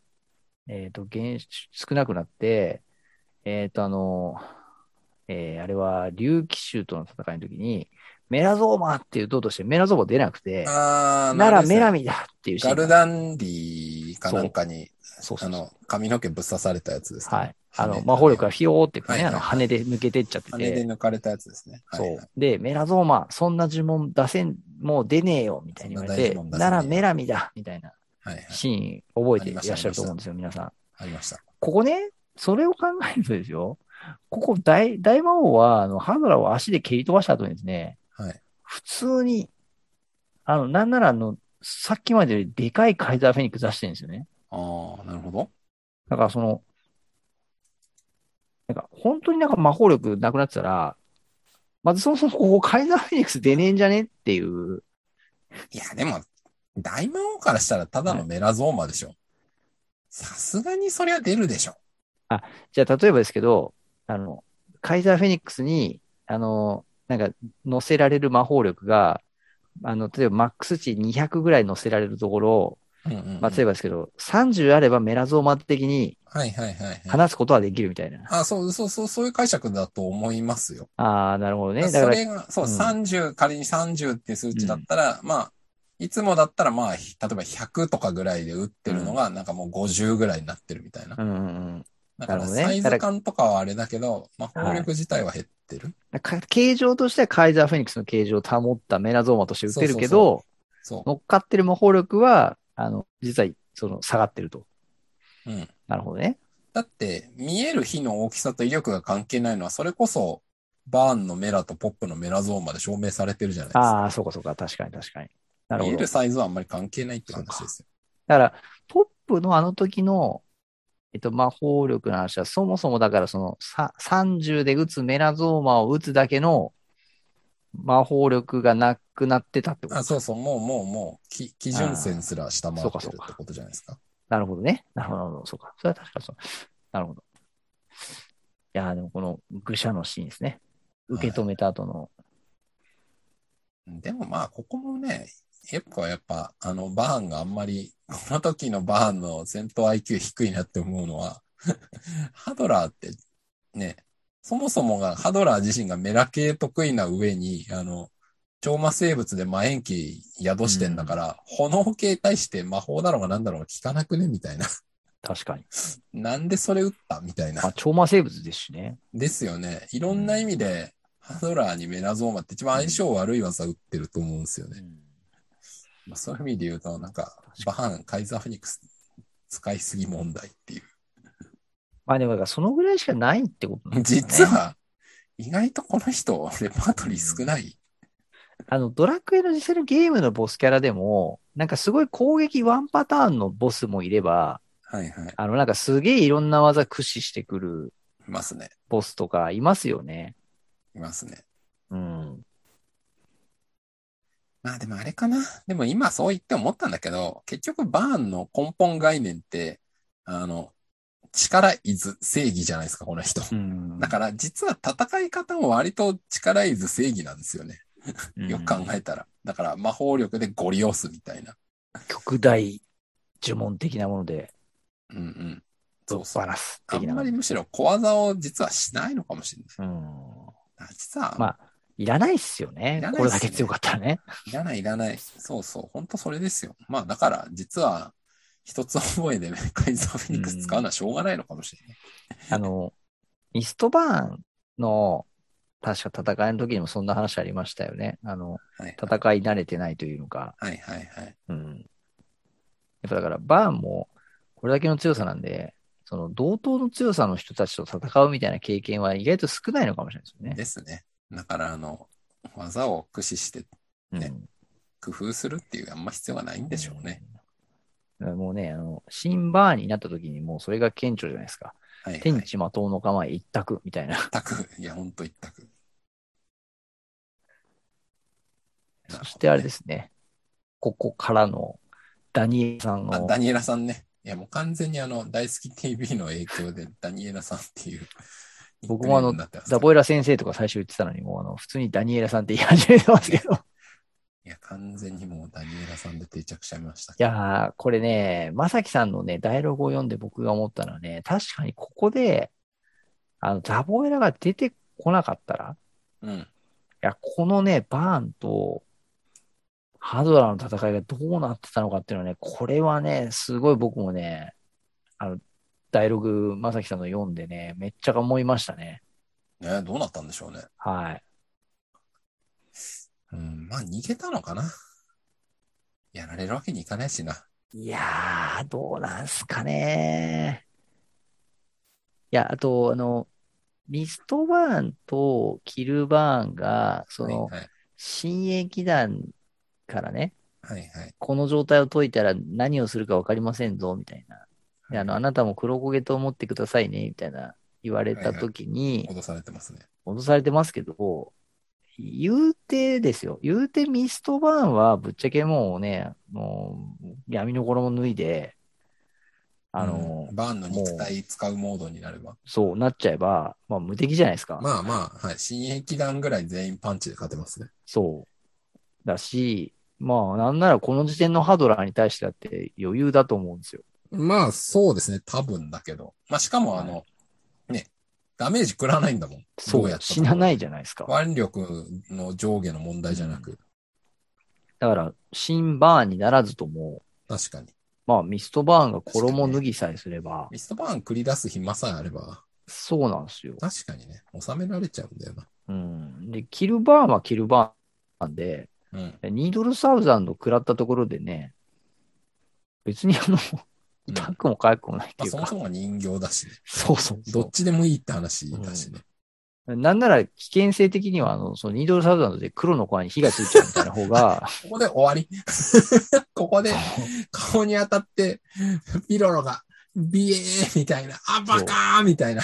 Speaker 2: えっと、減少なくなって、えっと、あの、えーあれは、竜騎衆との戦いの時に、メラゾーマっていうととして、メラゾーマ出なくて、
Speaker 1: あー
Speaker 2: なら
Speaker 1: あれです
Speaker 2: メ
Speaker 1: ね
Speaker 2: ラミだっていうシー
Speaker 1: ガ
Speaker 2: ンが
Speaker 1: ルダンディかなんかに、
Speaker 2: そうそ
Speaker 1: あ
Speaker 2: うそう
Speaker 1: の、髪の毛ぶっ刺されたやつですね。
Speaker 2: はい。あの、
Speaker 1: 羽
Speaker 2: 魔法力がフィヨーってこうね、
Speaker 1: はいは
Speaker 2: あ
Speaker 1: い
Speaker 2: の、羽で抜けてっちゃって
Speaker 1: 羽で
Speaker 2: て、
Speaker 1: 抜かれたやつですね。はい
Speaker 2: そ
Speaker 1: はい、
Speaker 2: う。で、メラゾーマ、そんな呪文出せん、もう出ねえよ、みたいに言われて、
Speaker 1: そんな大呪文出せねえ
Speaker 2: ならメラミだ、みたいな
Speaker 1: はいはい。
Speaker 2: シーン覚えていらっしゃると思うんですよ、皆さん。
Speaker 1: ありました。
Speaker 2: ここね、それを考えるとですよ、ここ大、大魔王は、あの、ハドラーを足で蹴り飛ばした後にですね、
Speaker 1: はい。
Speaker 2: 普通に、あの、なんならあの、さっきまでよりでかいカイザーフェニックス出してるんですよね。
Speaker 1: ああ、なるほど。
Speaker 2: だからその、なんか、本当になんか魔法力なくなってたら、まずそもそもここカイザーフェニックス出ねえんじゃねっていう、
Speaker 1: いや、でも、大魔王からしたらただのメラゾーマでしょ。さすがにそりゃ出るでしょ。
Speaker 2: じゃあ、例えばですけど、あの、カイザーフェニックスに、あの、なんか、乗せられる魔法力が、あの、例えばマックス値200ぐらい乗せられるところを、
Speaker 1: うんうん、うん。
Speaker 2: まあ、例えばですけど、30あればメラゾーマ的に
Speaker 1: はいはいはい、はい。
Speaker 2: 話すことはできるみたいな。
Speaker 1: あそう、そう、そう、そういう解釈だと思いますよ。
Speaker 2: ああ、なるほどね。だか
Speaker 1: そ
Speaker 2: ら、
Speaker 1: れが、そう、
Speaker 2: うん
Speaker 1: 30、仮に30って数値だったら、まあ、いつもだったら、まあ、ひ例えば100とかぐらいで打ってるのが、なんかもう50ぐらいになってるみたいな。
Speaker 2: うんうん
Speaker 1: だから、
Speaker 2: なるほどね
Speaker 1: サイズ感とかはあれだけど、まあ、法力自体は減ってる。
Speaker 2: うん。か形状としてはカイザーフェニックスの形状を保ったメラゾーマとして打てるけど、
Speaker 1: そ
Speaker 2: 乗っかってる魔法力は、あの、実は、その、下がってると。
Speaker 1: う。うん。
Speaker 2: なるほどね。
Speaker 1: だって、見える火の大きさと威力が関係ないのは、それこそ、バーンのメラとポップのメラゾーマで証明されてるじゃないですか。
Speaker 2: ああ、そうかそうか。確かに確かに。なるほ
Speaker 1: 見え
Speaker 2: ど。
Speaker 1: るサイズはあんまり関係ないって話ですよ。
Speaker 2: だから、ポップのあの時の、えっと、魔法力の話は、そもそもだから、その、さ30で打つメラゾーマを打つだけの魔法力がなくなってたってこと
Speaker 1: あそうそう、もうもうもう、き基準線すら下回ってるってことじゃないですか。
Speaker 2: なるほどね。なるほどなるほど、そうか。それは確かそう。なるほど。いやー、でもこの愚者のシーンですね。受け止めた後の、
Speaker 1: でもまあ、ここもね、エプコはやっぱ、あの、バーンがあんまり、 この時のバーンの戦闘 IQ 低いなって思うのは、 ハドラーって、ね、そもそもが、ハドラー自身がメラ系得意な上に、あの、超魔生物で魔炎期宿してんだから、炎系対して魔法だろうが何だろうが効かなくねみたいな。
Speaker 2: 確かに。
Speaker 1: なんでそれ打ったみたいな
Speaker 2: まあ、。超魔生物ですしね。
Speaker 1: ですよね。いろんな意味で、ハドラーにメラゾーマって一番相性悪い技打ってると思うんですよね。まあ、そういう意味で言うと、なんか、バハン、カイザーフェニックス使いすぎ問題っていう。
Speaker 2: まあでも、だからそのぐらいしかないってことなんですよね
Speaker 1: 実。は、意外とこの人、レパートリー少ない。
Speaker 2: あの、ドラクエの実際のゲームのボスキャラでも、なんかすごい攻撃ワンパターンのボスもいれば、
Speaker 1: はいはい。
Speaker 2: あの、なんかすげえいろんな技駆使してくる
Speaker 1: いますね。
Speaker 2: ボスとかいますよね。
Speaker 1: いますね。
Speaker 2: うん。
Speaker 1: まあでもあれかな。でも今そう言って思ったんだけど、結局バーンの根本概念って、あの、力いず正義じゃないですか、この人。
Speaker 2: うん
Speaker 1: だから実は戦い方も割と力いず正義なんですよね。よく考えたら。だから魔法力でゴリ押すみたいな。
Speaker 2: 極大呪文的なもので、
Speaker 1: うんうん。
Speaker 2: ぶ
Speaker 1: そ
Speaker 2: っ
Speaker 1: うそう。
Speaker 2: 放す
Speaker 1: あ
Speaker 2: 的
Speaker 1: ん
Speaker 2: な。
Speaker 1: まりむしろ小技を実はしないのかもしれない。
Speaker 2: うん。
Speaker 1: あ実は、
Speaker 2: まあ、いらないっすよね。
Speaker 1: いらないっすね
Speaker 2: これだけ強かった らね。
Speaker 1: いらないいらない。そうそう。ほんとそれですよ。まあだから実は、一つ覚えでカイザーフェニックス使うのはしょうがないのかもしれない。
Speaker 2: あの、ミストバーンの、確か戦いの時にもそんな話ありましたよね。あの、
Speaker 1: はい。
Speaker 2: 戦い慣れてないというのか。
Speaker 1: はいはいはい。
Speaker 2: うん。やっぱだから、バーンも、これだけの強さなんで、その、同等の強さの人たちと戦うみたいな経験は意外と少ないのかもしれないで
Speaker 1: ですね。だから、あの、技を駆使して
Speaker 2: すよね。
Speaker 1: ね工夫するっていうあんま必要がないんでしょうね。
Speaker 2: うん。もうね、あの、新バーンになった時にもうそれが顕著じゃないですか。
Speaker 1: はい、は
Speaker 2: 天
Speaker 1: い。
Speaker 2: 地魔刀の構え一択みたいな。
Speaker 1: 一択。いや、ほんと一択。
Speaker 2: そしてあれですね、ここからのダニエルさん
Speaker 1: あ
Speaker 2: の
Speaker 1: ダニエラさんね。いや、もう完全にあの、大好き TV の影響で、 ダニエラさんっていう。
Speaker 2: 僕もあの
Speaker 1: ニックネームになってます
Speaker 2: ザボエラ先生とか最初言ってたのに、もうあの普通にダニエラさんって言い始めてますけ ど。い
Speaker 1: いや、完全にもうダニエラさんで定着しちゃいました。
Speaker 2: やー、これね、まさきさんのね、ダイアログを読んで僕が思ったのはね、確かにここで、あの、ザボエラが出てこなかったら、
Speaker 1: うん。
Speaker 2: いや、このね、バーンと、ハドラーの戦いがどうなってたのかっていうのはね、これはね、すごい僕もね、あの、ダイアログ、まさきさんの読んでね、めっちゃ思いましたね。
Speaker 1: ねどうなったんでしょうね。
Speaker 2: はい。
Speaker 1: うん。まあ、逃げたのかな。やられるわけにいかないしな。
Speaker 2: いやー、どうなんすかね。いや、あと、あの、ミストバーンとキルバーンが、その、
Speaker 1: はいはい。
Speaker 2: 新駅団からね、
Speaker 1: はいはい。
Speaker 2: この状態を解いたら何をするか分かりませんぞ、みたいな。で、あの、あなたも黒焦げと思ってくださいね、みたいな言われた時に、
Speaker 1: 脅されてますね。
Speaker 2: 脅されてますけど、言うてですよ。言うてミストバーンはぶっちゃけもうね、もう闇の衣脱いで、あ
Speaker 1: う
Speaker 2: の、
Speaker 1: んバーンの肉体使うモードになれば。
Speaker 2: そうなっちゃえば、まあ無敵じゃないですか。
Speaker 1: まあまあ、はい。新駅団ぐらい全員パンチで勝てますね。
Speaker 2: そう。だし、まあなんならこの時点のハドラーに対してだって余裕だと思うんですよ。
Speaker 1: まあ、そうですね。多分だけど。まあ、しかもあの、ね、ダメージ食らわないんだもん。
Speaker 2: そ
Speaker 1: ど
Speaker 2: う
Speaker 1: や、。
Speaker 2: 死なないいじゃないですか。
Speaker 1: 腕力の上下の問題じゃなく、
Speaker 2: だから、新バーンにならずとも、
Speaker 1: 確かに。
Speaker 2: まあミストバーンが衣脱ぎさえすれば、
Speaker 1: ミストバーン繰り出す暇さえあれば、
Speaker 2: そうなんですよ。
Speaker 1: 確かにね、収められちゃうんだよな。
Speaker 2: うん。で、キルバーンはキルバーンなんで、
Speaker 1: うん。
Speaker 2: ニードルサウザンド食らったところでね、別にあの、
Speaker 1: うん
Speaker 2: 痛くも痒くもないって
Speaker 1: まあ、
Speaker 2: いう
Speaker 1: そも
Speaker 2: か
Speaker 1: そ、もが人形だしね、
Speaker 2: そうそう
Speaker 1: どっ
Speaker 2: そ
Speaker 1: ちでもいいって話だしね。
Speaker 2: う。なんなら危険性的には、あの、そのニードルサウザンドで黒の子に火がついちゃうみたいな方 が、
Speaker 1: ここで終わり。ここで顔に当たって、ピロロが、ビエーみたいな、あ、バカーみたいな、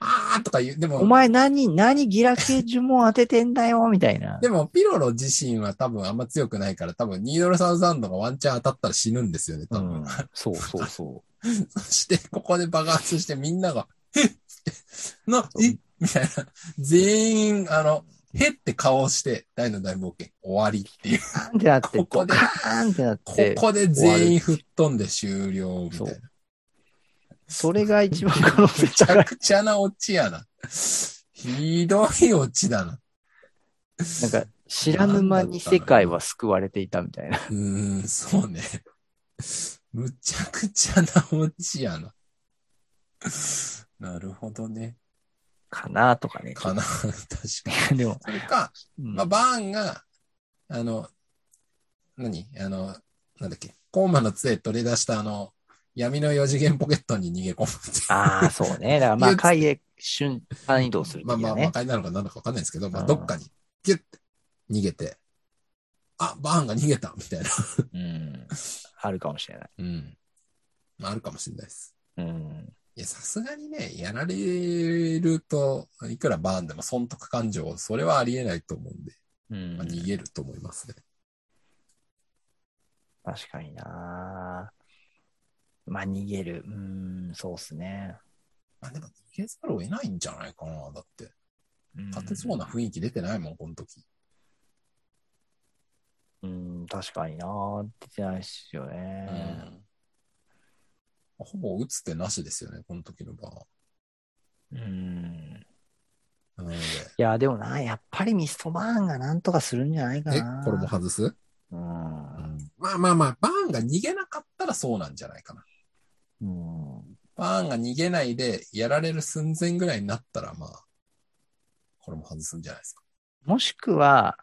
Speaker 1: あーとか言う。でも、
Speaker 2: お前何、何ギラ系呪文当ててんだよ、みたいな。
Speaker 1: でも、ピロロ自身は多分あんま強くないから、多分ニードルサウザンドがワンチャン当たったら死ぬんですよね、
Speaker 2: う
Speaker 1: 多分。
Speaker 2: ん、そうそう そ
Speaker 1: そ して、ここで爆発してみんなが、へっ な、
Speaker 2: そう
Speaker 1: え みたいな。全員、あの、へって顔をして、大の大冒険、終わりっていう。
Speaker 2: う。カーンってなって、
Speaker 1: ここ
Speaker 2: ド
Speaker 1: で
Speaker 2: カーンってなっ
Speaker 1: こ
Speaker 2: て、
Speaker 1: こ で全員吹っ飛んで終了、みたい
Speaker 2: そ
Speaker 1: な
Speaker 2: う。それが一番可能性
Speaker 1: めち
Speaker 2: 高
Speaker 1: ゃ
Speaker 2: い。
Speaker 1: くちゃなオチやな。ひどいオチだな。
Speaker 2: なんか、知らぬ間に世界は救われていたみたいな。
Speaker 1: うーん、そうね。むちゃくちゃなオチやな。なるほどね。
Speaker 2: かなとかね。
Speaker 1: かな、確かに。
Speaker 2: でも、
Speaker 1: それか、
Speaker 2: うん
Speaker 1: まあ、バーンが、あの、何あの、なんだっけ、コーマの杖取り出したあの、闇の四次元ポケットに逃げ込むっていう
Speaker 2: ああ、そうね。だからま
Speaker 1: い
Speaker 2: あ、
Speaker 1: や
Speaker 2: 海へ瞬間移動する
Speaker 1: ま
Speaker 2: みた
Speaker 1: あ
Speaker 2: い
Speaker 1: まあ、
Speaker 2: な
Speaker 1: 魔
Speaker 2: ね。
Speaker 1: 界なのか何なのか分かんないですけど、まあ、
Speaker 2: うん
Speaker 1: どっかに、ギュッて逃げて、あ、バーンが逃げたみたいな。
Speaker 2: うん。あるかもしれない。
Speaker 1: うん。まあ、あるかもしれないです。
Speaker 2: うん。
Speaker 1: いや、さすがにね、やられると、いくらバーンでも損得感情、それはありえないと思うんで、
Speaker 2: うん
Speaker 1: まあ、。逃げると思いますね。
Speaker 2: 確かになまあ、逃げる。うん、そうっすね。
Speaker 1: まあ、でも逃げざるを得ないんじゃないかな。だって、
Speaker 2: うん
Speaker 1: 勝てそうな雰囲気出てないもん、この時。
Speaker 2: うん、確かにな出てないっすよ
Speaker 1: う
Speaker 2: ね。
Speaker 1: ん。ほぼ打つ手なしですよね、この時の場合。
Speaker 2: うん。
Speaker 1: なので、
Speaker 2: いや、でもな、やっぱりミストバーンがなんとかするんじゃないか
Speaker 1: え
Speaker 2: な。、
Speaker 1: これも外す
Speaker 2: うん。
Speaker 1: まあまあまあ、バーンが逃げなかったらそうなんじゃないかな。
Speaker 2: うん。
Speaker 1: バーンが逃げないで、やられる寸前ぐらいになったら、まあ、これも外すんじゃないですか。
Speaker 2: もしくは、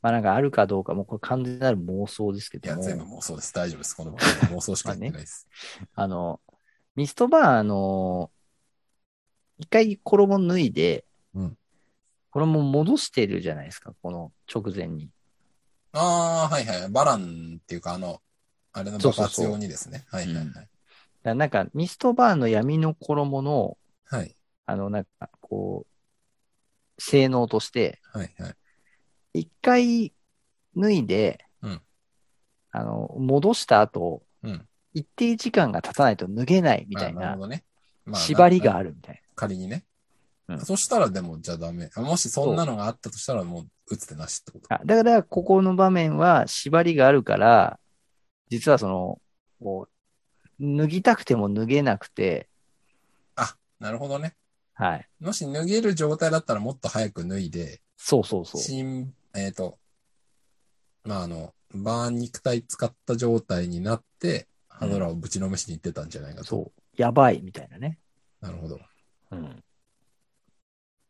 Speaker 2: まあなんかあるかどうか、もうこれ完全なる妄想ですけ
Speaker 1: い
Speaker 2: ど
Speaker 1: や、
Speaker 2: も、
Speaker 1: 全部妄想です。大丈夫です。この番 組妄想しか言ってないです。
Speaker 2: あの、ミストバーン、あの、一回衣脱いで、
Speaker 1: うん
Speaker 2: 衣戻してるじゃないですか、この直前に。
Speaker 1: ああ、はいはい。バランっていうか、あの、あれの爆発用にですね。
Speaker 2: うそう
Speaker 1: はいはいはい。
Speaker 2: だなんか、ミストバーンの闇の衣の、
Speaker 1: はい
Speaker 2: あの、なんか、こう、性能として、
Speaker 1: はいはい。
Speaker 2: 一回脱いで、
Speaker 1: うん
Speaker 2: あの、戻した後、
Speaker 1: うん
Speaker 2: 一定時間が経たないと脱げないみたい
Speaker 1: あなる
Speaker 2: な
Speaker 1: ほどね。まあ
Speaker 2: 縛りが
Speaker 1: な
Speaker 2: あるみたい
Speaker 1: 仮にね。
Speaker 2: うん
Speaker 1: そしたらでも、じゃあダメ。あもしそんなのがあったとしたら、もう打つ手なしってこと。
Speaker 2: な。あだから、ここの場面は縛りがあるから、実はその、こう、脱ぎたくても脱げなくて、
Speaker 1: なるほどね。
Speaker 2: はい。
Speaker 1: もし脱げる状態だったらもっと早く脱いで、
Speaker 2: そうそうそう。
Speaker 1: 新、えっ、と、まあ、あの、バーン肉体使った状態になって、ハドラーをぶちのめしに行ってたんじゃないかと。
Speaker 2: そう。やばいみたいなね。
Speaker 1: なるほど。ま
Speaker 2: うん。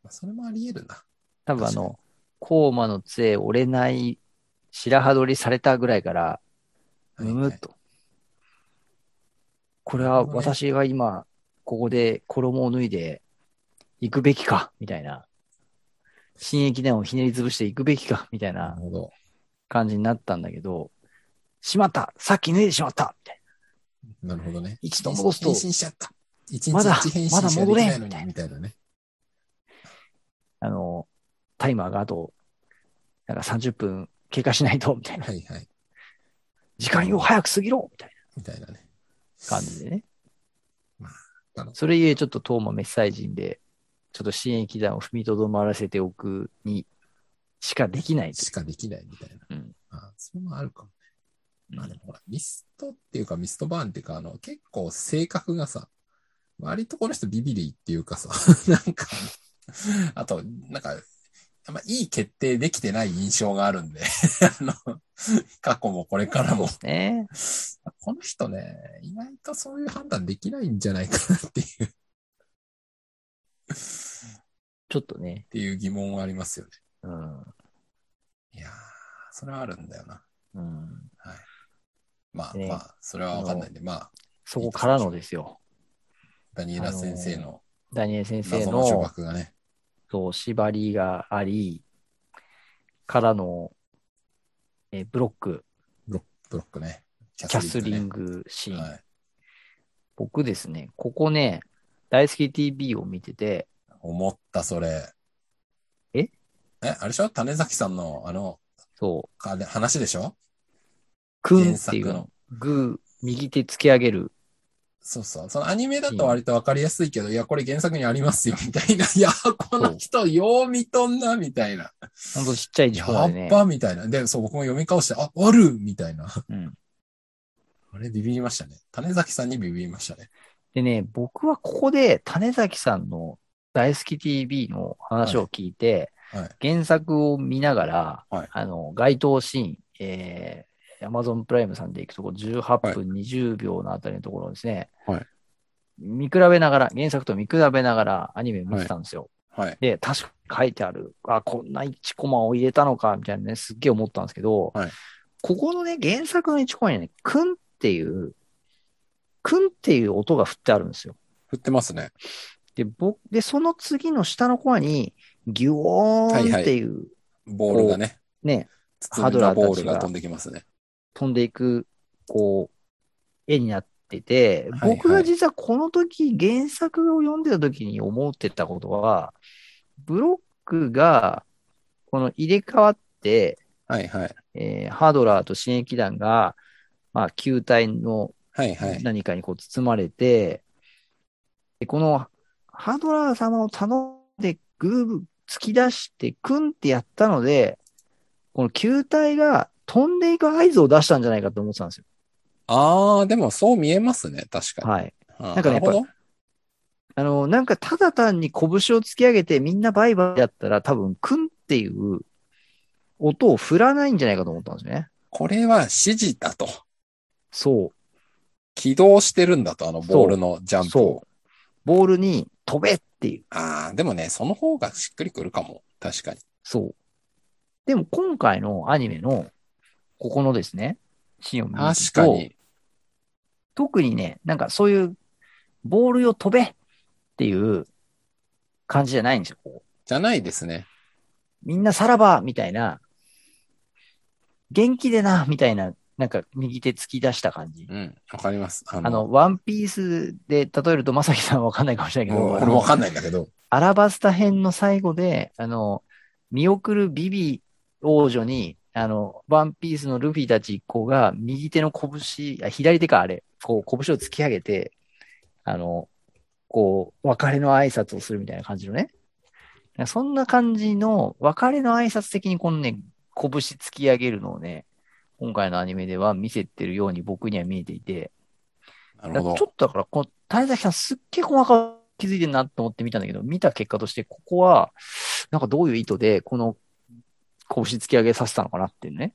Speaker 1: あそれもあり得るな。
Speaker 2: 多分あ
Speaker 1: 確かに
Speaker 2: の、コーマの杖折れない、白羽取りされたぐらいから、
Speaker 1: はい
Speaker 2: むむっと。これは私は今、ここで衣を脱いで行くべきか、みたいな。新駅伝をひねり潰して行くべきか、みた
Speaker 1: は
Speaker 2: い
Speaker 1: いな
Speaker 2: な
Speaker 1: るほど。
Speaker 2: 感じになったんだけど、しまったさっき脱いでしまったみたい
Speaker 1: なるほどね。
Speaker 2: 一度戻すと
Speaker 1: 変身しちゃった。一日
Speaker 2: まだ
Speaker 1: 一変身しかできないのに、みたいなね。
Speaker 2: な。あの、タイマーがあと、なんか30分経過しないと、みたいな。
Speaker 1: はいはい。
Speaker 2: 時間を早く過ぎろみたい
Speaker 1: みたいなね。
Speaker 2: な感じでね
Speaker 1: まあ。
Speaker 2: それゆえちょっとトーマメッサイ人で、ちょっと新駅伝を踏みとどまらせておくにしかできないという
Speaker 1: しかできないみたいな。
Speaker 2: うん
Speaker 1: ああ、それもあるかもね。まあでもほら、ミストっていうか、ミストバーンっていうか、あの、結構性格がさ、割とこの人ビビリっていうかさ、 なんか、あと、なんか、あんまいい決定できてない印象があるんで、 あの、過去もこれからも。
Speaker 2: ね。
Speaker 1: この人ね、意外とそういう判断できないんじゃないかなっていう、っ
Speaker 2: ちょっとね。
Speaker 1: ていう疑問はありますよね。
Speaker 2: うん。
Speaker 1: いやー、それはあるんだよな。
Speaker 2: うん。
Speaker 1: まあ、
Speaker 2: ね
Speaker 1: まあ、それはわかんないんで、まあ、
Speaker 2: そこからのですよ。
Speaker 1: ダニエラ先生の
Speaker 2: ダニエル先生
Speaker 1: 謎の呪
Speaker 2: の、
Speaker 1: 縛がね、
Speaker 2: そう、縛りがあり、からの、えーブロック、
Speaker 1: ブロックね。キ
Speaker 2: キャスリン
Speaker 1: グ
Speaker 2: グシーン。
Speaker 1: はい。
Speaker 2: 僕ですね、ここね、大好き TV を見てて、
Speaker 1: 思った、それ。
Speaker 2: え
Speaker 1: え、あれでしょ種崎さんの、あの、
Speaker 2: そう、
Speaker 1: かで話でしょ
Speaker 2: クンっていう
Speaker 1: 原作
Speaker 2: の
Speaker 1: の、
Speaker 2: グー、右手突き上げる。
Speaker 1: そうそう。そのアニメだと割とわかりやすいけど、いや、これ原作にありますよ、みたいな。いや、この人、よう見とんな、みたいな。
Speaker 2: ほんとちっちゃい字
Speaker 1: や
Speaker 2: までね
Speaker 1: っ。ば、みたいな。で、そう、僕も読み交わして、あ、あるみたいな。
Speaker 2: うん
Speaker 1: あれ、ビビりましたね。種崎さんにビビりましたね。
Speaker 2: でね、僕はここで種崎さんの大好き TV の話を聞いて、
Speaker 1: はい
Speaker 2: 原作を見ながら、
Speaker 1: はい
Speaker 2: あの、該当シーン、えー、Amazon プライムさんで行くところ、18分20秒のあたりのところをですね、
Speaker 1: はい
Speaker 2: 見比べながら、原作と見比べながらアニメ見てたんですよ。
Speaker 1: はい。
Speaker 2: で、確か書いてある、あ、こんな1コマを入れたのか、みたいなね、すっげえ思ったんですけど、
Speaker 1: はい
Speaker 2: ここのね、原作の1コマにね、くんっていう、くんっていう音が振ってあるんですよ。
Speaker 1: 振ってますね。
Speaker 2: で、僕、で、その次の下のコマに、ギュオ
Speaker 1: はい
Speaker 2: ーン
Speaker 1: はい
Speaker 2: っていう、
Speaker 1: ボールがね、
Speaker 2: ね、
Speaker 1: 包んだボールが飛んできますね。
Speaker 2: 飛んでいく、こう、絵になってて、
Speaker 1: はいはい
Speaker 2: 僕が実はこの時、原作を読んでた時に思ってたことは、ブロックが、この入れ替わって、
Speaker 1: はいはい。
Speaker 2: えーハードラーと新駅団が、まあ、球体の
Speaker 1: はいはい。
Speaker 2: 何かにこう包まれて、でこのハードラー様を頼んでグーブ突き出してクンってやったので、この球体が飛んでいく合図を出したんじゃないかと思ってたんですよ。
Speaker 1: あー、でもそう見えますね。確かに。
Speaker 2: はい。
Speaker 1: あー
Speaker 2: なんか
Speaker 1: な
Speaker 2: ね
Speaker 1: るほど
Speaker 2: あの、なんかただ単に拳を突き上げてみんなバイバイだったら多分クンっていう音を振らないんじゃないかと思ったんですね。
Speaker 1: これは指示だと。
Speaker 2: そう。
Speaker 1: 起動してるんだと、あのボールのジャンプを
Speaker 2: そ。う。ボールに飛べっていう。
Speaker 1: ああ、でもね、その方がしっくりくるかも。確かに。
Speaker 2: そう。でも今回のアニメの、ここのですね、シーンを見る
Speaker 1: 確か
Speaker 2: と、
Speaker 1: に。
Speaker 2: 特にね、なんかそういう、ボールよ飛べっていう感じじゃないんですよ。こう
Speaker 1: じゃないですね。
Speaker 2: みんなさらばみたいな、元気でなみたいな、なんか右手突き出した感じ。
Speaker 1: うん。わかります。あ
Speaker 2: あの、ワンピースで例えると、まさきさんはわかんないかもしれないけ
Speaker 1: も
Speaker 2: ど、
Speaker 1: う俺わかんないんだけど。
Speaker 2: アラバスタ編の最後で、あの、見送るビビ王女に、あの、ワンピースのルフィたち一行が、右手の拳、あ、左手か、あれ、こう、拳を突き上げて、あの、こう、別れの挨拶をするみたいな感じのね。そんな感じの、別れの挨拶的にこのね、拳突き上げるのをね、今回のアニメでは見せてるように僕には見えていて、
Speaker 1: なる
Speaker 2: だか
Speaker 1: ほ
Speaker 2: らちょ
Speaker 1: ど。
Speaker 2: っとだから、この、谷崎さんすっげえ細かく気づいてるなと思って見たんだけど、見た結果として、ここは、なんかどういう意図で、この、拳突き上げさせたのかなっていうね。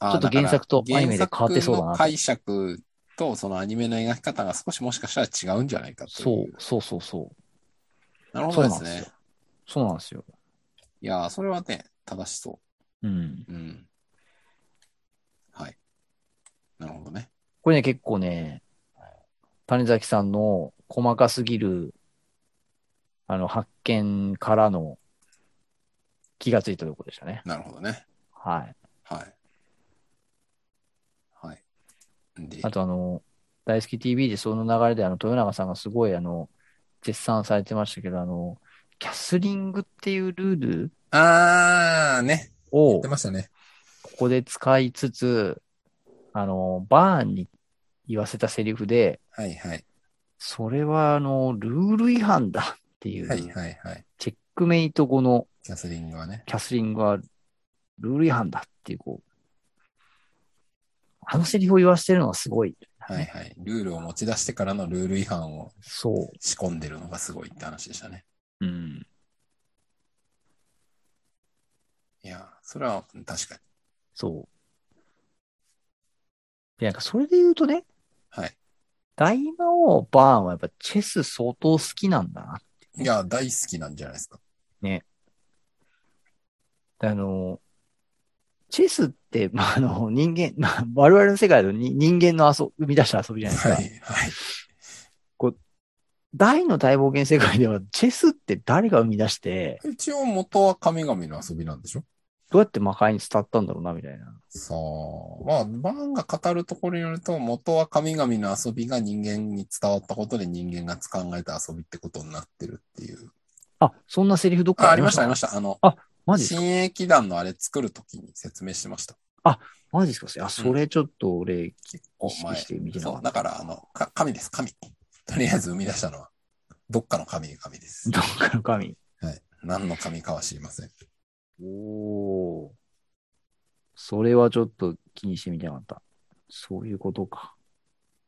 Speaker 1: あー
Speaker 2: ちょっと原作とアニメで変わってそうだな
Speaker 1: 原作の解釈とそのアニメの描き方が少しもしかしたら違うんじゃないかとい
Speaker 2: そう、そうそうそう。
Speaker 1: なるほ
Speaker 2: そ
Speaker 1: ど
Speaker 2: う
Speaker 1: で
Speaker 2: なん
Speaker 1: す
Speaker 2: ですよ
Speaker 1: ね。。
Speaker 2: そうなんですよ。
Speaker 1: いやー、それはね、正しそ
Speaker 2: うん。
Speaker 1: う。うん。はい。なるほどね。
Speaker 2: これね、結構ね、谷崎さんの細かすぎる、あの、発見からの気がついたところでしたね。
Speaker 1: なるほどね。
Speaker 2: はい。
Speaker 1: はい。はい。で、
Speaker 2: あとあの、大好き TV でその流れであの、豊永さんがすごいあの、絶賛されてましたけど、あの、キャスリングっていうルール
Speaker 1: あー、ね。
Speaker 2: を
Speaker 1: 出ましたね。
Speaker 2: ここで使いつつ、あの、バーンに言わせたセリフで、
Speaker 1: はいはい。
Speaker 2: それはあの、ルール違反だってい、
Speaker 1: はいうはいはい。
Speaker 2: チェックメイト後の
Speaker 1: キャスリングはね。
Speaker 2: キャスリングはルール違反だっていう、こう、あのセリフを言わせてるのがすごい。
Speaker 1: はいはい。ルールを持ち出してからのルール違反を
Speaker 2: そう。
Speaker 1: 仕込んでるのがすごいって話でしたね。
Speaker 2: うん。
Speaker 1: いやー、それは確かに。
Speaker 2: そう。で、なんかそれで言うとね、
Speaker 1: はい。
Speaker 2: 大魔王バーンはやっぱチェス相当好きなんだな。
Speaker 1: いやー、大好きなんじゃないですか。
Speaker 2: であの、チェスって、まあ、あの、人間、まあ、我々の世界のに人間の遊生み出した遊びじゃないです
Speaker 1: はい
Speaker 2: か。
Speaker 1: はい。
Speaker 2: 大の大冒険世界では、チェスって誰が生み出して、
Speaker 1: 一応元は神々の遊びなんでしょ
Speaker 2: どうやって魔界に伝わったんだろうな、みたいな。
Speaker 1: さあ、まあ、バーンが語るところによると、元は神々の遊びが人間に伝わったことで人間が考えた遊びってことになってるっていう。
Speaker 2: あ、そんなセリフどっか
Speaker 1: あ、ありました、ありま
Speaker 2: し
Speaker 1: した。あの、
Speaker 2: た。マジですか
Speaker 1: 新駅団のあれ作るときに説明してました。
Speaker 2: マジですかあ、それちょっと俺、
Speaker 1: 結構前
Speaker 2: 意識して見て。なか
Speaker 1: そ
Speaker 2: っ
Speaker 1: う、
Speaker 2: た
Speaker 1: だから、あの、か神です、神。とりあえず生み出したのは、どっかの神々です。
Speaker 2: どっかの神。
Speaker 1: はい。何の神かは知りません。
Speaker 2: おー。それはちょっと気にしてみてなかった。そういうことか。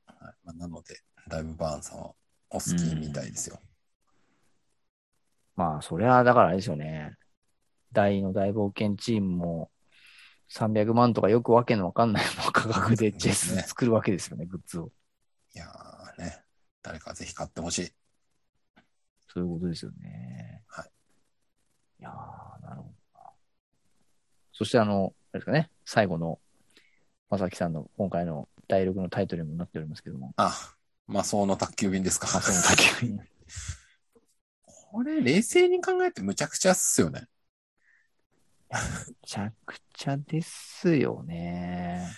Speaker 1: はいまあ、なので、だいぶバーンさんはお好きみたいですよ。
Speaker 2: まあ、それはだからあれですよね。大の大冒険チームも300万とかよくわけのわかん ない価格でチェス作るわけですよね、グッズを。
Speaker 1: いやーね、誰かぜひ買ってほしい。
Speaker 2: そういうことですよね。
Speaker 1: はい。
Speaker 2: いやー、なるほどな。そしてあの、あれですかね、最後の、まさきさんの今回の第6のタイトルにもなっておりますけ ども。
Speaker 1: あ、魔装の宅急便ですか。
Speaker 2: その卓球に
Speaker 1: これ、冷静に考えてむちゃくちゃっすよね。
Speaker 2: めちゃくちゃですよね。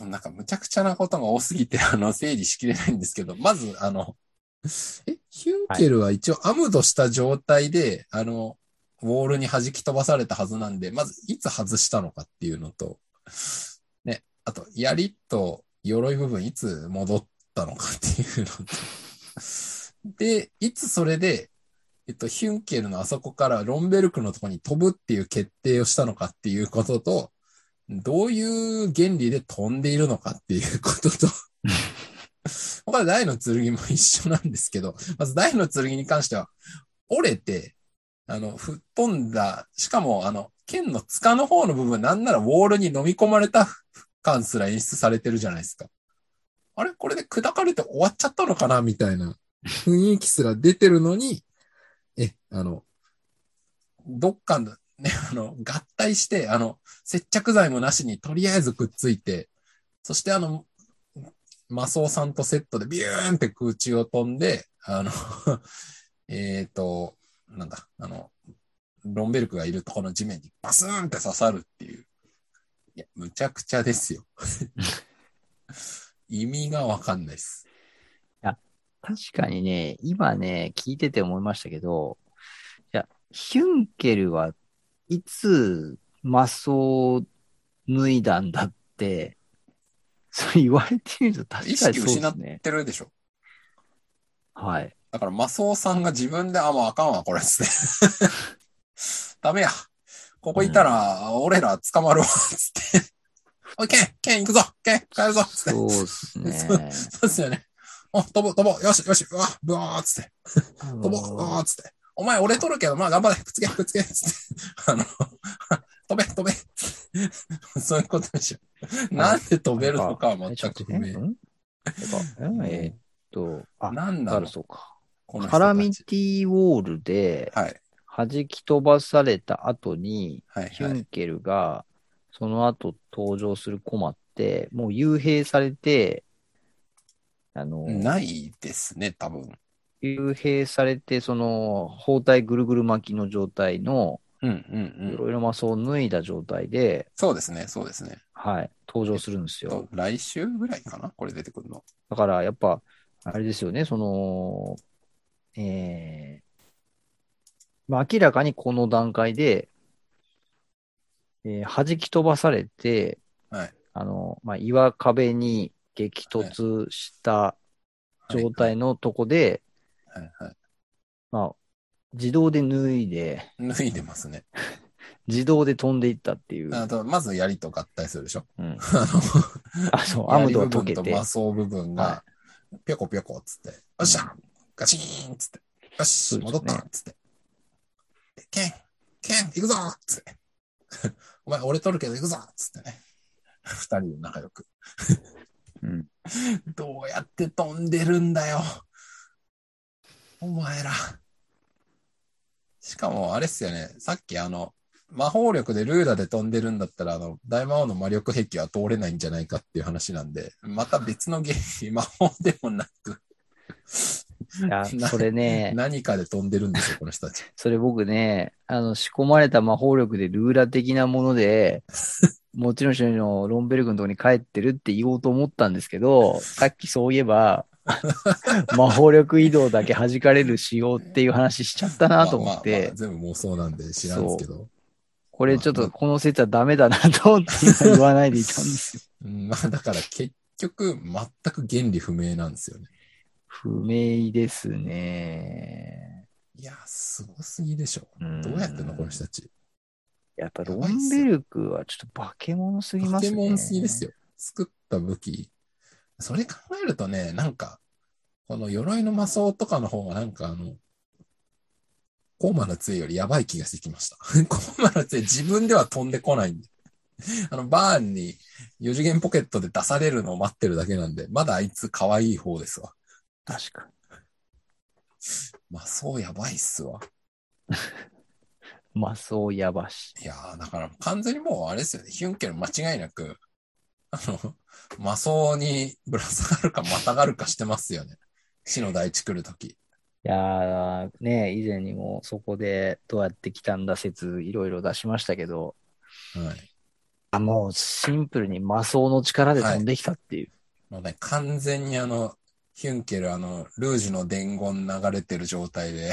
Speaker 1: なんかむちゃくちゃなことが多すぎて、 あの、整理しきれないんですけど、まず、あの、え、ヒュンケルは一応アムドした状態で、あの、ウォールに弾き飛ばされたはずなんで、まずいつ外したのかっていうのと、ね、あと、槍と鎧部分いつ戻ったのかっていうのと、で、いつそれで、えっと、ヒュンケルのあそこからロンベルクのとこに飛ぶっていう決定をしたのかっていうことと、どういう原理で飛んでいるのかっていうことと、これ大の剣も一緒なんですけど、まず大の剣に関しては、折れて、あの、吹っ飛んだ、しかも、あの、剣の塚の方の部分、なんならウォールに飲み込まれた感すら演出されてるじゃないですか。あれこれで砕かれて終わっちゃったのかなみたいな雰囲気すら出てるのに、え、あの、どっかの、ね、あの、合体して、あの、接着剤もなしにとりあえずくっついて、そしてあの、マスオさんとセットでビューンって空中を飛んで、あの、 えっと、なんだ、あの、ロンベルクがいるとこの地面にバスーンって刺さるっていう。いや、むちゃくちゃですよ。意味がわかんないです。
Speaker 2: 確かにね、今ね、聞いてて思いましたけど、いや、ヒュンケルはいつマスを脱いだんだって、それ言われてみると確かにそう
Speaker 1: 意
Speaker 2: で
Speaker 1: 識失っ
Speaker 2: すね
Speaker 1: 言っ。てるでしょ。
Speaker 2: はい。
Speaker 1: だからマスオさんが自分で、あ、もうあかんわ、これっすね。 ダメや。ここいたら、俺ら捕まるわ、つって。 おい、ケン、ケン行くぞ、ケン、帰るぞ、つって。
Speaker 2: そうですね。
Speaker 1: そうですよね。お、飛ぼう、飛ぼう、よし、よし、うわ、ぶわー、つって。飛ぼう、うわー、つって。お前、俺取るけど、まあ、頑張れ、くっつけ、くっつけ、つって。 あの、飛べ、飛べ。 そういうことでしょ。なんで飛べるのかは
Speaker 2: えち
Speaker 1: 全
Speaker 2: ょっ
Speaker 1: く
Speaker 2: と
Speaker 1: 不
Speaker 2: ね。
Speaker 1: 明
Speaker 2: う。んえっとえーっと、あ、
Speaker 1: なんだ
Speaker 2: あ
Speaker 1: ろう
Speaker 2: る、そうか。
Speaker 1: この人
Speaker 2: カ
Speaker 1: た
Speaker 2: ラミ
Speaker 1: ち
Speaker 2: ティウォールで
Speaker 1: はい、
Speaker 2: 弾き飛ばされた後に、
Speaker 1: はい、
Speaker 2: ヒ
Speaker 1: は
Speaker 2: ュ
Speaker 1: い。
Speaker 2: ンケルが、その後登場するコマって、もう幽閉されて、あの、
Speaker 1: ないですね、多分。
Speaker 2: 幽閉されて、その、包帯ぐるぐる巻きの状態の、
Speaker 1: うん、うん、
Speaker 2: い
Speaker 1: うん。
Speaker 2: ろいろマスを脱いだ状態で、
Speaker 1: そうですね、そうですね。
Speaker 2: はい、登場するんですよ
Speaker 1: と。来週ぐらいかなこれ出てくるの。
Speaker 2: だから、やっぱ、あれですよね、その、えー、まあ、明らかにこの段階で、えー弾き飛ばされて、
Speaker 1: はい
Speaker 2: あの、まあ、岩壁に激突した
Speaker 1: はい
Speaker 2: 状態のとこで、
Speaker 1: はい、はい。
Speaker 2: まあ、自動で脱いで、
Speaker 1: 脱いでますね。
Speaker 2: 自動で飛んでいったっていう。
Speaker 1: あと、まず槍と合体するでしょ
Speaker 2: うん、
Speaker 1: あの、
Speaker 2: あ、そう、アムドは溶
Speaker 1: 槍部分
Speaker 2: け
Speaker 1: と
Speaker 2: て
Speaker 1: マ。スオ部分が
Speaker 2: は、
Speaker 1: ぴょこぴょこっつって、よっしゃガチーンっつって、よし
Speaker 2: そうです
Speaker 1: 戻
Speaker 2: ね
Speaker 1: ったっつって。でケンケン行くぞっつって。 お前、俺取るけど行くぞっつってね。二人で仲良く。
Speaker 2: うん
Speaker 1: どうやって飛んでるんだよ。お前ら。しかも、あれっすよね。さっきあの、魔法力でルーラで飛んでるんだったら、あの、大魔王の魔力壁は通れないんじゃないかっていう話なんで、また別のゲーム、魔法でもなく、
Speaker 2: いや、それ ね、
Speaker 1: 何かで飛んでるんですよ、この人 たち。
Speaker 2: それ僕ね、あの、仕込まれた魔法力でルーラ的なも ので、持ち主のロンベルクのとこに帰ってるって言おうと思ったんですけど、さっきそういえば、魔法力移動だけ弾かれる仕様っていう話しちゃったなと思っ
Speaker 1: まあまあま
Speaker 2: て
Speaker 1: あ、全部妄想なんで知らんですけど。
Speaker 2: これちょっとこの説はダメだなと思って今言わないでいた んですよ。
Speaker 1: うんまあ、だから結局、全く原理不明なんですよね。
Speaker 2: 不明ですね。
Speaker 1: いや、すごすぎでしょ。
Speaker 2: ん
Speaker 1: どうやってんの、この人たち。
Speaker 2: やっぱロンベルクはちょっと化け物すぎ
Speaker 1: ポ
Speaker 2: ます
Speaker 1: ケ
Speaker 2: ね。
Speaker 1: モンすぎですよ。作った武器。それ考えるとね、なんか、この鎧の魔装とかの方がなんかあの、コーマの杖よりやばい気がしてきました。 コーマの杖自分では飛んでこないんで。あの、バーンに4次元ポケットで出されるのを待ってるだけなんで、まだあいつ可愛い方ですわ。
Speaker 2: 確か。
Speaker 1: まあ、そうやばいっすわ。
Speaker 2: まあ、そうやばし。
Speaker 1: いやー、だから完全にもうあれですよね。ヒュンケル間違いなく、あの、魔装にぶら下がるかまたがるかしてますよね。死の大地来るとき。
Speaker 2: いやー、ね以前にもそこでどうやって来たんだ説いろいろ出しましたけど、
Speaker 1: はい。
Speaker 2: あもうシンプルに魔装の力で飛んできたっていう。
Speaker 1: もうね、完全にあの、ヒュンケルあの、ルージュの伝言流れてる状態で、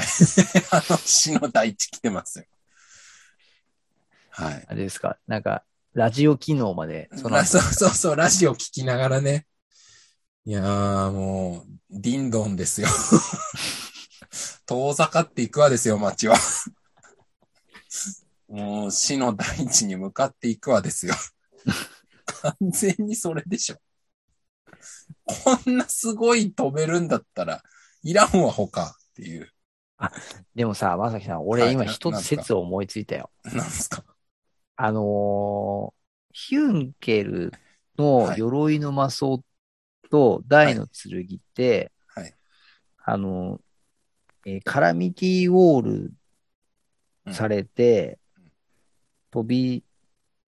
Speaker 1: あの、死の大地来てますよ。はい。
Speaker 2: あれですか、なんか、ラジオ機能まで、その
Speaker 1: ラそうそうそう、ラジオ聞きながらね。いやー、もう、ディンドン ですよ。遠ざかっていくわですよ、街は。もう、死の大地に向かっていくわですよ。完全にそれでしょ。こんなすごい飛べるんだったら、いらんわ、他っていう。
Speaker 2: でもさ、まさきさん、
Speaker 1: は
Speaker 2: 俺
Speaker 1: い
Speaker 2: 今
Speaker 1: な
Speaker 2: 一
Speaker 1: なん
Speaker 2: つ
Speaker 1: すか
Speaker 2: 説を思いついたよ。
Speaker 1: なんですか。
Speaker 2: あのーヒュンケルの鎧の魔装と大の剣って、
Speaker 1: はい
Speaker 2: あのーえーカラミティウォールされて、
Speaker 1: うん
Speaker 2: 飛び、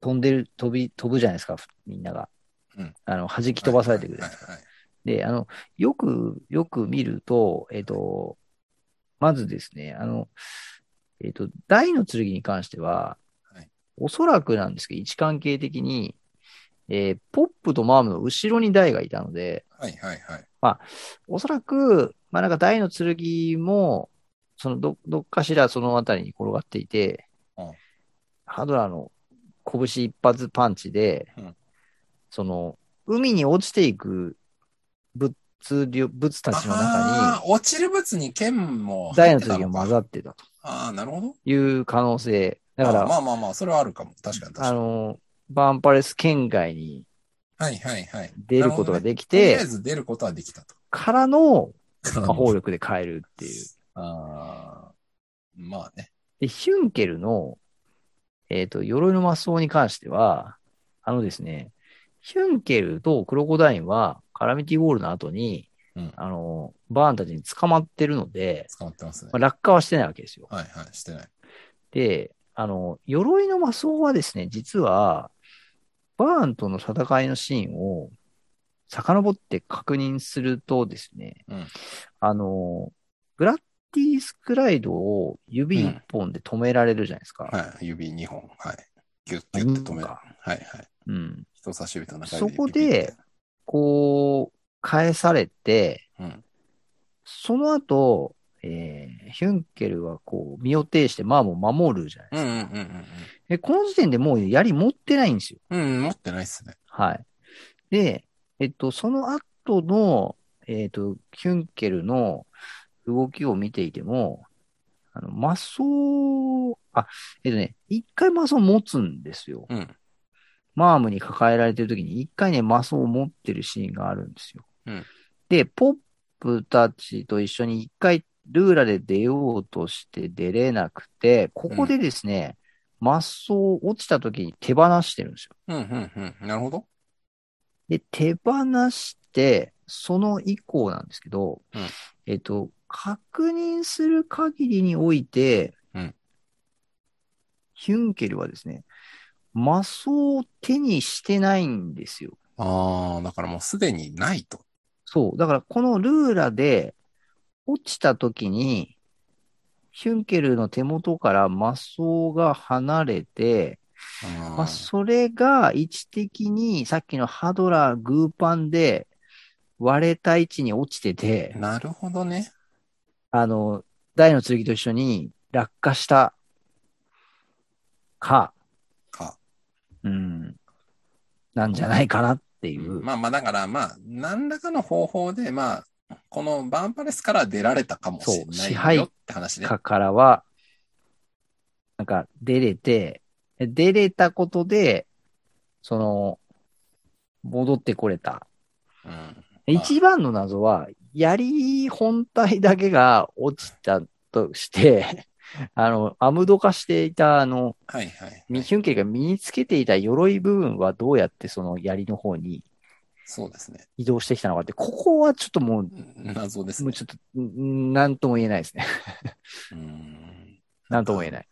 Speaker 2: 飛んでる、飛び、飛ぶじゃないですか、みんなが。
Speaker 1: うん
Speaker 2: あの、弾き飛ばされてくる。
Speaker 1: はいはいはい
Speaker 2: で、あの、よく、よく見ると、えっ、と、まずですね、あの、えっ、と、大の剣に関しては、
Speaker 1: はい
Speaker 2: おそらくなんですけど、位置関係的に、えーポップとマームの後ろに大がいたので、
Speaker 1: はいはいはい。
Speaker 2: おそらく、まあなんか大の剣も、そのど、どっかしらそのあたりに転がっていて、
Speaker 1: うん
Speaker 2: ハドラーの拳一発パンチで、
Speaker 1: うん
Speaker 2: その、海に落ちていく物量、物たちの中
Speaker 1: あー落ちる物に剣も
Speaker 2: に、
Speaker 1: 入
Speaker 2: 大
Speaker 1: っ
Speaker 2: の
Speaker 1: てた
Speaker 2: 剣
Speaker 1: の
Speaker 2: が
Speaker 1: か。
Speaker 2: 混ざってたと
Speaker 1: ああ、なるほど。
Speaker 2: いう可能性。だか
Speaker 1: あ
Speaker 2: ら、
Speaker 1: まあまあまあ、それはあるかも。確かに確かに。
Speaker 2: あの、バーンパレス圏外に
Speaker 1: はいはいはい。
Speaker 2: 出ることができ
Speaker 1: とり
Speaker 2: て
Speaker 1: あえ、ず出ることはできたと。
Speaker 2: からの
Speaker 1: 魔
Speaker 2: 魔法力で変えるっていう。
Speaker 1: あーまあね。
Speaker 2: で、ヒュンケルの、えっ、と、鎧の魔装に関しては、あのですね、ヒュンケルとクロコダインは、カラミティウォールの後に、
Speaker 1: うん。
Speaker 2: あの、バーンたちに捕まってるので、
Speaker 1: 捕まってますね
Speaker 2: まあ。落下はしてないわけですよ。
Speaker 1: はいはい、してない。
Speaker 2: で、あの、鎧の魔装はですね、実は、バーンとの戦いのシーンを遡って確認するとですね、
Speaker 1: うん
Speaker 2: あの、ブラッティスクライドを指一本で止められるじゃないですか。
Speaker 1: はい、指2本。はい。ギュッギュッて止める。
Speaker 2: あ
Speaker 1: はいはい。
Speaker 2: うん。
Speaker 1: 人差し指と中指
Speaker 2: そこ
Speaker 1: ピピって
Speaker 2: で、、こう、返されて、
Speaker 1: うん。
Speaker 2: その後、えーヒュンケルはこう、身を挺してマームを守るじゃないで
Speaker 1: う
Speaker 2: す
Speaker 1: ん
Speaker 2: か。
Speaker 1: うんうん
Speaker 2: でこの時点でもう槍持ってないんですよ。
Speaker 1: うんうん。うん、持ってないっすね。
Speaker 2: はい。で、えっと、その後の、えっと、ヒュンケルの動きを見ていても、あの、魔装、あ、えっとね、一回魔装持つんですよ。
Speaker 1: うん。
Speaker 2: マームに抱えられてる時に一回ね、マスを持ってるシーンがあるんですよ。
Speaker 1: うん
Speaker 2: で、ポップたちと一緒に一回ルーラで出ようとして出れなくて、ここでですね、マスを落ちた時に手放してるんですよ。
Speaker 1: うんうんうん。なるほど。
Speaker 2: で、手放して、その以降なんですけど、
Speaker 1: うん
Speaker 2: えっと、確認する限りにおいて、
Speaker 1: うん
Speaker 2: ヒュンケルはですね、マスを手にしてないんですよ。
Speaker 1: ああ、だからもうすでにないと。
Speaker 2: そう。だから、このルーラで落ちた時に、ヒュンケルの手元から魔装が離れて、
Speaker 1: あ
Speaker 2: ま
Speaker 1: ー
Speaker 2: あ、それが位置的にさっきのハドラーグーパンで割れた位置に落ちてて、
Speaker 1: なるほどね。
Speaker 2: あの、大の剣と一緒に落下したか、
Speaker 1: か。
Speaker 2: うん、なんじゃないかなっていう。
Speaker 1: まあまあ、だからまあ、何らかの方法で、まあ、このバーンパレスから出られたかもしれ
Speaker 2: そう支
Speaker 1: ない
Speaker 2: 配
Speaker 1: よって話ね。
Speaker 2: かからは、なんか出れて、出れたことで、その、戻ってこれた。
Speaker 1: うん。
Speaker 2: 一番の謎は、槍本体だけが落ちたとして、 あの、アムド化していた、あの、
Speaker 1: はいはい。
Speaker 2: ミヒュンケルが身につけていた鎧部分はどうやってその槍の方に
Speaker 1: そうですね。
Speaker 2: 移動してきたのかって、ここはちょっともう、
Speaker 1: うん謎です
Speaker 2: もう
Speaker 1: ね。
Speaker 2: ちょっと、うんなんとも言えないですね。
Speaker 1: うん。
Speaker 2: なんとも言えない。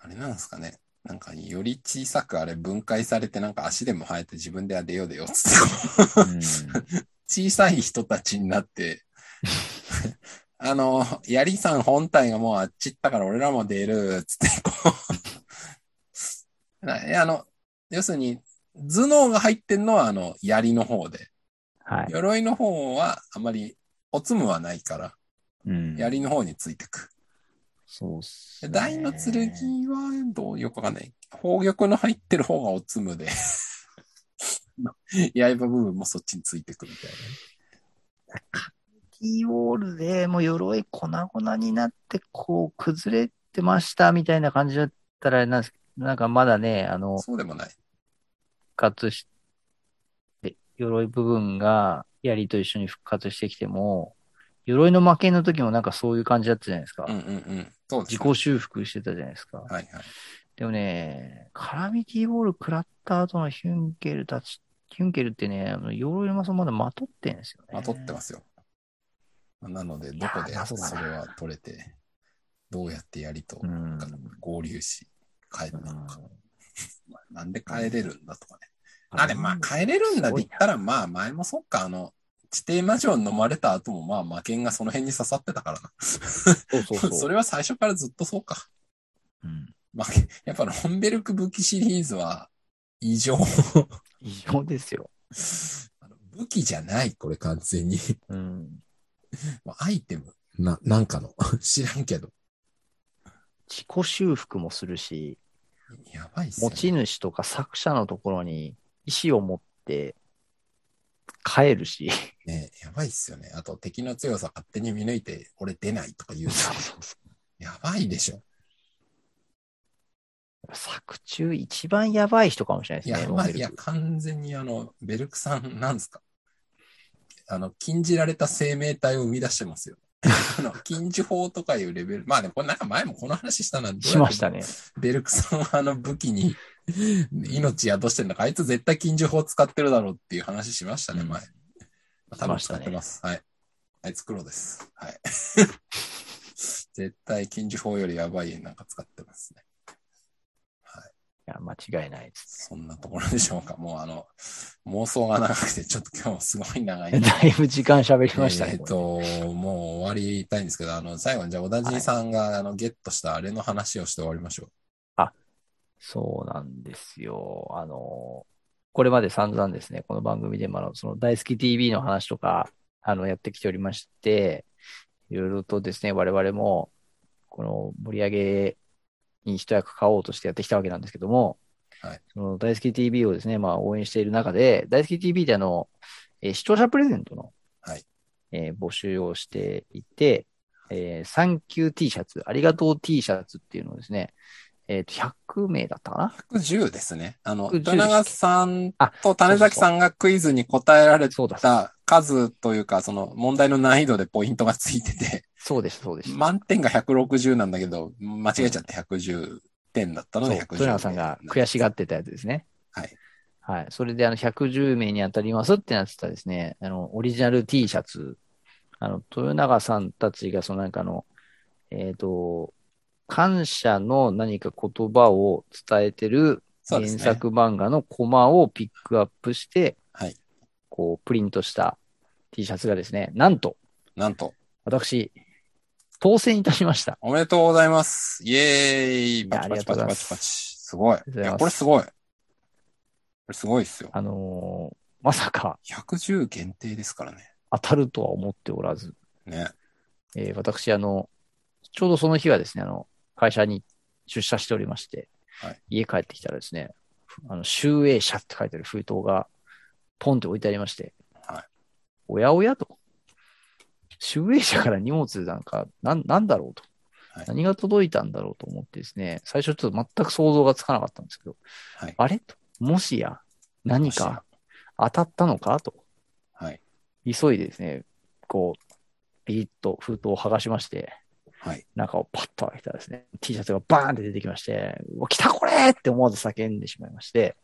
Speaker 1: あれなんですかね。なんか、より小さくあれ分解されて、なんか足でも生えて自分では出よう出ようっつって、小さい人たちになって、 あの、槍さん本体がもうあっち行ったから俺らも出る、つって、こう。 ないやあの、要するに、頭脳が入ってんのはあの、槍の方で、
Speaker 2: はい。
Speaker 1: 鎧の方はあまりおつむはないから、
Speaker 2: うん
Speaker 1: 槍の方についてく。
Speaker 2: そうっす
Speaker 1: で
Speaker 2: ね。
Speaker 1: 大の剣はどうよくわかんない。宝玉の入ってる方がおつむ で、刃部分もそっちについてくみたいな。
Speaker 2: キーオールでもう鎧粉々になって、こう、崩れてましたみたいな感じだったらあれなんですけど、なんかまだね、あの、
Speaker 1: そうでもない。
Speaker 2: 復活して、鎧部分が槍と一緒に復活してきても、鎧の負けの時もなんかそういう感じだったじゃないですか。
Speaker 1: うんうんうん。そうです
Speaker 2: 自
Speaker 1: ね。
Speaker 2: 己修復してたじゃないですか。
Speaker 1: はいはい。
Speaker 2: でもね、カラミティボール食らった後のヒュンケルたち、ヒュンケルってね、あの鎧の魔装まだまとってんですよね。
Speaker 1: まとってますよ。なので、
Speaker 2: い
Speaker 1: ど
Speaker 2: や
Speaker 1: こ
Speaker 2: ー
Speaker 1: で
Speaker 2: 謎だな
Speaker 1: それは取れて、どうやってやりと
Speaker 2: うん。
Speaker 1: 合流し、帰ったのか。
Speaker 2: う
Speaker 1: なんで帰れるんだとかね。
Speaker 2: ん
Speaker 1: あれ、まあ帰れるんだって言ったら、まあ前もそっか、あの、地底魔女に飲まれた後も、まあ魔剣がその辺に刺さってたからな。
Speaker 2: そうそうそう。
Speaker 1: それは最初からずっとそうか。
Speaker 2: うん
Speaker 1: 魔剣、 やっぱロンベルク武器シリーズは、異常。
Speaker 2: 異常ですよ。
Speaker 1: あの武器じゃない、これ完全 に。
Speaker 2: うん。
Speaker 1: もうアイテム。な、なんかの。 知らんけど。
Speaker 2: 自己修復もするし、
Speaker 1: やばいっすよ
Speaker 2: 持
Speaker 1: ね
Speaker 2: ち主とか作者のところに意思を持って帰るし、
Speaker 1: ねやばいっすよね。あと敵の強さ勝手に見抜いて、俺出ないとか 言うの。
Speaker 2: そうそうそ
Speaker 1: やばいでしょ。
Speaker 2: う。作中一番やばい人かもしれない
Speaker 1: い
Speaker 2: です
Speaker 1: や、
Speaker 2: ね、ロ
Speaker 1: まあ、
Speaker 2: ンベ
Speaker 1: い
Speaker 2: ル
Speaker 1: や、
Speaker 2: ク。
Speaker 1: 完全にあの、ベルクさん、なんですか。あの、禁じられた生命体を生み出してますよ。あの、禁じ法とかいうレベル。まあね、これなんか前もこの話したな。どうやって
Speaker 2: しましたね。
Speaker 1: ベルクさんはあの武器に命宿してるのか、あいつ絶対禁じ法使ってるだろうっていう話しましたね、
Speaker 2: うん
Speaker 1: 前。多分使ってます。はい。あいつ黒です。 はい。絶対禁じ法よりやばいなんか使ってますね。
Speaker 2: いや、間違いないです。
Speaker 1: そんなところでしょうか。もうあの、妄想が長くて、ちょっと今日すごい 長い
Speaker 2: だ
Speaker 1: んで。
Speaker 2: いぶ時間喋りましたね。
Speaker 1: えっと、もう終わりたいんですけど、あの、最後にじゃあ、小田爺さんが、あの、ゲットしたあれの話をして終わりましょう。
Speaker 2: そうなんですよ。あの、これまで散々ですね、この番組でもあの、その大好き TV の話とか、あの、やってきておりまして、いろいろとですね、我々も、この盛り上げに一役買おうとしてやってきたわけなんですけども、
Speaker 1: はい
Speaker 2: その大好き TV をですね、まあ応援している中で、大好き TV であの、えー視聴者プレゼントの、
Speaker 1: はい
Speaker 2: えー募集をしていて、えーサンキュー T シャツ、ありがとう T シャツっていうのをですね、えっと、100名だったかな
Speaker 1: 110ですね。あの、
Speaker 2: 110
Speaker 1: 豊永さん
Speaker 2: あ
Speaker 1: と種崎さんがクイズに答えられ
Speaker 2: そうだ、
Speaker 1: た数というか、その問題の難易度でポイントがついてて、
Speaker 2: そうでした、そうでした。
Speaker 1: 満点が160なんだけど、間違えちゃって110点だったの
Speaker 2: そう
Speaker 1: で110
Speaker 2: 豊永さんが悔しがってたやつですね。
Speaker 1: はい。
Speaker 2: はい。それで、あの、110名に当たりますってなってたですね、あの、オリジナル T シャツ。あの、豊永さんたちが、そのなんかあの、えっ、と、感謝の何か言葉を伝えてる
Speaker 1: そう
Speaker 2: 原
Speaker 1: ですね。
Speaker 2: 作漫画のコマをピックアップして、
Speaker 1: はい。
Speaker 2: こう、プリントした T シャツがですね、なんと、
Speaker 1: なんと、
Speaker 2: 私、当選いたしました。
Speaker 1: おめでとうございます。イエーイパ
Speaker 2: や
Speaker 1: チパチパチパチパチ。す
Speaker 2: りがと
Speaker 1: ごい。い
Speaker 2: うございます
Speaker 1: や、これすごい。これすごいっすよ。
Speaker 2: あのーまさか
Speaker 1: 110限定ですからね。
Speaker 2: 当たるとは思っておらず、
Speaker 1: ね。
Speaker 2: えー私、あの、ちょうどその日はですね、あの、会社に出社しておりまして、
Speaker 1: はい
Speaker 2: 家帰ってきたらですね、あの、集英社って書いてある封筒が、ポンって置いてありまして、
Speaker 1: はい
Speaker 2: おやおやと。集英社から荷物なんか、なん、なんだろうと
Speaker 1: はい。
Speaker 2: 何が届いたんだろうと思ってですね、最初ちょっと全く想像がつかなかったんですけど、
Speaker 1: はい。
Speaker 2: あれと、もしや、何か当たったのかと。
Speaker 1: はい。
Speaker 2: 急いでですね、こう、ビリッと封筒を剥がしまして、
Speaker 1: はい。
Speaker 2: 中をパッと開けたらですね、T シャツがバーンって出てきまして、うわ、来たこれって思わず叫んでしまいまして、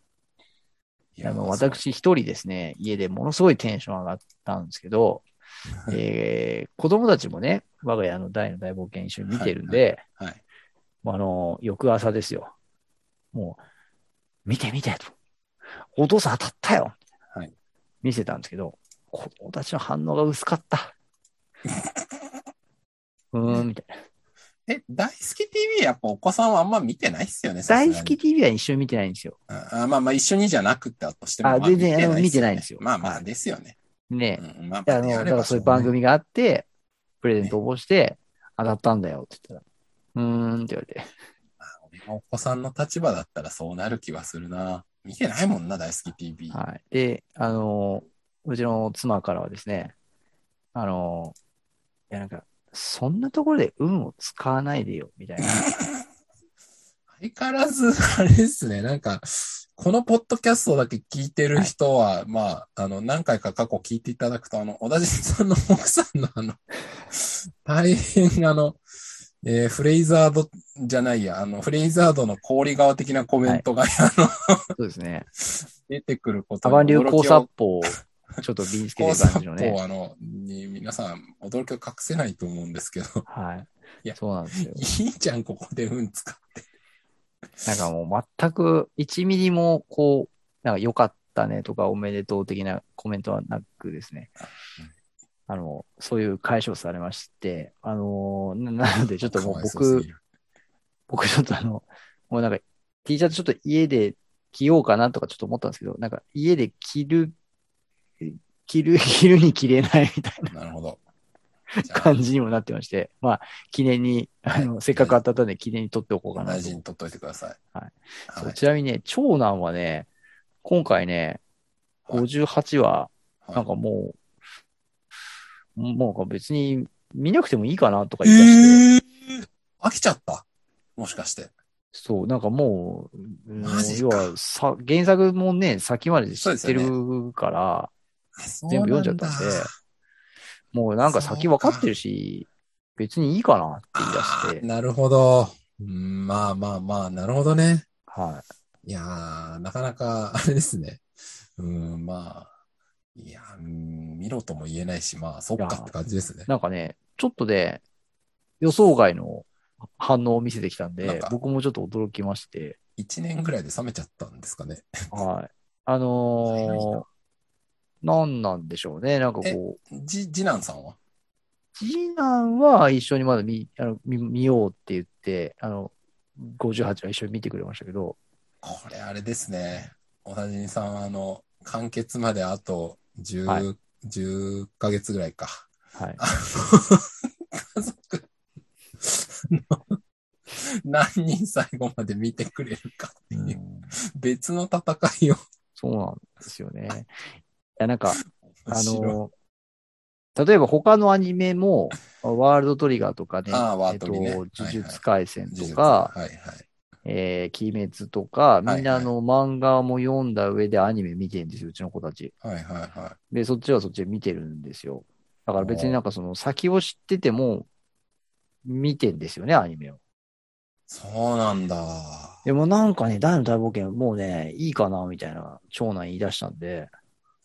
Speaker 1: い
Speaker 2: あの、私一人ですね、家でものすごいテンション上がったんですけど、えー子供たちもね、我が家の大の大冒険一緒に見てるんで、
Speaker 1: そうはい。
Speaker 2: あの、翌朝ですよ。もう、見て見てと。お父さん当たったよ。
Speaker 1: はい
Speaker 2: 見せたんですけど、子供たちの反応が薄か った。うーん、みたいな。
Speaker 1: え、大好き TV やっぱお子さんはあんま見てないっすよね。さすが
Speaker 2: 大
Speaker 1: に
Speaker 2: 好き TV は一緒に見てないんですよ。
Speaker 1: ああまあまあ一緒にじゃなくてあとしても。
Speaker 2: あ
Speaker 1: ま
Speaker 2: 全然
Speaker 1: 見て
Speaker 2: あの
Speaker 1: っ
Speaker 2: 見てないんですよ
Speaker 1: まあまあですよね。
Speaker 2: ね
Speaker 1: うん、まあ
Speaker 2: で
Speaker 1: ま
Speaker 2: あ
Speaker 1: あ
Speaker 2: の、
Speaker 1: や
Speaker 2: だ
Speaker 1: れ
Speaker 2: か
Speaker 1: ば
Speaker 2: らそういう番組があって、プレゼント応募して、当たったんだよって言ったら、うーんって言われて。
Speaker 1: そうね。俺がお子さんの立場だったらそうなる気はするな。見てないもんな、大好き TV。
Speaker 2: はい。で、あの、うちの妻からはですね、あの、いやなんか、そんなところで運を使わないでよ、みたい な。
Speaker 1: 相変わらず、 あれですね、なんか、このポッドキャストだけ聞いてる人は、まあ、あの、何回か過去聞いていただくと、あの、小田尻さんの奥さんのあ の、大変あの、えーフレイザードじゃないや、あの、フレイザードの氷側的なコメントが、あの、
Speaker 2: そうですね。
Speaker 1: 出てくること
Speaker 2: ア
Speaker 1: に
Speaker 2: バン流
Speaker 1: 驚
Speaker 2: 交
Speaker 1: きを
Speaker 2: 殺法をちょっと身につけて
Speaker 1: こう
Speaker 2: る
Speaker 1: さ
Speaker 2: 感じのね。
Speaker 1: あの、に皆さん、驚きを隠せないと思うんですけど、
Speaker 2: はいい
Speaker 1: や。
Speaker 2: そうなんですよ。
Speaker 1: いいじゃん、ここでうん使って。
Speaker 2: なんかもう全く1ミリもこう、なんか良かったねとかおめでとう的なコメントはなくですね。あの、そういう解消されまして、あの、ななのでちょっともう
Speaker 1: かわいそうす
Speaker 2: 僕
Speaker 1: ぎ、る
Speaker 2: 僕ちょっとあの、もうなんか T シャツちょっと家で着ようかなとかちょっと思ったんですけど、なんか家で着る、着る、 着るに着れないみたいな
Speaker 1: なるほど。じゃ あ
Speaker 2: 感じにもなってまして、まあ、記念に、あの、せっかく温めて記念に撮っておこうかな
Speaker 1: 大
Speaker 2: と。
Speaker 1: 事に取っといてください。
Speaker 2: はい
Speaker 1: はい。
Speaker 2: そうちなみにね、長男はね、今回ね、
Speaker 1: はい
Speaker 2: 58は、
Speaker 1: はい
Speaker 2: なんかもう、もうなんか別に見なくてもいいかなとか
Speaker 1: え
Speaker 2: 言い出して、
Speaker 1: ー飽きちゃったもしかして。
Speaker 2: そう、なんかもう、うん
Speaker 1: マジか
Speaker 2: 要はさ、原作もね、先まで知ってるから、全部読んじゃったんで、もうなんか先分かってるし、別にいいかなって言い出
Speaker 1: あ
Speaker 2: し
Speaker 1: ー
Speaker 2: て、
Speaker 1: なるほど。うんまあまあまあ、なるほどね。
Speaker 2: はい
Speaker 1: やー、なかなか、あれですね。うん、まあ、いや、うん見ろとも言えないし、まあ、そっかって感じですね
Speaker 2: い。。なんかね、ちょっとで、予想外の反応を見せてきたん
Speaker 1: なん
Speaker 2: で
Speaker 1: か、
Speaker 2: 僕もちょっと驚きまして、
Speaker 1: 一年ぐらいで冷めちゃったんですかね。
Speaker 2: はい。あのー、なんなんでしょうね。なんかこう、
Speaker 1: じ、次男さんは
Speaker 2: 次男は一緒にまだ見、あの、見、見ようって言って、あの、58は一緒に見てくれましたけど、
Speaker 1: これあれですね。小田人さんは、あの、完結まであと10、
Speaker 2: はい
Speaker 1: 10ヶ月ぐらいか。
Speaker 2: はい。
Speaker 1: あの家族の、何人最後まで見てくれるかっていう、
Speaker 2: うん
Speaker 1: 別の戦いを。
Speaker 2: そうなんですよね。いや、なんか、あ
Speaker 1: 面白い
Speaker 2: の、例えば他のアニメも、ワールドトリガーとかね、
Speaker 1: あーワートリね
Speaker 2: えっと、
Speaker 1: はいはい
Speaker 2: 呪術廻戦
Speaker 1: 事
Speaker 2: と
Speaker 1: 実
Speaker 2: か、
Speaker 1: はいはい。
Speaker 2: えー、鬼滅と
Speaker 1: は
Speaker 2: か、
Speaker 1: い
Speaker 2: みんなあの、漫画も読んだ上でアニメ見てるんですよ、うちの子たち。
Speaker 1: はいはいは
Speaker 2: で、そっちはそっちで見てるんですよ。だから別になんかその先を知ってても、見てんですよね、アニメを。
Speaker 1: い。そうなんだ。
Speaker 2: でもなんかね、大の大冒険、もうね、いいかな、みたいな、長男言い出したんで、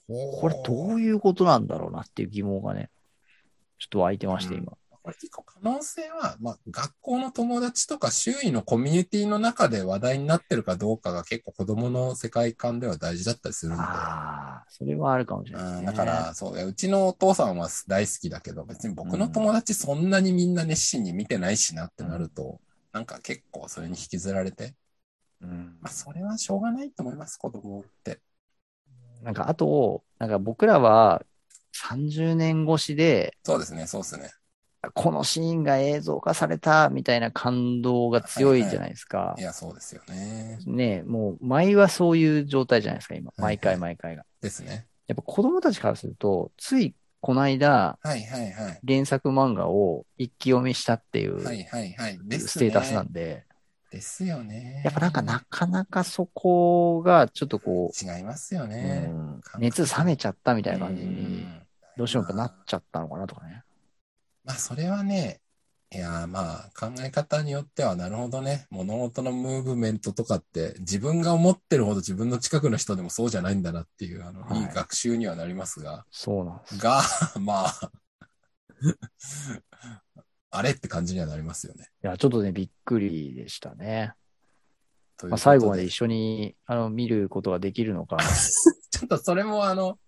Speaker 2: こ
Speaker 1: こ
Speaker 2: れどういうことなんだろうなっていう疑問がね、ちょっと湧いてまして、
Speaker 1: うん
Speaker 2: 今。
Speaker 1: これ結構可能性は、まあ、学校の友達とか周囲のコミュニティの中で話題になってるかどうかが結構子供の世界観では大事だったりするんで。
Speaker 2: ああ、それはあるかもしれないです
Speaker 1: う
Speaker 2: ね。
Speaker 1: んだから、そういや、うちのお父さんは大好きだけど、別に僕の
Speaker 2: うん
Speaker 1: 友達そんなにみんな熱心に見てないしなってなると、なんか結構それに引きずられて、
Speaker 2: うん
Speaker 1: まあ、それはしょうがないと思います、子供って。
Speaker 2: なんか、あと、なんか僕らは30年越しで、
Speaker 1: そうですね、そうですね。
Speaker 2: このシーンが映像化されたみたいな感動が強いじゃないですか
Speaker 1: い。や、そうですよね。
Speaker 2: ねえもう、毎はそういう状態じゃないですか、今。
Speaker 1: いはい
Speaker 2: 毎回毎回が。
Speaker 1: ですね。
Speaker 2: やっぱ子供たちからすると、ついこの間、
Speaker 1: はいはいはい。
Speaker 2: 原作漫画を一気読みしたっていう
Speaker 1: はいはいはい。ですね。
Speaker 2: ステータスなんで、
Speaker 1: ですよね。
Speaker 2: やっぱなんかなかなかそこがちょっとこ
Speaker 1: 違いますよ
Speaker 2: う、
Speaker 1: ね。
Speaker 2: うん熱冷めちゃったみたいな感じ
Speaker 1: う
Speaker 2: に
Speaker 1: ん
Speaker 2: どうしてもやっぱなっちゃったのかなとかね。
Speaker 1: まあ、それはね、いやーまあ考え方によってはなるほどね物事のムーブメントとかって自分が思ってるほど自分の近くの人でもそうじゃないんだなっていうあの、
Speaker 2: はい
Speaker 1: いい学習にはなりますが
Speaker 2: そうなんです。
Speaker 1: が まああれって感じにはなりますよね。
Speaker 2: いや、ちょっとね、びっくりでしたね。
Speaker 1: という
Speaker 2: ま
Speaker 1: こ
Speaker 2: あ、
Speaker 1: とで
Speaker 2: 最後まで一緒にあの見ることができ るのか。
Speaker 1: ちょっとそれもあの、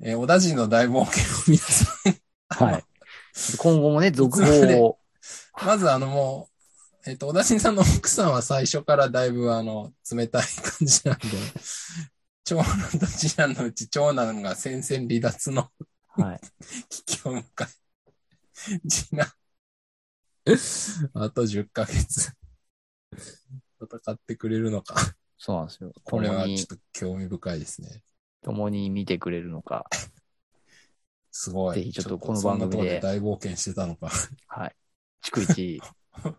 Speaker 1: えー小田人の大冒険を皆さん
Speaker 2: はい。今後もね、続報を。
Speaker 1: まずあのもう、えっ、と、小田新さんの奥さんは最初からだいぶあの、冷たい感じなんで、長男と次男のうち長男が戦線離脱の
Speaker 2: はい。
Speaker 1: 危機を迎え、次男、 あと10ヶ月、 戦ってくれるのか。
Speaker 2: そうなんですよ。
Speaker 1: これ
Speaker 2: 共
Speaker 1: は
Speaker 2: に
Speaker 1: ちょっと興味深いですね。
Speaker 2: 共に見てくれるのか。
Speaker 1: すごい。
Speaker 2: ぜひちょっとこの番組
Speaker 1: ち
Speaker 2: で
Speaker 1: ょっとそんなとこで大冒険してたのか。
Speaker 2: はい。逐一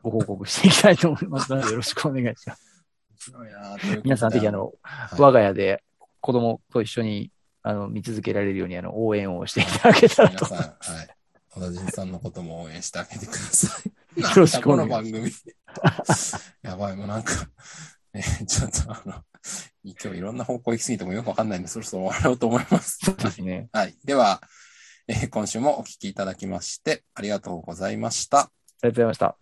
Speaker 2: ご報告していきたいと思い ますので、よろしくお願いします。 皆さんぜひあ、の、
Speaker 1: はい
Speaker 2: 我が家で子供と一緒にあの見続けられるようにあの応援をしていただけたら
Speaker 1: 皆
Speaker 2: と。
Speaker 1: さん、はい。小田人さんのことも応援してあげてください。
Speaker 2: よろしくお願いします
Speaker 1: なんだこの番組。やばい、もうなんか、 ね、ちょっとあの、今日いろんな方向行き過ぎてもよくわかんないんで、そろそろ終わろうと思い ます。
Speaker 2: そうですね。
Speaker 1: はい。では、えー今週もお聞きいただきまして、ありがとうございました。
Speaker 2: ありがとうございました。